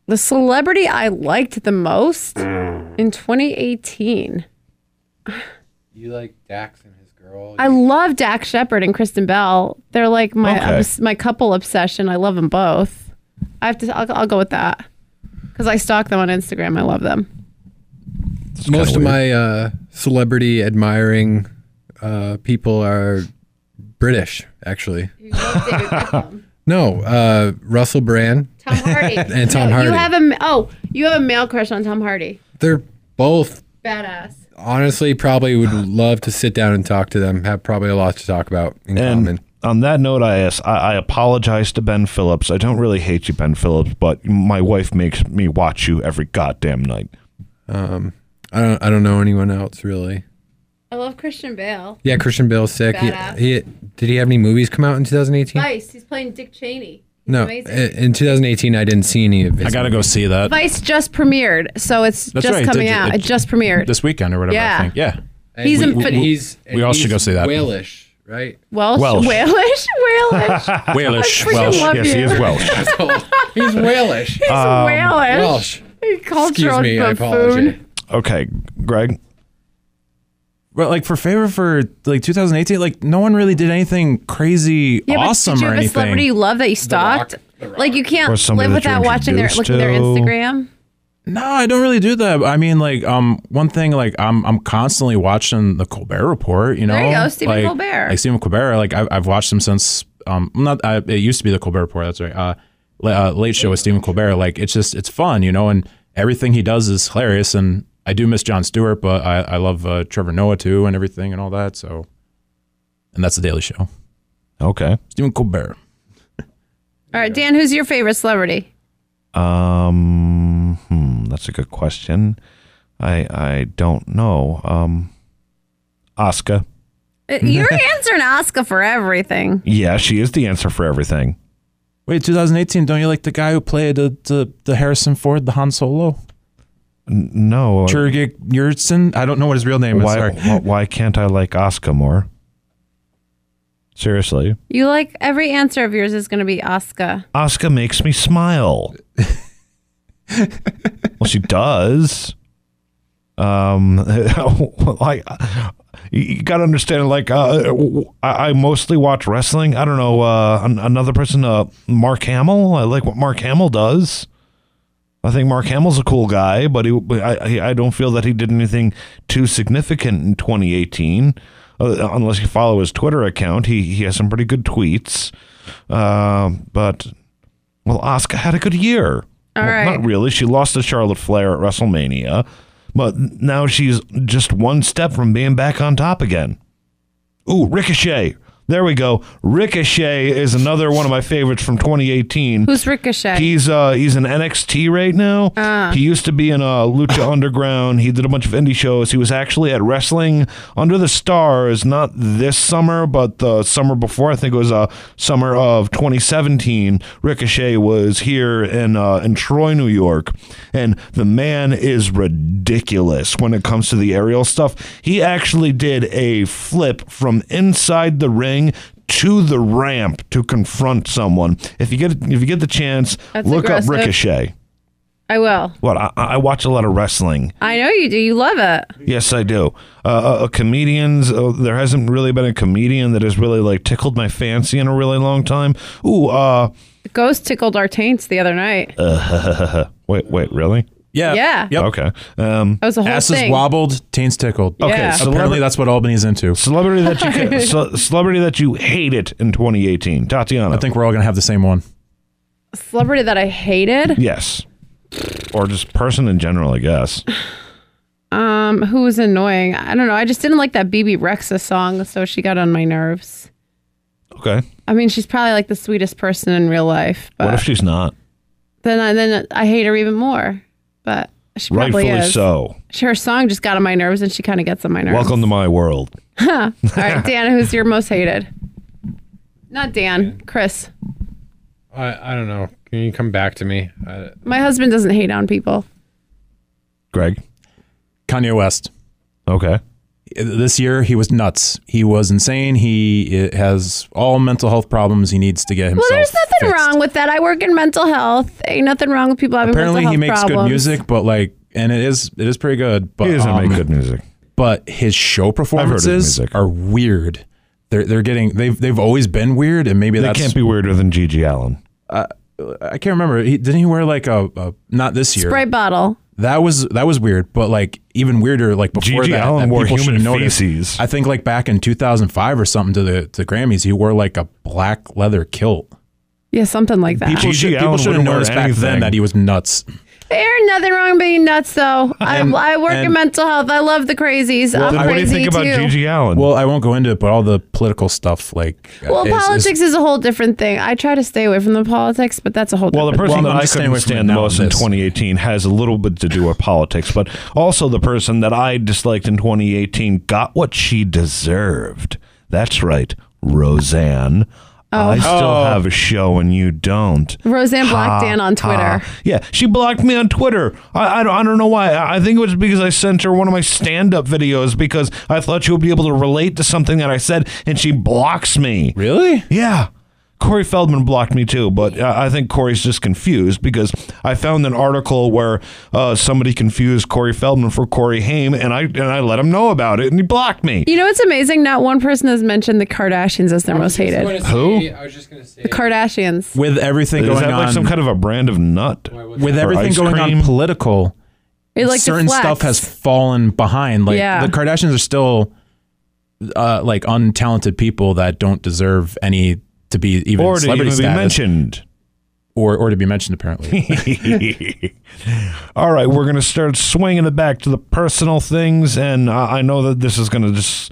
S2: The celebrity I liked the most
S3: Mm.
S2: in 2018.
S4: You like Dax and his girl.
S2: I love Dak Shepard and Kristen Bell. They're like my
S1: Okay.
S2: obs- my couple obsession. I love them both. I have to. I'll, I'll go with that because I stalk them on Instagram. I love them.
S4: Most of
S1: kinda
S4: my uh, celebrity admiring uh, people are British, actually. No, uh, Russell Brand.
S2: Tom Hardy
S4: And Tom Hardy.
S2: You have a m- oh, you have a male crush on Tom Hardy.
S4: They're both
S2: Badass.
S4: honestly probably would love to sit down and talk to them. Have probably a lot to talk about in
S1: And
S4: common.
S1: on that note, I, ask, I I apologize to Ben Phillips. I don't really hate you, Ben Phillips, but my wife makes me watch you every goddamn night.
S4: I don't I don't know anyone else really.
S2: I love Christian Bale.
S4: Yeah, Christian Bale's sick. He,
S2: Badass.
S4: he- did he have any movies come out in 2018?
S2: Vice. He's playing Dick Cheney.
S4: No,
S2: amazing.
S4: i- in 2018 I didn't see any of his.
S3: I gotta go see that
S2: Vice just premiered, so it's
S3: That's
S2: just
S3: right, it
S2: coming
S3: did-
S2: out.
S3: it-
S2: It, just premiered.
S3: this weekend or whatever.
S2: Yeah.
S3: I think. Yeah.
S4: And
S2: He's
S4: we-
S2: a-
S4: we-
S2: but-
S4: he's
S3: we all should go see that.
S4: Whalish, right?
S2: Welsh,
S1: Welsh.
S2: Welsh, Welsh, Welsh.
S3: Whalish.
S2: freaking
S3: Welsh.
S2: love-
S1: Yes, he is
S2: you.
S1: Welsh.
S4: he's Whalish.
S2: He's Welsh.
S4: Welsh.
S2: Cultural
S4: Um, Excuse me, I apologize.
S2: buffoon.
S1: okay, Greg.
S3: But like for favor for like 2018, like no one really did anything crazy
S2: Yeah, but
S3: awesome
S2: did you
S3: or
S2: have a
S3: anything.
S2: celebrity you love that you stalked? Like you
S1: Or
S2: can't
S1: somebody
S2: live
S1: that
S2: without
S1: you're
S2: watching their
S1: introduced
S2: looking at their
S1: to.
S2: Instagram.
S3: No, I don't really do that. I mean, like, um, one thing, like, I'm I'm constantly watching the Colbert Report. You know,
S2: There you go, Stephen
S3: like,
S2: Colbert.
S3: Like Stephen Colbert. Like, I've, I've watched him since. Um, I'm not. I, it used to be the Colbert Report. That's right. Uh, la- uh, Late Show with Stephen Colbert. Like, it's just it's fun, you know, and everything he does is hilarious. And I do miss John Stewart, but I I love uh, Trevor Noah too, and everything and all that. So, and that's the Daily Show.
S1: Okay.
S3: Stephen Colbert.
S2: All right, Dan, who's your favorite celebrity?
S1: Um, hmm, that's a good question. I I don't know. Um, Oscar.
S2: Uh, You're answering Oscar for everything.
S1: Yeah, she is the answer for everything.
S3: Wait, 2018. Don't you like the guy who played the the, the Harrison Ford, the Han Solo?
S1: N- no.
S3: Jurgik Yurtsin. I don't know what his real name is.
S1: Why,
S3: Sorry.
S1: why why can't I like Oscar more? Seriously,
S2: You like every answer of yours is going to be Oscar.
S1: Oscar makes me smile. well, she does. Um, like you- you got to understand. Like uh, I, I mostly watch wrestling. I don't know uh, an- another person. Uh, Mark Hamill. I like what Mark Hamill does. I think Mark Hamill's a cool guy, but he, but I, I- I don't feel that he did anything too significant in 2018. Uh, unless you follow his Twitter account, he he has some pretty good tweets. Um, but well, Oscar had a good year.
S2: All
S1: Well,
S2: right.
S1: Not really. She lost to Charlotte Flair at WrestleMania, but now she's just one step from being back on top again. Ooh, Ricochet. There we go. Ricochet is another one of my favorites from 2018.
S2: Who's Ricochet?
S1: He's uh he's in NXT right now. He used to be in uh Lucha Underground. He did a bunch of indie shows. He was actually at Wrestling Under the Stars not this summer, but the summer before. I think it was uh summer of 2017. Ricochet was here in uh in Troy, New York, and the man is ridiculous when it comes to the aerial stuff. He actually did a flip from inside the ring to the ramp to confront someone. If you get if you get the chance,
S2: That's
S1: look
S2: aggressive.
S1: up Ricochet.
S2: I will.
S1: What I, I watch a lot of wrestling.
S2: I know you do. You love it.
S1: Yes, I do. Uh, uh, comedians. Uh, there hasn't really been a comedian that has really like tickled my fancy in a really long time. Ooh, uh,
S2: The ghost tickled our taints the other night.
S1: wait, wait, really?
S3: Yeah.
S2: Yeah.
S3: Yep.
S1: Okay. Um,
S2: that was a whole
S3: Asses
S2: thing.
S3: wobbled, taints tickled.
S2: Okay,
S3: Yeah.
S2: so
S1: let-
S3: Apparently, that's what Albany's into.
S1: celebrity that you ca- ce- celebrity that you hated in 2018, Tatiana.
S3: I think we're all gonna have the same one.
S2: Celebrity that I hated.
S1: yes, or just person in general, I guess.
S2: Um, who was annoying? I don't know. I just didn't like that BB Rexa song, so she got on my nerves.
S1: Okay.
S2: I mean, she's probably like the sweetest person in real life, but
S1: What if she's not?
S2: then I, then I hate her even more. But she probably
S1: Rightfully
S2: is.
S1: so.
S2: Her song just got on my nerves, and she kind of gets on my nerves.
S1: Welcome to my world.
S2: All right, Dan, who's your most hated? Not Dan, Chris.
S4: I, I don't know. Can you come back to me? I,
S2: My husband doesn't hate on people.
S1: Greg.
S3: Kanye West.
S1: Okay.
S3: This year, he was nuts. He was insane. He uh, has all mental health problems. He needs to get himself.
S2: Well, there's nothing
S3: fixed.
S2: wrong with that. I work in mental health. Ain't nothing wrong with people having
S3: Apparently,
S2: mental
S3: he
S2: health
S3: makes
S2: problems.
S3: good music, but like, and it is it is pretty good. But
S1: He doesn't
S3: um,
S1: make good music.
S3: but his show
S1: heard his
S3: performances
S1: music.
S3: are weird. They're they're getting they've they've always been weird, and maybe
S1: They
S3: that's
S1: can't be weirder than Gigi Allen.
S3: I can't remember. He, didn't he wear like a, a not this year?
S2: Sprite bottle.
S3: That was that was weird, but like even weirder, like before
S1: G.G.
S3: that,
S1: Allen
S3: that
S1: wore
S3: people
S1: human
S3: should notice.
S1: feces.
S3: I think like back in 2005 or something to the to Grammys, he wore like a black leather kilt.
S2: Yeah, something like that.
S3: People
S1: G.G.
S3: should, people
S1: Allen
S3: should have
S1: wouldn't wear
S3: noticed back
S1: anything.
S3: then that he was nuts.
S2: there ain't nothing wrong with being nuts, though.
S3: And-
S2: I, I work in
S3: and-
S2: mental health. I love the crazies. I'm
S1: Then
S2: crazy
S1: what do you think about
S2: too.
S1: Gigi Allen?
S3: Well, I won't go into it, but all the political stuff, like
S2: Well,
S3: is- is-
S2: politics is a whole different thing. I try to stay away from the politics, but that's a whole.
S1: Well, the
S2: different
S1: person
S3: Well, I'm
S1: that I
S3: just staying
S1: couldn't
S3: away from it
S1: stand the
S3: now
S1: most
S3: on
S1: in
S3: this.
S1: 2018 has a little bit to do with politics, but also the person that I disliked in 2018 got what she deserved. That's right, Roseanne.
S2: Oh.
S1: I still
S3: Oh.
S1: have a show and you don't.
S2: Roseanne
S1: Ha,
S2: blocked Dan on
S1: ha.
S2: Twitter.
S1: Yeah, she blocked me on Twitter. I, I, don't, I don't know why. I, I think it was because I sent her one of my stand up videos because I thought she would be able to relate to something that I said, and she blocks me.
S3: Really?
S1: Yeah. Corey Feldman blocked me too, but uh, I think Corey's just confused because I found an article where uh, somebody confused Corey Feldman for Corey Haim, and I and I let him know about it, and he blocked me.
S2: You know, it's amazing. Not one person has mentioned the Kardashians as their most hated.
S1: Who?
S4: I was just going to say.
S2: The Kardashians.
S3: With everything
S1: Is
S3: going
S1: that
S3: on,
S1: like some kind of a brand of nut?
S3: with
S1: Or
S3: everything
S1: ice
S3: going
S1: cream?
S3: on political,
S2: They like to
S3: certain stuff
S2: flex.
S3: has fallen behind. Like
S2: Yeah.
S3: the Kardashians are still uh, like untalented people that don't deserve any to be even
S1: or to even
S3: celebrity
S1: be
S3: status
S1: mentioned.
S3: or or to be mentioned apparently.
S1: All right, we're gonna start swinging it back to the personal things, and I, I know that this is gonna just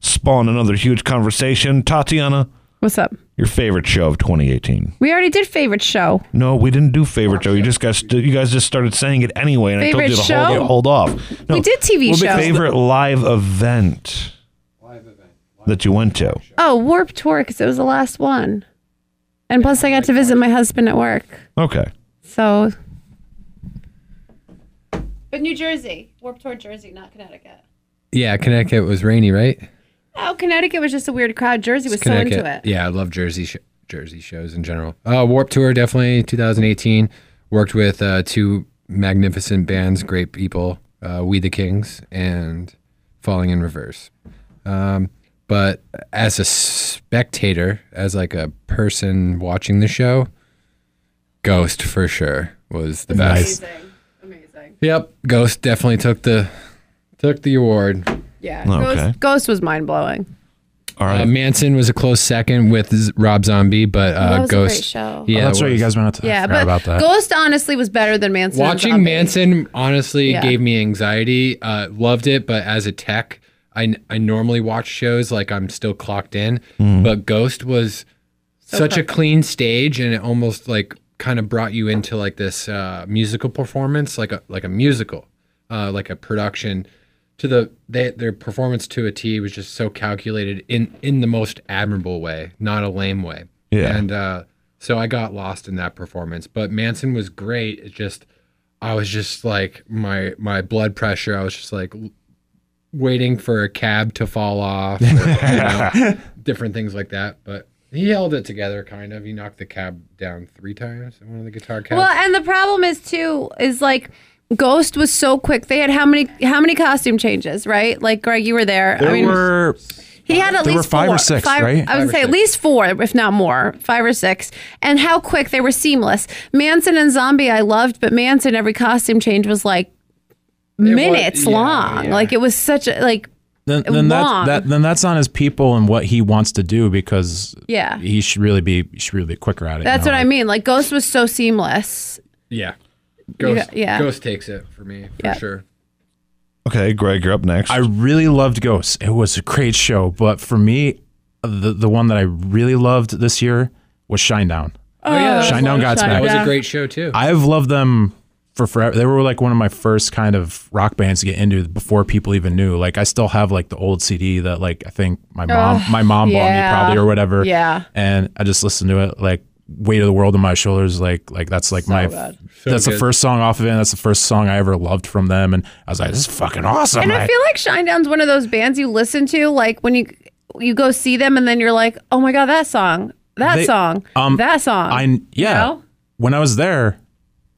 S1: spawn another huge conversation. Tatiana,
S2: What's up?
S1: your favorite show of 2018.
S2: We already did favorite show.
S1: No, we didn't do favorite show. You just guys, you guys just started saying it anyway, and I
S2: Favorite
S1: told you to
S2: show?
S1: hold, hold off. No,
S2: We did TV
S1: Well,
S2: show.
S1: Favorite live event. That you went to.
S2: Oh, Warp Tour because it was the last one, and plus I got to visit my husband at work.
S1: Okay.
S2: So. But New Jersey, Warp Tour Jersey, not Connecticut.
S4: Yeah, Connecticut was rainy, right?
S2: Oh, Connecticut was just a weird crowd. Jersey was so
S4: Connecticut.
S2: into it.
S4: Yeah, I love Jersey sh- Jersey shows in general. Uh, Warp Tour definitely 2018. Worked with uh, two magnificent bands, great people, uh, We the Kings and Falling in Reverse. Um, but as a spectator, as like a person watching the show, Ghost for sure was the best.
S2: Amazing, amazing.
S4: Yep, Ghost definitely took the took the award.
S2: Yeah,
S1: Okay.
S2: Ghost, Ghost was mind blowing.
S1: All right.
S4: Uh, Manson was a close second with Z- Rob Zombie, but uh,
S2: that was a
S4: Ghost.
S2: great show.
S4: Yeah,
S3: oh, that's
S4: it
S3: right. You
S4: was.
S3: guys went out to I
S2: Yeah,
S3: forgot
S2: but
S3: about that.
S2: Ghost honestly was better than Manson. and
S4: Watching
S2: Zombie.
S4: Manson honestly
S2: Yeah.
S4: gave me anxiety. Uh, loved it, but as a tech, I, n- I normally watch shows like I'm still clocked in. But Ghost was such a clean stage, and it almost like kind of brought you into like this uh, musical performance, like a like a musical, uh, like a production. To the they, their performance to a T was just so calculated in in the most admirable way, not a lame way.
S1: Yeah.
S4: And uh, so I got lost in that performance, but Manson was great. It just I was just like my my blood pressure. I was just like l- waiting for a cab to fall off, or, you know, different things like that. But he held it together, kind of. He knocked the cab down three times in one of the guitar cabs.
S2: Well, and the problem is too is like Ghost was so quick. They had how many how many costume changes, right? Like Greg, you were there.
S3: There
S2: I mean,
S3: were
S2: he had at
S3: there were
S2: least
S3: five or
S2: four-
S3: six,
S2: five-
S3: right?
S2: I would say at least four, if not more, five or six. And how quick they were seamless. Manson and Zombie, I loved, but Manson every costume change was like minutes
S4: yeah,
S2: long.
S4: yeah.
S2: Like it was such a like
S3: then, then
S2: long.
S3: that, that then that's on his people and what he wants to do because
S2: yeah.
S3: he should really be he should really be quicker at it. you
S2: That's
S3: know,
S2: what I
S3: like-
S2: mean. Like Ghost was so seamless.
S4: yeah. Ghost,
S2: yeah.
S4: Ghost takes it for me, for
S2: Yeah.
S4: sure.
S1: Okay, Greg, you're up next.
S3: I really loved Ghosts. It was a great show, but for me, the the one that I really loved this year was Shinedown.
S4: Oh, yeah. that was
S3: Shinedown
S4: a-
S3: Godsmack.
S4: That was
S6: Yeah.
S4: a great show, too.
S3: I've loved them for forever. They were like one of my first kind of rock bands to get into before people even knew. Like I still have like the old CD that like I think my mom my mom
S2: yeah.
S3: bought me probably or whatever.
S2: Yeah.
S3: And I just listened to it like weight of the world on my shoulders like like that's like my that's the
S4: good.
S3: first song off of it and that's the first song I ever loved from them and I was like this is fucking awesome.
S2: And I feel like Shinedown's one of those bands you listen to, like when you you go see them, and then you're like, oh my god, that song, that
S3: They-
S2: song,
S3: um,
S2: that song.
S3: I yeah.
S2: know?
S3: When I was there,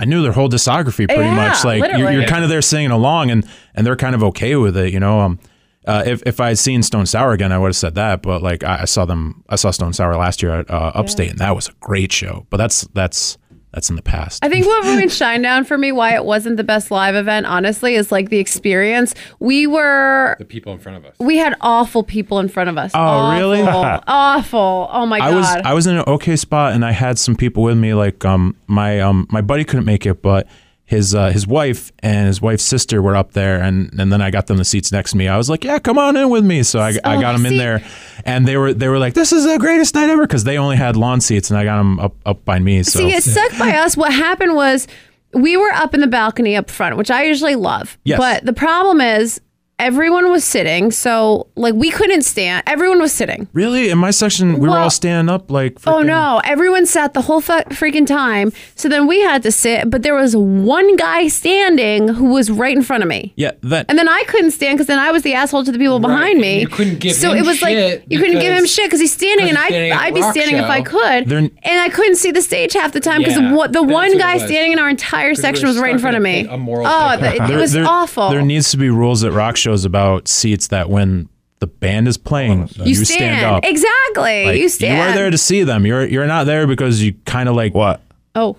S3: I knew their whole discography pretty
S2: Yeah,
S3: much. Like you,
S2: literally.
S3: you're kind of there singing along, and and they're kind of okay with it. You know, um, uh, if if I had seen Stone Sour again, I would have said that. But like I, I saw them, I saw Stone Sour last year at uh, Upstate, and that was a great show. But that's that's that's in the past.
S2: I think what ruined Shinedown for me, why it wasn't the best live event, honestly, is like the experience. We were,
S4: the people in front of us.
S2: we had awful people in front of us.
S3: Oh, really?
S2: Awful. awful. Oh my
S3: I
S2: god.
S3: was I was in an okay spot, and I had some people with me. Like um my um my buddy couldn't make it, but his uh, his wife and his wife's sister were up there, and and then I got them the seats next to me. I was like, yeah, come on in with me. So I, I
S2: Oh,
S3: got them in
S2: see-
S3: there, and they were they were like, this is the greatest night ever because they only had lawn seats, and I got them up up by me. So
S2: See, it sucked by us. What happened was we were up in the balcony up front, which I usually love.
S3: Yes.
S2: But the problem is everyone was sitting, so like we couldn't stand. Everyone was sitting.
S3: really, in my section, we were
S2: Well-
S3: all standing up like.
S2: Oh
S3: freaking-
S2: no! Everyone sat the whole fu- freaking time, so then we had to sit. But there was one guy standing who was right in front of me.
S3: Yeah, that
S2: And then I couldn't stand because then I was the asshole to the people behind
S4: and
S2: me.
S4: you couldn't give
S2: so
S4: him
S2: it was like
S4: shit
S2: you couldn't give him
S4: because-
S2: shit because he's standing, and
S4: because
S2: I
S4: he's standing at
S2: I'd be
S4: rock
S2: standing if
S4: show.
S2: I could,
S3: They're-
S2: and I couldn't see the stage half the time because
S4: Yeah,
S2: what the
S4: that's
S2: one
S4: what
S2: guy
S4: it was.
S2: standing in our entire
S4: we were
S2: section was right in
S4: stuck
S2: front of
S4: in a
S2: me.
S4: pit- a moral
S2: oh,
S4: pickup.
S2: the, it was awful.
S3: There needs to be rules at rock shows about seats that when the band is playing, you,
S2: you,
S3: stand. up.
S2: exactly.
S3: Like,
S2: you stand.
S3: are there to see them. You're you're not there because you kind of like
S1: what?
S2: oh,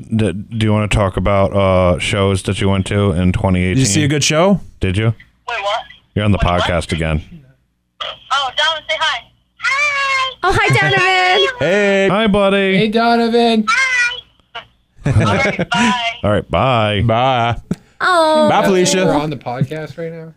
S1: D- do you want to talk about uh, shows that you went to in 2018?
S3: Did you see a good show?
S1: Did you?
S8: Wait, what?
S1: You're on the
S8: Wait, what?
S1: podcast again.
S8: Oh, Donovan, say hi. Hi.
S2: oh, hi, Donovan.
S3: Hey,
S1: Hi, buddy.
S4: Hey, Donovan.
S8: Hi. All right, bye.
S1: All right, bye.
S3: bye,
S2: oh,
S3: bye,
S4: We're
S3: Felicia.
S4: on the podcast right now.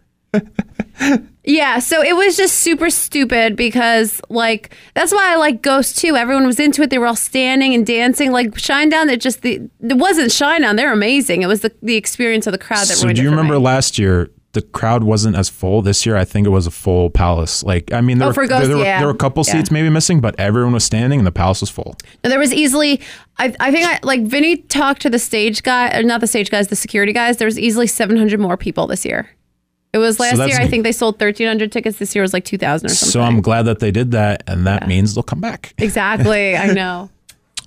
S2: Yeah, so it was just super stupid because like that's why I like Ghost too. Everyone was into it. They were all standing and dancing. Like Shinedown, it just the it wasn't Shinedown. They're amazing. It was the, the experience of the crowd that
S3: So
S2: ruined
S3: do
S2: it
S3: you
S2: for
S3: remember
S2: me.
S3: last year? The crowd wasn't as full this year. I think it was a full palace. Like I mean, there
S2: Oh,
S3: were,
S2: for Ghost,
S3: there, were
S2: yeah.
S3: there were a couple
S2: Yeah.
S3: seats maybe missing, but everyone was standing and the palace was full.
S2: No, there was easily I, I think I like Vinny talked to the stage guy or not the stage guys, the security guys. There was easily 700 more people this year. It was last
S3: that's-
S2: year. I think they sold 1300 tickets. This year was like 2000 or something.
S3: So I'm glad that they did that, and that means they'll come back.
S2: exactly. I know.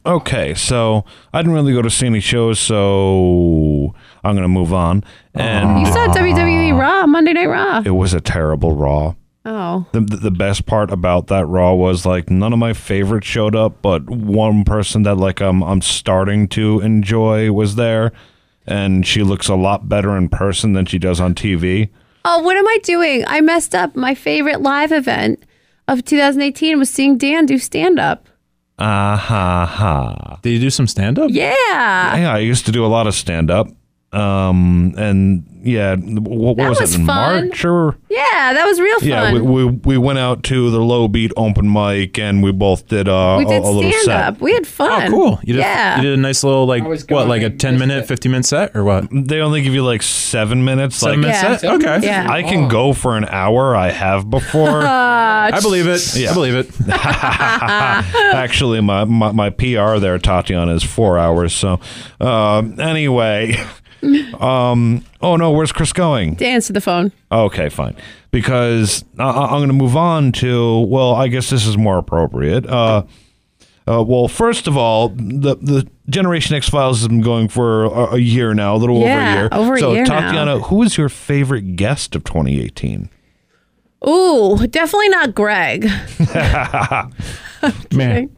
S1: Okay, so I didn't really go to see any shows, so I'm gonna move on. And
S2: You saw WWE Raw, Monday Night Raw.
S1: it was a terrible Raw.
S2: Oh.
S1: The, the best part about that Raw was like none of my favorites showed up, but one person that like I'm I'm starting to enjoy was there, and she looks a lot better in person than she does on TV.
S2: Oh, what am I doing? I messed up. My favorite live event of 2018 was seeing Dan do stand up.
S1: Ah ha ha.
S3: Did you do some stand up?
S2: Yeah.
S1: Yeah, I used to do a lot of stand up. Um and yeah, what, what was,
S2: was
S1: it in
S2: fun.
S1: March or
S2: Yeah, that was real fun.
S1: Yeah, we, we we went out to the low beat open mic and we both did uh,
S2: We did
S1: a, a little
S2: stand
S1: set.
S2: up. We had fun.
S3: Oh, cool. You did,
S2: yeah.
S3: you did a nice little like
S4: I was
S3: what
S4: gone.
S3: like
S4: I
S3: a
S4: missed
S3: ten minute,
S4: it.
S3: fifteen minute set or what?
S1: They only give you like seven minutes.
S3: Seven
S1: like
S3: minute
S2: Yeah.
S3: set. Okay.
S2: Yeah.
S1: I can go for an hour. I have before.
S3: I believe it.
S1: Yeah.
S3: I believe it.
S1: Actually, my, my my PR there, Tatiana, is four hours. So um, anyway, Um, oh no, where's Chris going?
S2: To answer the phone.
S1: Okay, fine. Because I, I- I'm going to move on to well, I guess this is more appropriate. Uh, uh, well, first of all, the the Generation X Files has been going for a, a year now, a little
S2: Yeah,
S1: over
S2: over
S1: a year.
S2: a
S1: so,
S2: year now.
S1: Tatiana, who is your favorite guest of 2018?
S2: Ooh, definitely not Greg.
S3: Man.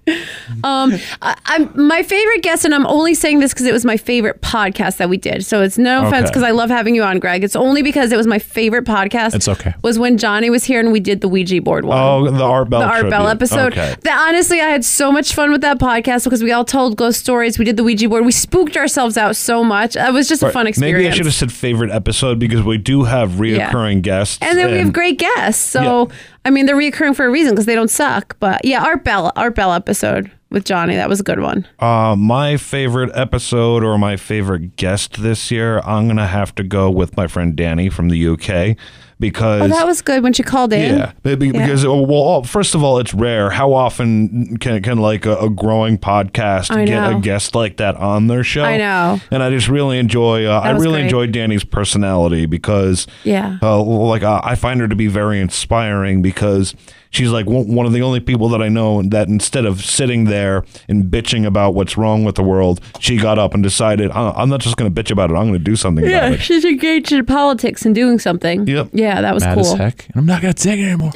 S2: Um, I, I'm my favorite guest, and I'm only saying this because it was my favorite podcast that we did. So it's no offense
S1: Okay.
S2: because I love having you on, Greg. It's only because it was my favorite podcast.
S3: It's okay.
S2: Was when Johnny was here and we did the Ouija board one.
S1: Oh, the Art Bell.
S2: Um, the Art Bell
S1: tribute.
S2: episode.
S1: Okay.
S2: That honestly, I had so much fun with that podcast because we all told ghost stories. We did the Ouija board. We spooked ourselves out so much. It was just a fun experience.
S1: Maybe I should have said favorite episode because we do have reoccurring guests.
S2: and then we have great guests. So I mean, they're reoccurring for a reason because they don't suck. But yeah, Art Bell, Art Bell episode with Johnny. That was a good one.
S1: Uh, my favorite episode or my favorite guest this year, I'm gonna have to go with my friend Danny from the UK because.
S2: Oh, that was good when she called in.
S1: yeah, be- be- because oh, well, first of all, it's rare. How often can can like a, a growing podcast
S2: I
S1: get
S2: know.
S1: a guest like that on their show?
S2: I know.
S1: and I just really enjoy. Uh, I
S2: was
S1: really
S2: great.
S1: enjoy Danny's personality because
S2: Yeah.
S1: uh, like uh, I find her to be very inspiring because she's like one one of the only people that I know that instead of sitting there and bitching about what's wrong with the world, she got up and decided "I- I'm not just going to bitch about it. I'm going to do something about
S2: Yeah,
S1: it.
S2: she's engaged in politics and doing something.
S1: Yep.
S2: Yeah, that was
S3: Mad as
S2: cool.
S3: heck. And I'm not going to take it anymore.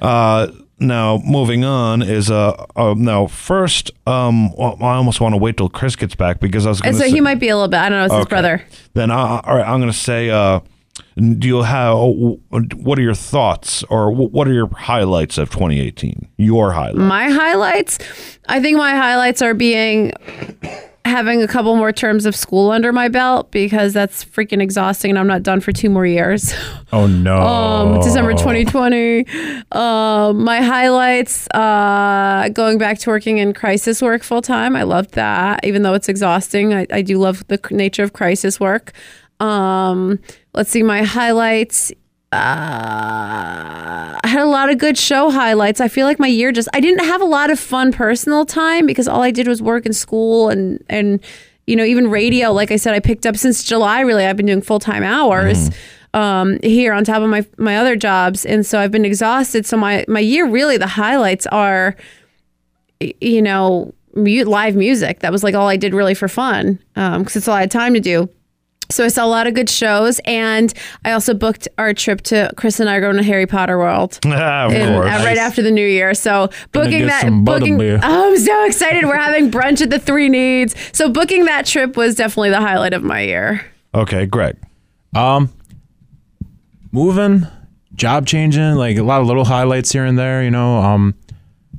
S1: Uh, now moving on is uh, uh now first um well, I almost want to wait till Chris gets back because I was going
S2: And
S1: to
S2: so
S1: say,
S2: he might be a little bit. I don't know. It's his
S1: Okay.
S2: brother.
S1: then I, I- all right I'm going to say uh do you have uh, what are your thoughts or wh- what are your highlights of 2018 your highlights
S2: My highlights, I think my highlights are being having a couple more terms of school under my belt because that's freaking exhausting and I'm not done for two more years.
S3: Oh, no.
S2: Um, December 2020. Um, my highlights uh, going back to working in crisis work full time. I loved that, even though it's exhausting. I, I do love the c- nature of crisis work. Um, let's see, my highlights. Uh, I had a lot of good show highlights. I feel like my year just, I didn't have a lot of fun personal time because all I did was work in school and, and, you know, even radio, like I said, I picked up since July, really, I've been doing full time hours um, here on top of my, my other jobs. And so I've been exhausted. So my, my year, really, the highlights are, y- you know, mu- live music. That was like all I did really for fun because it's all I had time to do. So I saw a lot of good shows, and I also booked our trip to Chris and I are going to Harry Potter World
S3: Mm.
S1: of
S2: in-
S1: course.
S2: uh, right after the new year. So booking
S3: get
S2: that,
S3: some
S2: booking.
S3: butterbeer.
S2: Oh, I'm so excited! We're having brunch at the Three Needs. So booking that trip was definitely the highlight of my year.
S1: Okay, Greg.
S3: Um, moving, job changing, like a lot of little highlights here and there. You know, um,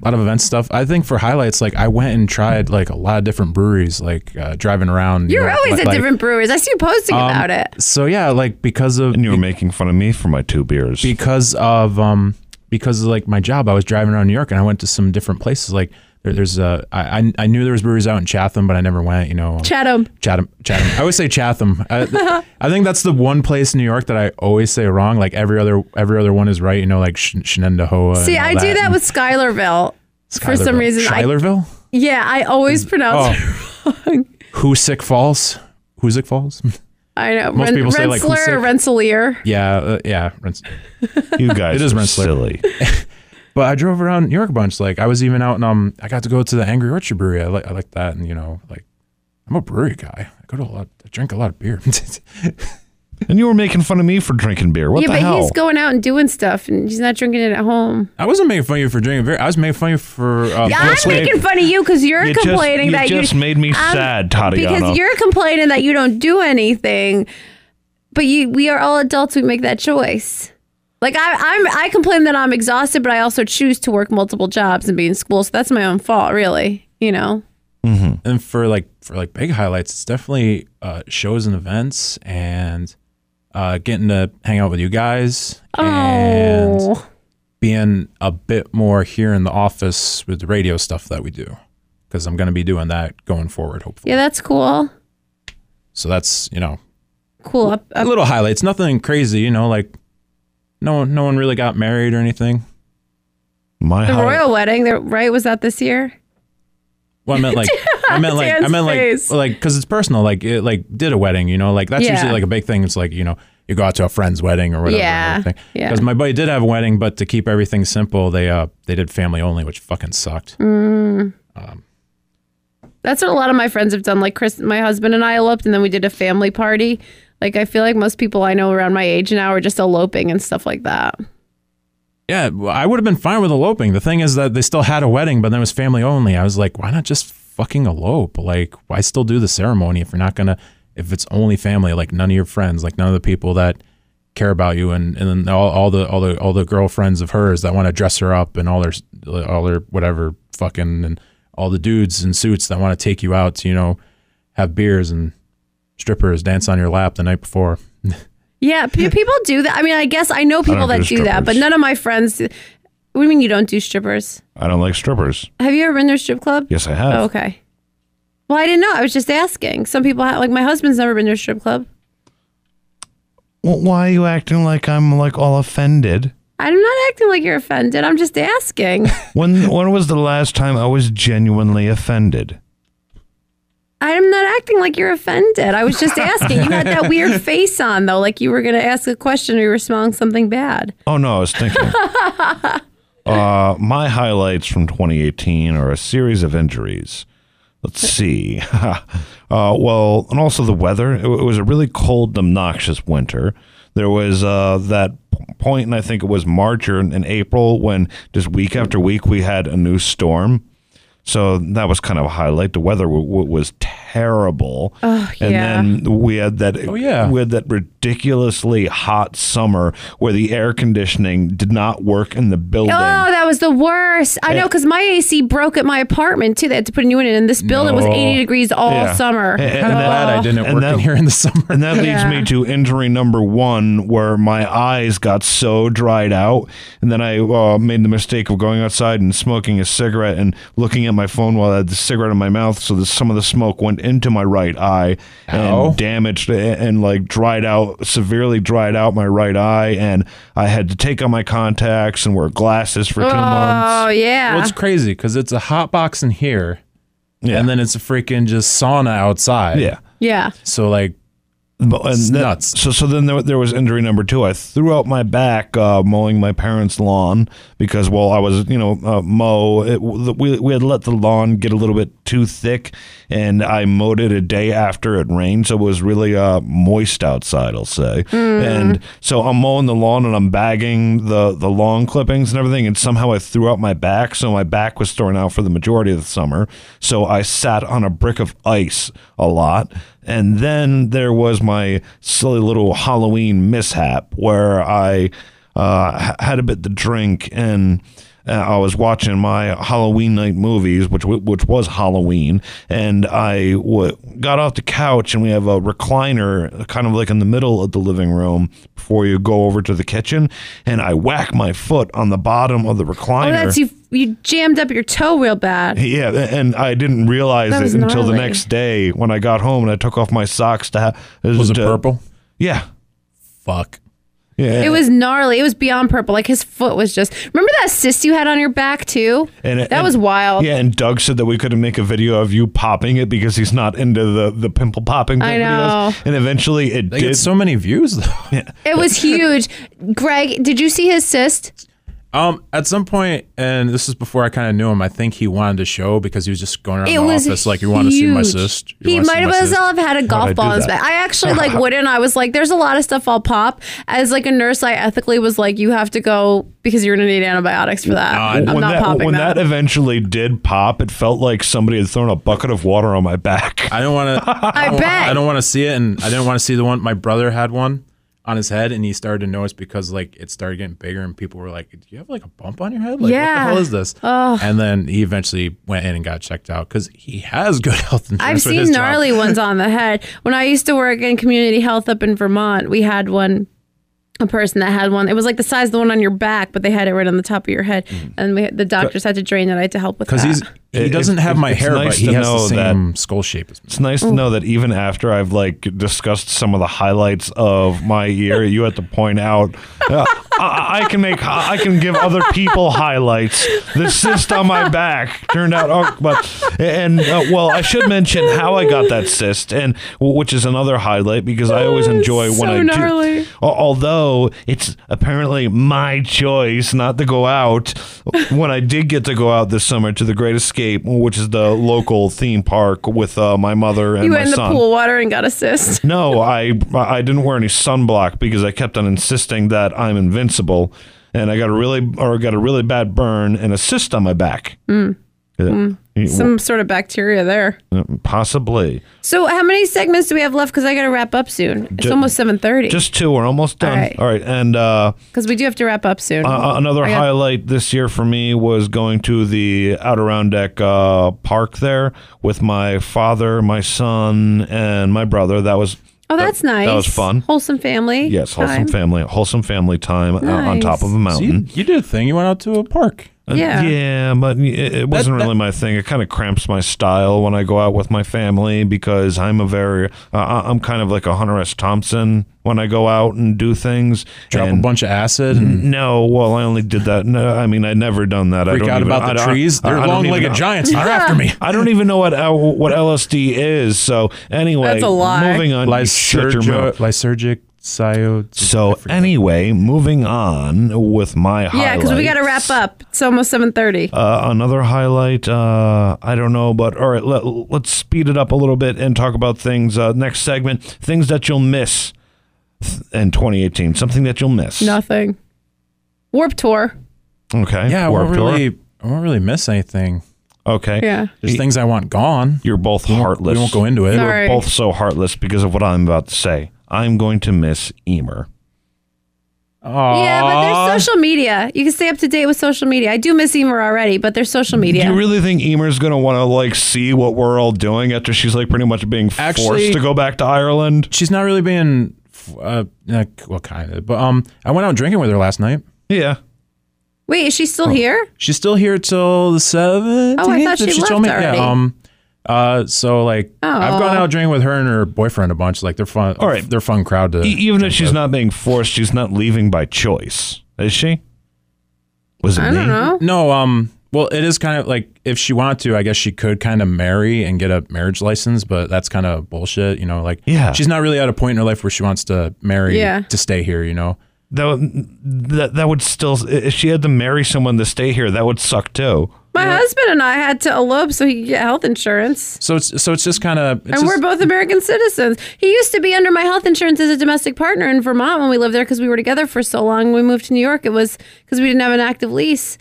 S3: a lot of event stuff. I think for highlights, like I went and tried like a lot of different breweries, like uh, driving around. you
S2: You're
S3: know,
S2: always
S3: like-
S2: at
S3: like-
S2: different brewers. I see you posting
S3: um,
S2: about it.
S3: So yeah, like because of
S1: And you were making fun of me for my two beers.
S3: because of um because of like my job i was driving around new york and i went to some different places like there, there's uh I, I I knew there was breweries out in chatham but i never went you know um,
S2: Chatham.
S3: chatham chatham i always say chatham I, I think that's the one place in new york that i always say wrong like every other every other one is right you know like Sh- shenandoah and
S2: See,
S3: all
S2: I do that
S3: and
S2: with Schuylerville. For some
S3: Schuylerville.
S2: reason, I,
S3: schuylerville
S2: yeah, I
S1: Mm.
S2: always pronounce.
S1: Oh.
S2: it wrong.
S3: hoosick falls hoosick falls
S2: I know.
S3: Most
S2: Ren-
S3: people say, like,
S2: Rensselaer or
S3: Hoosick.
S2: Rensselaer.
S3: yeah uh, yeah Rents-
S1: you guys
S3: It is
S1: are
S3: Rensselaer.
S1: silly.
S3: But I drove around New York a bunch. Like I was even out and um, I got to go to the Angry Orchard Brewery. I like I like that, and you know, like I'm a brewery guy. I go to a lot. I drink a lot of beer.
S1: And you were making fun of me for drinking beer. What
S2: yeah,
S1: the
S2: but
S1: hell?
S2: he's going out and doing stuff, and he's not drinking it at home.
S3: I wasn't making fun of you for drinking beer. I was making fun of you for. Uh,
S2: Yeah, I'm
S3: first wave-
S2: making fun of you because you're
S1: You just-
S2: complaining
S1: you
S2: that you
S1: just made me
S2: I'm-
S1: sad, Tatiana.
S2: Because you're complaining that you don't do anything, but you we are all adults. We make that choice. Like I, I'm, I complain that I'm exhausted, but I also choose to work multiple jobs and be in school. So that's my own fault, really. You know.
S3: and for like for like big highlights, it's definitely uh, shows and events and uh, getting to hang out with you guys and
S2: oh,
S3: being a bit more here in the office with the radio stuff that we do because I'm going to be doing that going forward, hopefully.
S2: yeah, that's cool.
S3: So that's you know
S2: Cool. Up, up.
S3: little highlights, nothing crazy, you know, like no no one really got married or anything.
S1: My
S2: The
S1: hi-
S2: royal wedding, the, right? Was that this year?
S3: Well, I meant like I meant like I
S6: Dan's
S3: meant like
S6: face.
S3: like because it's personal. Like it like did a wedding, you know, like that's
S2: Yeah.
S3: usually like a big thing. It's like you know you go out to a friend's wedding or whatever.
S2: Yeah,
S3: Because
S2: yeah.
S3: my buddy did have a wedding, but to keep everything simple, they uh they did family only, which fucking sucked.
S2: That's what a lot of my friends have done. Like Chris, my husband and I eloped, and then we did a family party. Like I feel like most people I know around my age now are just eloping and stuff like that.
S3: Yeah, well, I would have been fine with eloping. The thing is that they still had a wedding, but then it was family only. I was like, why not just fucking elope? Like, why still do the ceremony if you're not gonna if it's only family, like none of your friends, like none of the people that care about you and and then all, all the all the all the girlfriends of hers that want to dress her up and all their all their whatever fucking and all the dudes in suits that want to take you out to, you know, have beers and strippers dance on your lap the night before.
S2: Yeah, pe- people do that. I mean, I guess I know people
S1: don't
S2: that
S1: do
S2: do that, but
S1: strippers.
S2: none of my friends. What do you mean you don't do strippers?
S1: I don't like strippers.
S2: Have you ever been to a strip club?
S1: Yes, I have.
S2: Oh, okay. Well, I didn't know. I was just asking. Some people have, like my husband's never been to a strip club.
S1: Well, why are you acting like I'm like all offended?
S2: I'm not acting like you're offended. I'm just asking.
S1: When when was the last time I was genuinely offended?
S2: I'm not acting like you're offended. I was just asking. You had that weird face on though, like you were going to ask a question or you were smelling something bad.
S1: Oh no, I was thinking. uh, my highlights from 2018 are a series of injuries. Let's see. uh, well, and also the weather. It, it was a really cold, obnoxious winter. There was uh, that p- point, and I think it was March or in, in April when just week after week we had a new storm. So that was kind of a highlight. The weather w- w- was terrible, and
S2: yeah.
S1: then we had that.
S3: Oh, yeah.
S1: we had that ridiculously hot summer where the air conditioning did not work in the building.
S2: Oh, that was the worst. I know because my AC broke at my apartment too. They had to put a new one in, and this building was
S3: No.
S2: 80 degrees all
S1: Yeah.
S2: summer.
S1: And- and
S3: I'm glad I didn't
S1: and
S3: work
S1: that-
S3: in here in the summer.
S1: And that leads me to injury number one, where my eyes got so dried out. And then I uh, made the mistake of going outside and smoking a cigarette and looking at my phone while I had the cigarette in my mouth. So that some of the smoke went into my right eye
S3: Ow.
S1: and damaged it and like dried out, severely dried out my right eye. And I had to take on my contacts and wear glasses for two
S2: Oh,
S1: months.
S2: yeah.
S3: Well, it's crazy because it's a hot box in here,
S1: Yeah.
S3: and then it's a freaking just sauna outside.
S1: yeah.
S2: yeah.
S3: So like,
S1: But- and then-
S3: nuts.
S1: So so then there, there was injury number two. I threw out my back uh, mowing my parents' lawn because well I was you know uh, mow it, we we had let the lawn get a little bit too thick and I mowed it a day after it rained so it was really uh, moist outside I'll say and so I'm mowing the lawn and I'm bagging the the lawn clippings and everything and somehow I threw out my back so my back was thrown out for the majority of the summer so I sat on a brick of ice a lot. And then there was my silly little Halloween mishap where I uh, h- had a bit to drink and uh, I was watching my Halloween night movies, which w- which was Halloween, and I w- got off the couch and we have a recliner kind of like in the middle of the living room before you go over to the kitchen, and I whack my foot on the bottom of the recliner.
S2: Oh, that's you. You jammed up your toe real bad.
S1: Yeah, and I didn't realize
S2: That
S1: it
S2: was
S1: until the
S2: gnarly.
S1: next day when I got home and I took off my socks to have.
S3: was it purple?
S1: Yeah,
S3: Fuck.
S1: yeah.
S2: It was gnarly. It was beyond purple. Like his foot was just. Remember that cyst you had on your back too?
S1: And it-
S2: that
S1: and-
S2: was wild.
S1: Yeah, and Doug said that we couldn't make a video of you popping it because he's not into the the pimple popping
S2: I
S1: videos.
S2: know.
S1: And eventually it
S3: They
S1: did.
S3: get so many views though.
S2: It was huge. Greg, did you see his cyst?
S3: Um, at some point, and this is before I kind of knew him. I think he wanted to show because he was just going around
S2: It
S3: the
S2: was
S3: office like, "You want to see my
S2: huge.
S3: cyst?" You
S2: He
S3: wanna see
S2: might have
S3: my
S2: as
S3: cyst?"
S2: well have had a golf
S1: do
S2: ball in his
S1: that?
S2: back. I actually like wouldn't. I was like, there's a lot of stuff I'll pop. As like a nurse, I ethically was like, you have to go because you're gonna need antibiotics for that. I'm
S1: when
S2: not
S1: that
S2: popping
S1: when that.
S2: that.
S1: eventually did pop, it felt like somebody had thrown a bucket of water on my back.
S3: I don't want to.
S2: I bet.
S3: Oh, I don't want to see it, and I didn't want to see the one. My brother had one on his head, and he started to notice because like it started getting bigger, and people were like, "Do you have like a bump on your head? Like, what
S2: Yeah.
S3: the hell is this?" And then he eventually went in and got checked out because he has good health insurance.
S2: I've
S3: with
S2: seen
S3: his job.
S2: gnarly ones on the head. When I used to work in community health up in Vermont, we had one a person that had one. It was like the size of the one on your back, but they had it right on the top of your head, and we, the doctors had to drain it. I had to help with that.
S3: because Mm. he's he
S1: It-
S3: doesn't
S1: it-
S3: have my
S1: Uh, it's
S3: hair, but
S1: nice
S3: he
S1: to
S3: has the
S1: know that-
S3: same skull shape as me.
S1: It's nice to know that even after I've like discussed some of the highlights of my year, you had to point out, uh, I, I can make I can give other people highlights. The cyst on my back turned out, oh, but and uh, well, I should mention how I got that cyst, and which is another highlight because I always
S6: Oh,
S1: enjoy when
S6: so
S1: I
S6: gnarly.
S1: do. Al- Although it's apparently my choice not to go out. when I did get to go out this summer to the Great Escape, which is the local theme park with uh, my mother and
S2: You
S1: my
S2: went in the
S1: son.
S2: pool water and got a cyst.
S1: No, I I didn't wear any sunblock because I kept on insisting that I'm invincible, and I got a really or got a really bad burn and a cyst on my back. Uh, y-
S2: Mm. Some sort of bacteria there.
S1: possibly
S2: So how many segments do we have left? Because I got to wrap up soon. It's
S1: Ju-
S2: almost seven thirty.
S1: just two. We're almost done. All right,
S2: right.
S1: and uh,
S2: Because we do have to wrap up soon.
S1: uh, another
S2: I got-
S1: highlight this year for me was going to the Adirondack uh, Park there with my father, my son, and my brother. That was
S2: oh, that's nice.
S1: That was fun.
S2: Wholesome family.
S1: Yes, wholesome
S2: time.
S1: family, wholesome family time uh, on
S2: Nice.
S1: top of a
S3: So
S1: mountain.
S3: you, you did a thing. You went out to a park.
S1: Uh,
S2: Yeah.
S1: yeah, but it, it wasn't really my thing. It kind of cramps my style when I go out with my family because I'm a very, uh, I- I'm kind of like a Hunter S. Thompson when I go out and do things.
S3: Drop
S1: And
S3: a bunch of acid and
S1: No, well, I only did that. No, I mean, I'd never done that. Mm-hmm. I
S3: freak
S1: don't
S3: out
S1: even-
S3: about
S1: I
S3: the
S1: don't-
S3: trees.
S1: I-
S3: They're
S1: I don't
S3: long
S1: even
S3: legged
S1: know-
S3: giants. They're after me.
S1: I don't even know what uh, what LSD is. So anyway,
S2: That's a lie.
S1: Moving on. you shut your mouth.
S3: Lysergic, lysergic, psyod.
S1: So anyway, moving on with my highlights.
S2: Yeah, because we got to wrap up. It's almost seven thirty.
S1: Uh, another highlight, uh, I don't know, but all right, let, let's speed it up a little bit and talk about things. Uh, next segment, things that you'll miss th- in 2018, something that you'll miss.
S6: Nothing.
S2: Warp tour.
S1: Okay.
S3: Yeah, I
S1: Warped
S3: won't
S1: Tour.
S3: really, I won't really miss anything.
S1: Okay.
S6: Yeah.
S3: There's things I want gone.
S1: You're both heartless.
S3: We won't go into it.
S1: You're
S6: Sorry.
S1: both so heartless because of what I'm about to say. I'm going to miss Emer.
S3: Aw.
S2: Yeah, but there's social media. You can stay up to date with social media. I do miss Emer already, but there's social media.
S1: Do you really think Emer's going to want to like see what we're all doing after she's like pretty much being
S3: Actually-
S1: forced to go back to Ireland?
S3: She's not really being, uh, eh, well, kind of. But um, I went out drinking with her last night.
S1: Yeah.
S2: Wait, is she still
S1: Oh.
S2: here?
S3: She's still here till the seventeenth.
S2: Oh, I thought she left
S3: told me.
S2: already.
S3: Yeah. Um. Uh. So like, I've gone
S2: Oh.
S3: out drinking with her and her boyfriend a bunch. Like they're fun. All
S1: right.
S3: They're a fun crowd to.
S1: E- even if she's not being forced, she's not leaving by choice, is she? Was it
S2: I
S1: me?
S2: don't know.
S3: no. Um. Well, it is kind of like if she wanted to, I guess she could kind of marry and get a marriage license, but that's kind of bullshit. You know, like
S1: Yeah.
S3: she's not really at a point in her life where she wants to marry
S2: Yeah.
S3: to stay here. You know.
S1: That would, that that would still. If she had to marry someone to stay here, that would suck too.
S2: My husband and I had to elope so he could get health insurance.
S3: So it's so it's just kind of.
S2: And we're both American citizens. He used to be under my health insurance as a domestic partner in Vermont when we lived there because we were together for so long. When we moved to New York, it was because we didn't have an active lease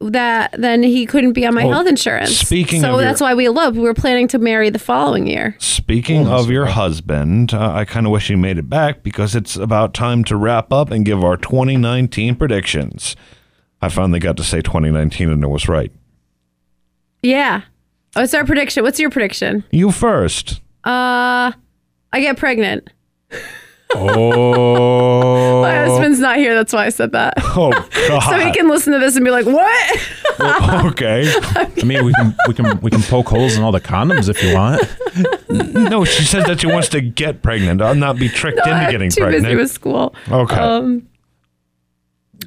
S2: that then he couldn't be on my
S1: Well,
S2: health insurance.
S1: speaking
S2: so
S1: of your-
S2: that's why we eloped. We were planning to marry the following year.
S1: Speaking of your husband, uh, I kind of wish he made it back because it's about time to wrap up and give our 2019 predictions. I finally got to say 2019 and it was right.
S2: Yeah. What's our prediction? What's your prediction?
S1: You first.
S2: Uh, I get pregnant.
S3: Oh.
S2: My husband's not here. That's why I said that.
S1: Oh
S2: So he
S1: God.
S2: can listen to this and be like, what?
S1: okay.
S3: I mean, we can we can we can poke holes in all the condoms if you want.
S1: No, she said that she wants to get pregnant, uh, not be tricked into
S2: I'm
S1: getting
S2: too
S1: pregnant.
S2: busy with school.
S1: Okay.
S2: Um,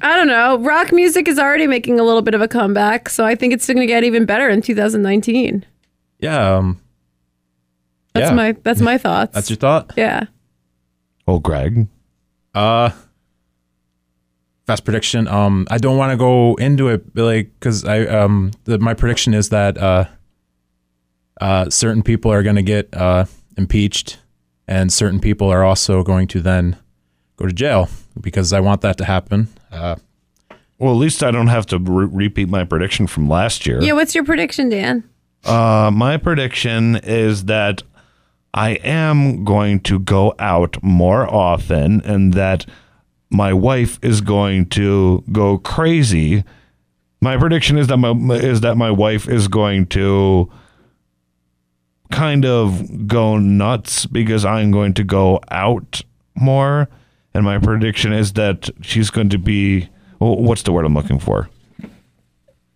S2: I don't know. Rock music is already making a little bit of a comeback, so I think it's going to get even better in 2019.
S3: Yeah. Um,
S2: That's
S3: yeah.
S2: my that's my thoughts.
S3: That's your thought.
S2: yeah.
S1: oh, Greg.
S3: Uh, fast prediction. Um, I don't want to go into it, but, like, because I um, the, my prediction is that uh, uh, certain people are going to get uh impeached, and certain people are also going to then go to jail because I want that to happen. Uh,
S1: Well, at least I don't have to re- repeat my prediction from last year.
S2: Yeah. What's your prediction, Dan?
S1: Uh, my prediction is that I am going to go out more often and that my wife is going to go crazy. My prediction is that my is that my wife is going to kind of go nuts because I'm going to go out more and my prediction is that she's going to be wh- what's the word I'm looking for?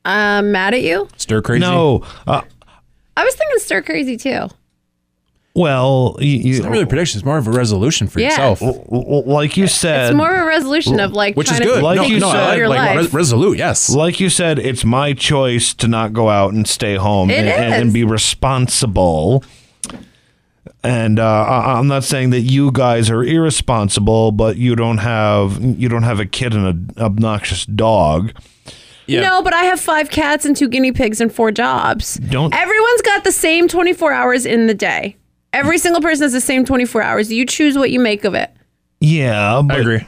S2: Um, mad at you?
S3: stir crazy.
S1: No. Uh,
S2: I was thinking stir crazy too.
S1: Well, you, you-
S3: Not really a prediction. It's more of a resolution for
S2: Yeah.
S3: yourself,
S1: w- w- like you said,
S2: It's more of a resolution of like
S3: which is
S2: trying
S3: good.
S2: to
S1: Like
S3: no,
S1: you
S2: take
S3: no,
S2: control
S1: said,
S2: of
S3: I
S2: your
S3: like, like
S2: life.
S3: res- resolute. Yes.
S1: like you said, it's my choice to not go out and stay home
S2: It
S1: and, and- and
S2: is.
S1: be responsible. And uh, I, I'm not saying that you guys are irresponsible, but you don't have you don't have a kid and an obnoxious dog.
S3: yeah.
S2: No, but I have five cats and two guinea pigs and four jobs.
S1: Don't-
S2: Everyone's got the same 24 hours in the day. Every single person has the same 24 hours. You choose what you make of it.
S1: Yeah,
S3: I
S1: but
S3: agree.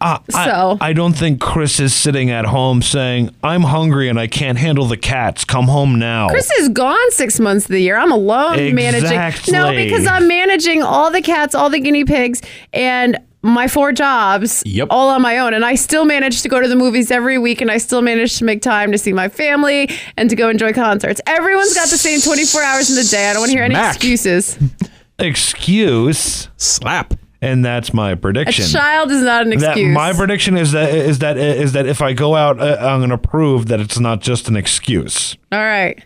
S1: I-
S2: So-
S1: I, don't think Chris is sitting at home saying, "I'm hungry and I can't handle the cats. Come home now."
S2: Chris is gone six months of the year. I'm alone managing. No,
S1: Exactly.
S2: because I'm managing all the cats, all the guinea pigs, and my four jobs
S3: Yep.
S2: all on my own. And I still manage to go to the movies every week, and I still manage to make time to see my family and to go enjoy concerts. Everyone's got the same 24 hours in the day. I don't want to hear any
S3: Smack.
S2: excuses.
S1: Excuse,
S3: Slap.
S1: and that's my
S2: A
S1: prediction.
S2: child is not an
S1: that
S2: excuse.
S1: my prediction is that is that is that if I go out, uh, I'm going to prove that it's not just an excuse.
S2: all right.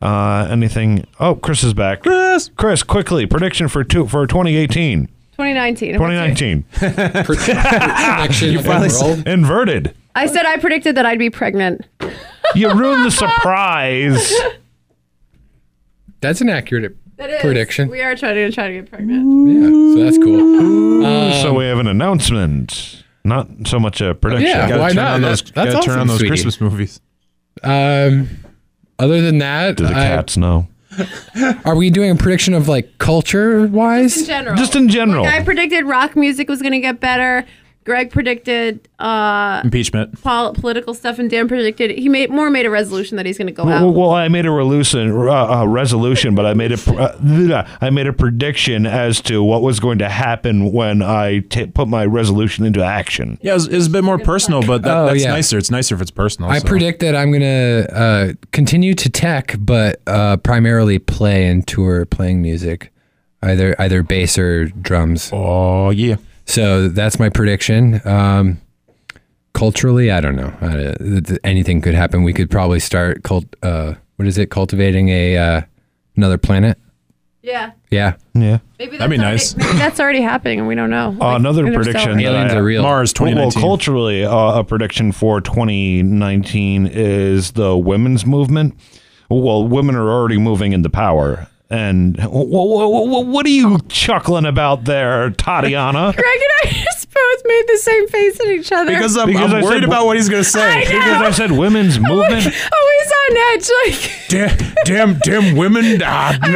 S1: Uh, anything? Oh, Chris is back. Chris, Chris, quickly prediction for two for 2018,
S2: 2019.
S1: 2019.
S4: Actually, you
S3: finally said-
S1: Inverted.
S2: I said I predicted that I'd be pregnant.
S1: You ruined the surprise.
S4: That's an accurate
S2: That is,
S4: prediction.
S2: We are trying to try to get pregnant.
S4: Yeah, so that's cool.
S1: so we have an announcement, not so much a prediction.
S4: Yeah.
S3: Gotta
S4: Why
S3: turn
S4: not?
S3: On those,
S4: That's- that's
S3: gotta turn
S4: awesome,
S3: on those
S4: sweetie.
S3: Christmas movies.
S4: Um, other than that,
S1: Do the
S4: I-
S1: cats know?
S4: are we doing a prediction of like culture
S2: In
S4: wise?
S2: general.
S1: Just in general.
S2: I predicted rock music was going to get better. Greg predicted uh,
S3: Impeachment.
S2: pol- political stuff, and Dan predicted he made more made a resolution that he's going to go
S1: Well,
S2: out.
S1: well, I made a resolution, uh, uh, resolution, but I made a pr- uh, bleh, I made a prediction as to what was going to happen when I t- put my resolution into action.
S3: Yeah, it's, it's a bit more personal, but that,
S4: Oh,
S3: that's
S4: yeah.
S3: nicer. It's nicer if it's personal.
S4: I
S3: so.
S4: predict that I'm gonna uh, continue to tech, but uh, primarily play and tour playing music, either either bass or drums.
S3: Oh yeah.
S4: So that's my prediction. Um, culturally, I don't know. I, th- th- anything could happen. We could probably start cult. Uh, what is it? Cultivating a uh, another planet.
S2: yeah,
S4: Yeah,
S1: Yeah.
S2: maybe that's
S3: That'd be
S2: already,
S3: nice.
S2: maybe that's already happening, and we don't know. Like,
S1: another
S2: interstellar.
S1: prediction that
S4: aliens
S1: I-
S4: are real.
S3: Mars
S1: Well, well,
S3: 2019.
S1: culturally, uh, a prediction for 2019 is the women's movement. Well, women are already moving into power. And wh- wh- wh- wh- what are you chuckling about there, Tatiana?
S2: Greg and I just both made the same face at each other.
S3: because I'm,
S1: Because
S3: I'm
S1: I said-
S3: worried about what he's gonna say.
S1: because I said women's movement.
S2: oh, he's on edge. Like
S3: damn, damn, damn women. Ah,
S1: I'm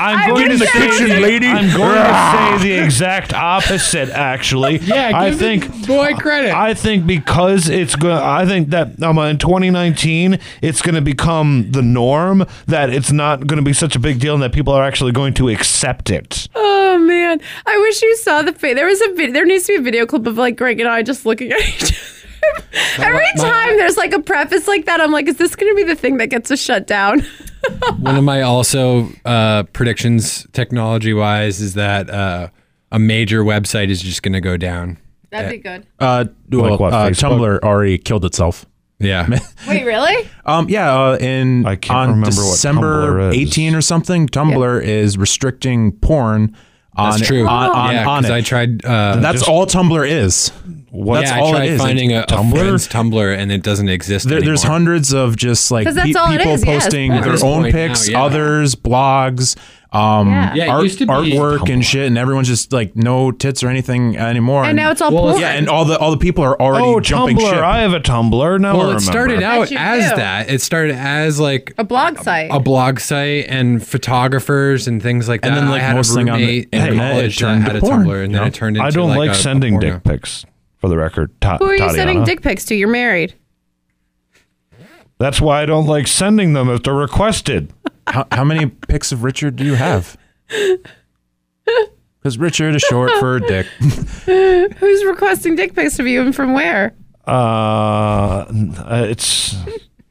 S2: I'm
S1: going
S2: just
S1: to
S2: saying-
S1: say
S3: Kitchen lady.
S1: I'm going to say the exact opposite. Actually, yeah, I think
S4: boy credit.
S1: I think because it's going. I think that um, in 2019, it's going to become the norm that it's not going to be such a big deal, and that people are actually going to accept it.
S2: Oh man, I wish you saw the face. There was a vid- there needs to be a video clip of like Greg and I just looking at each other. Every
S4: my-
S2: time there's like a preface like that, I'm like, is this going to be the thing that gets us shut down?
S4: One of my also uh, predictions, technology wise, is that uh, a major website is just going to go down.
S2: That'd be good.
S3: Uh, well,
S1: what,
S3: uh,
S1: Facebook?
S3: Tumblr already killed itself.
S4: Yeah,
S2: Wait, really?
S3: Um, yeah, uh, in
S1: I can't
S3: on
S1: remember what
S3: December
S1: Tumblr is.
S3: 18 or something, Tumblr is restricting porn on
S4: that's true.
S3: on, on,
S4: yeah,
S3: on
S4: 'cause
S3: it.
S4: I tried. Uh,
S3: That's all Tumblr is.
S1: What?
S3: That's
S4: yeah, I
S3: all it
S4: tried
S3: is.
S4: finding a, a
S3: Tumblr?
S4: friend's Tumblr, and it doesn't exist
S3: There, there's
S4: anymore.
S3: hundreds of just like
S2: 'Cause that's
S3: pe-
S2: all it
S3: people
S2: is, yeah, it's
S3: posting
S2: porn. At
S3: their
S4: this
S3: own
S4: point now,
S3: pics,
S4: yeah.
S3: others, blogs, um,
S2: Yeah.
S4: Yeah, it
S3: art,
S4: used to be
S3: artwork
S1: Tumblr.
S3: and shit, and everyone's just like no tits or anything anymore.
S2: And now it's all
S4: Well,
S2: porn.
S3: yeah, and all the all the people are already
S1: Oh,
S3: jumping
S1: Tumblr!
S3: shit.
S1: I have a Tumblr now. I
S4: Well, it
S1: remember.
S4: started out
S2: That you
S4: as
S2: do.
S4: that. It started as like
S2: a blog site.
S4: a blog site and photographers and things like that.
S3: And then, like,
S4: I had
S3: most
S4: a
S3: thing on the
S4: roommate in
S3: internet, it
S4: college that
S3: turned
S4: had
S3: to
S4: a
S3: porn,
S4: Tumblr, and
S3: you
S4: then
S3: know?
S4: it turned into
S1: I don't like,
S4: a- a
S1: sending
S4: porno.
S1: dick pics. For the record, Ta-
S2: Who are you
S1: Tatiana.
S2: sending dick pics to? You're married.
S1: That's why I don't like sending them if they're requested.
S3: how, how many pics of Richard do you have? Because Richard is short for dick.
S2: Who's requesting dick pics of you and from where?
S1: Uh, n- uh, it's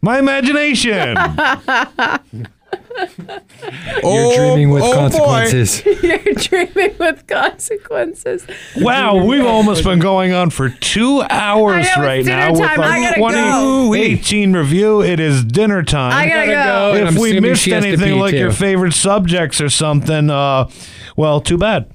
S1: my imagination.
S4: You're dreaming
S3: Oh,
S4: with consequences.
S2: You're dreaming with consequences.
S1: Wow, we've almost been going on for two hours
S2: I know, it's
S1: right
S2: dinner
S1: now
S2: time. I
S1: with
S2: gotta
S1: a
S2: go.
S1: 2018 review. It is dinner time.
S2: I gotta go.
S4: and
S1: if
S4: I'm
S1: we
S4: assuming
S1: missed
S4: she has to
S1: anything
S4: pee,
S1: like
S4: too.
S1: your favorite subjects or something, uh, well, too bad.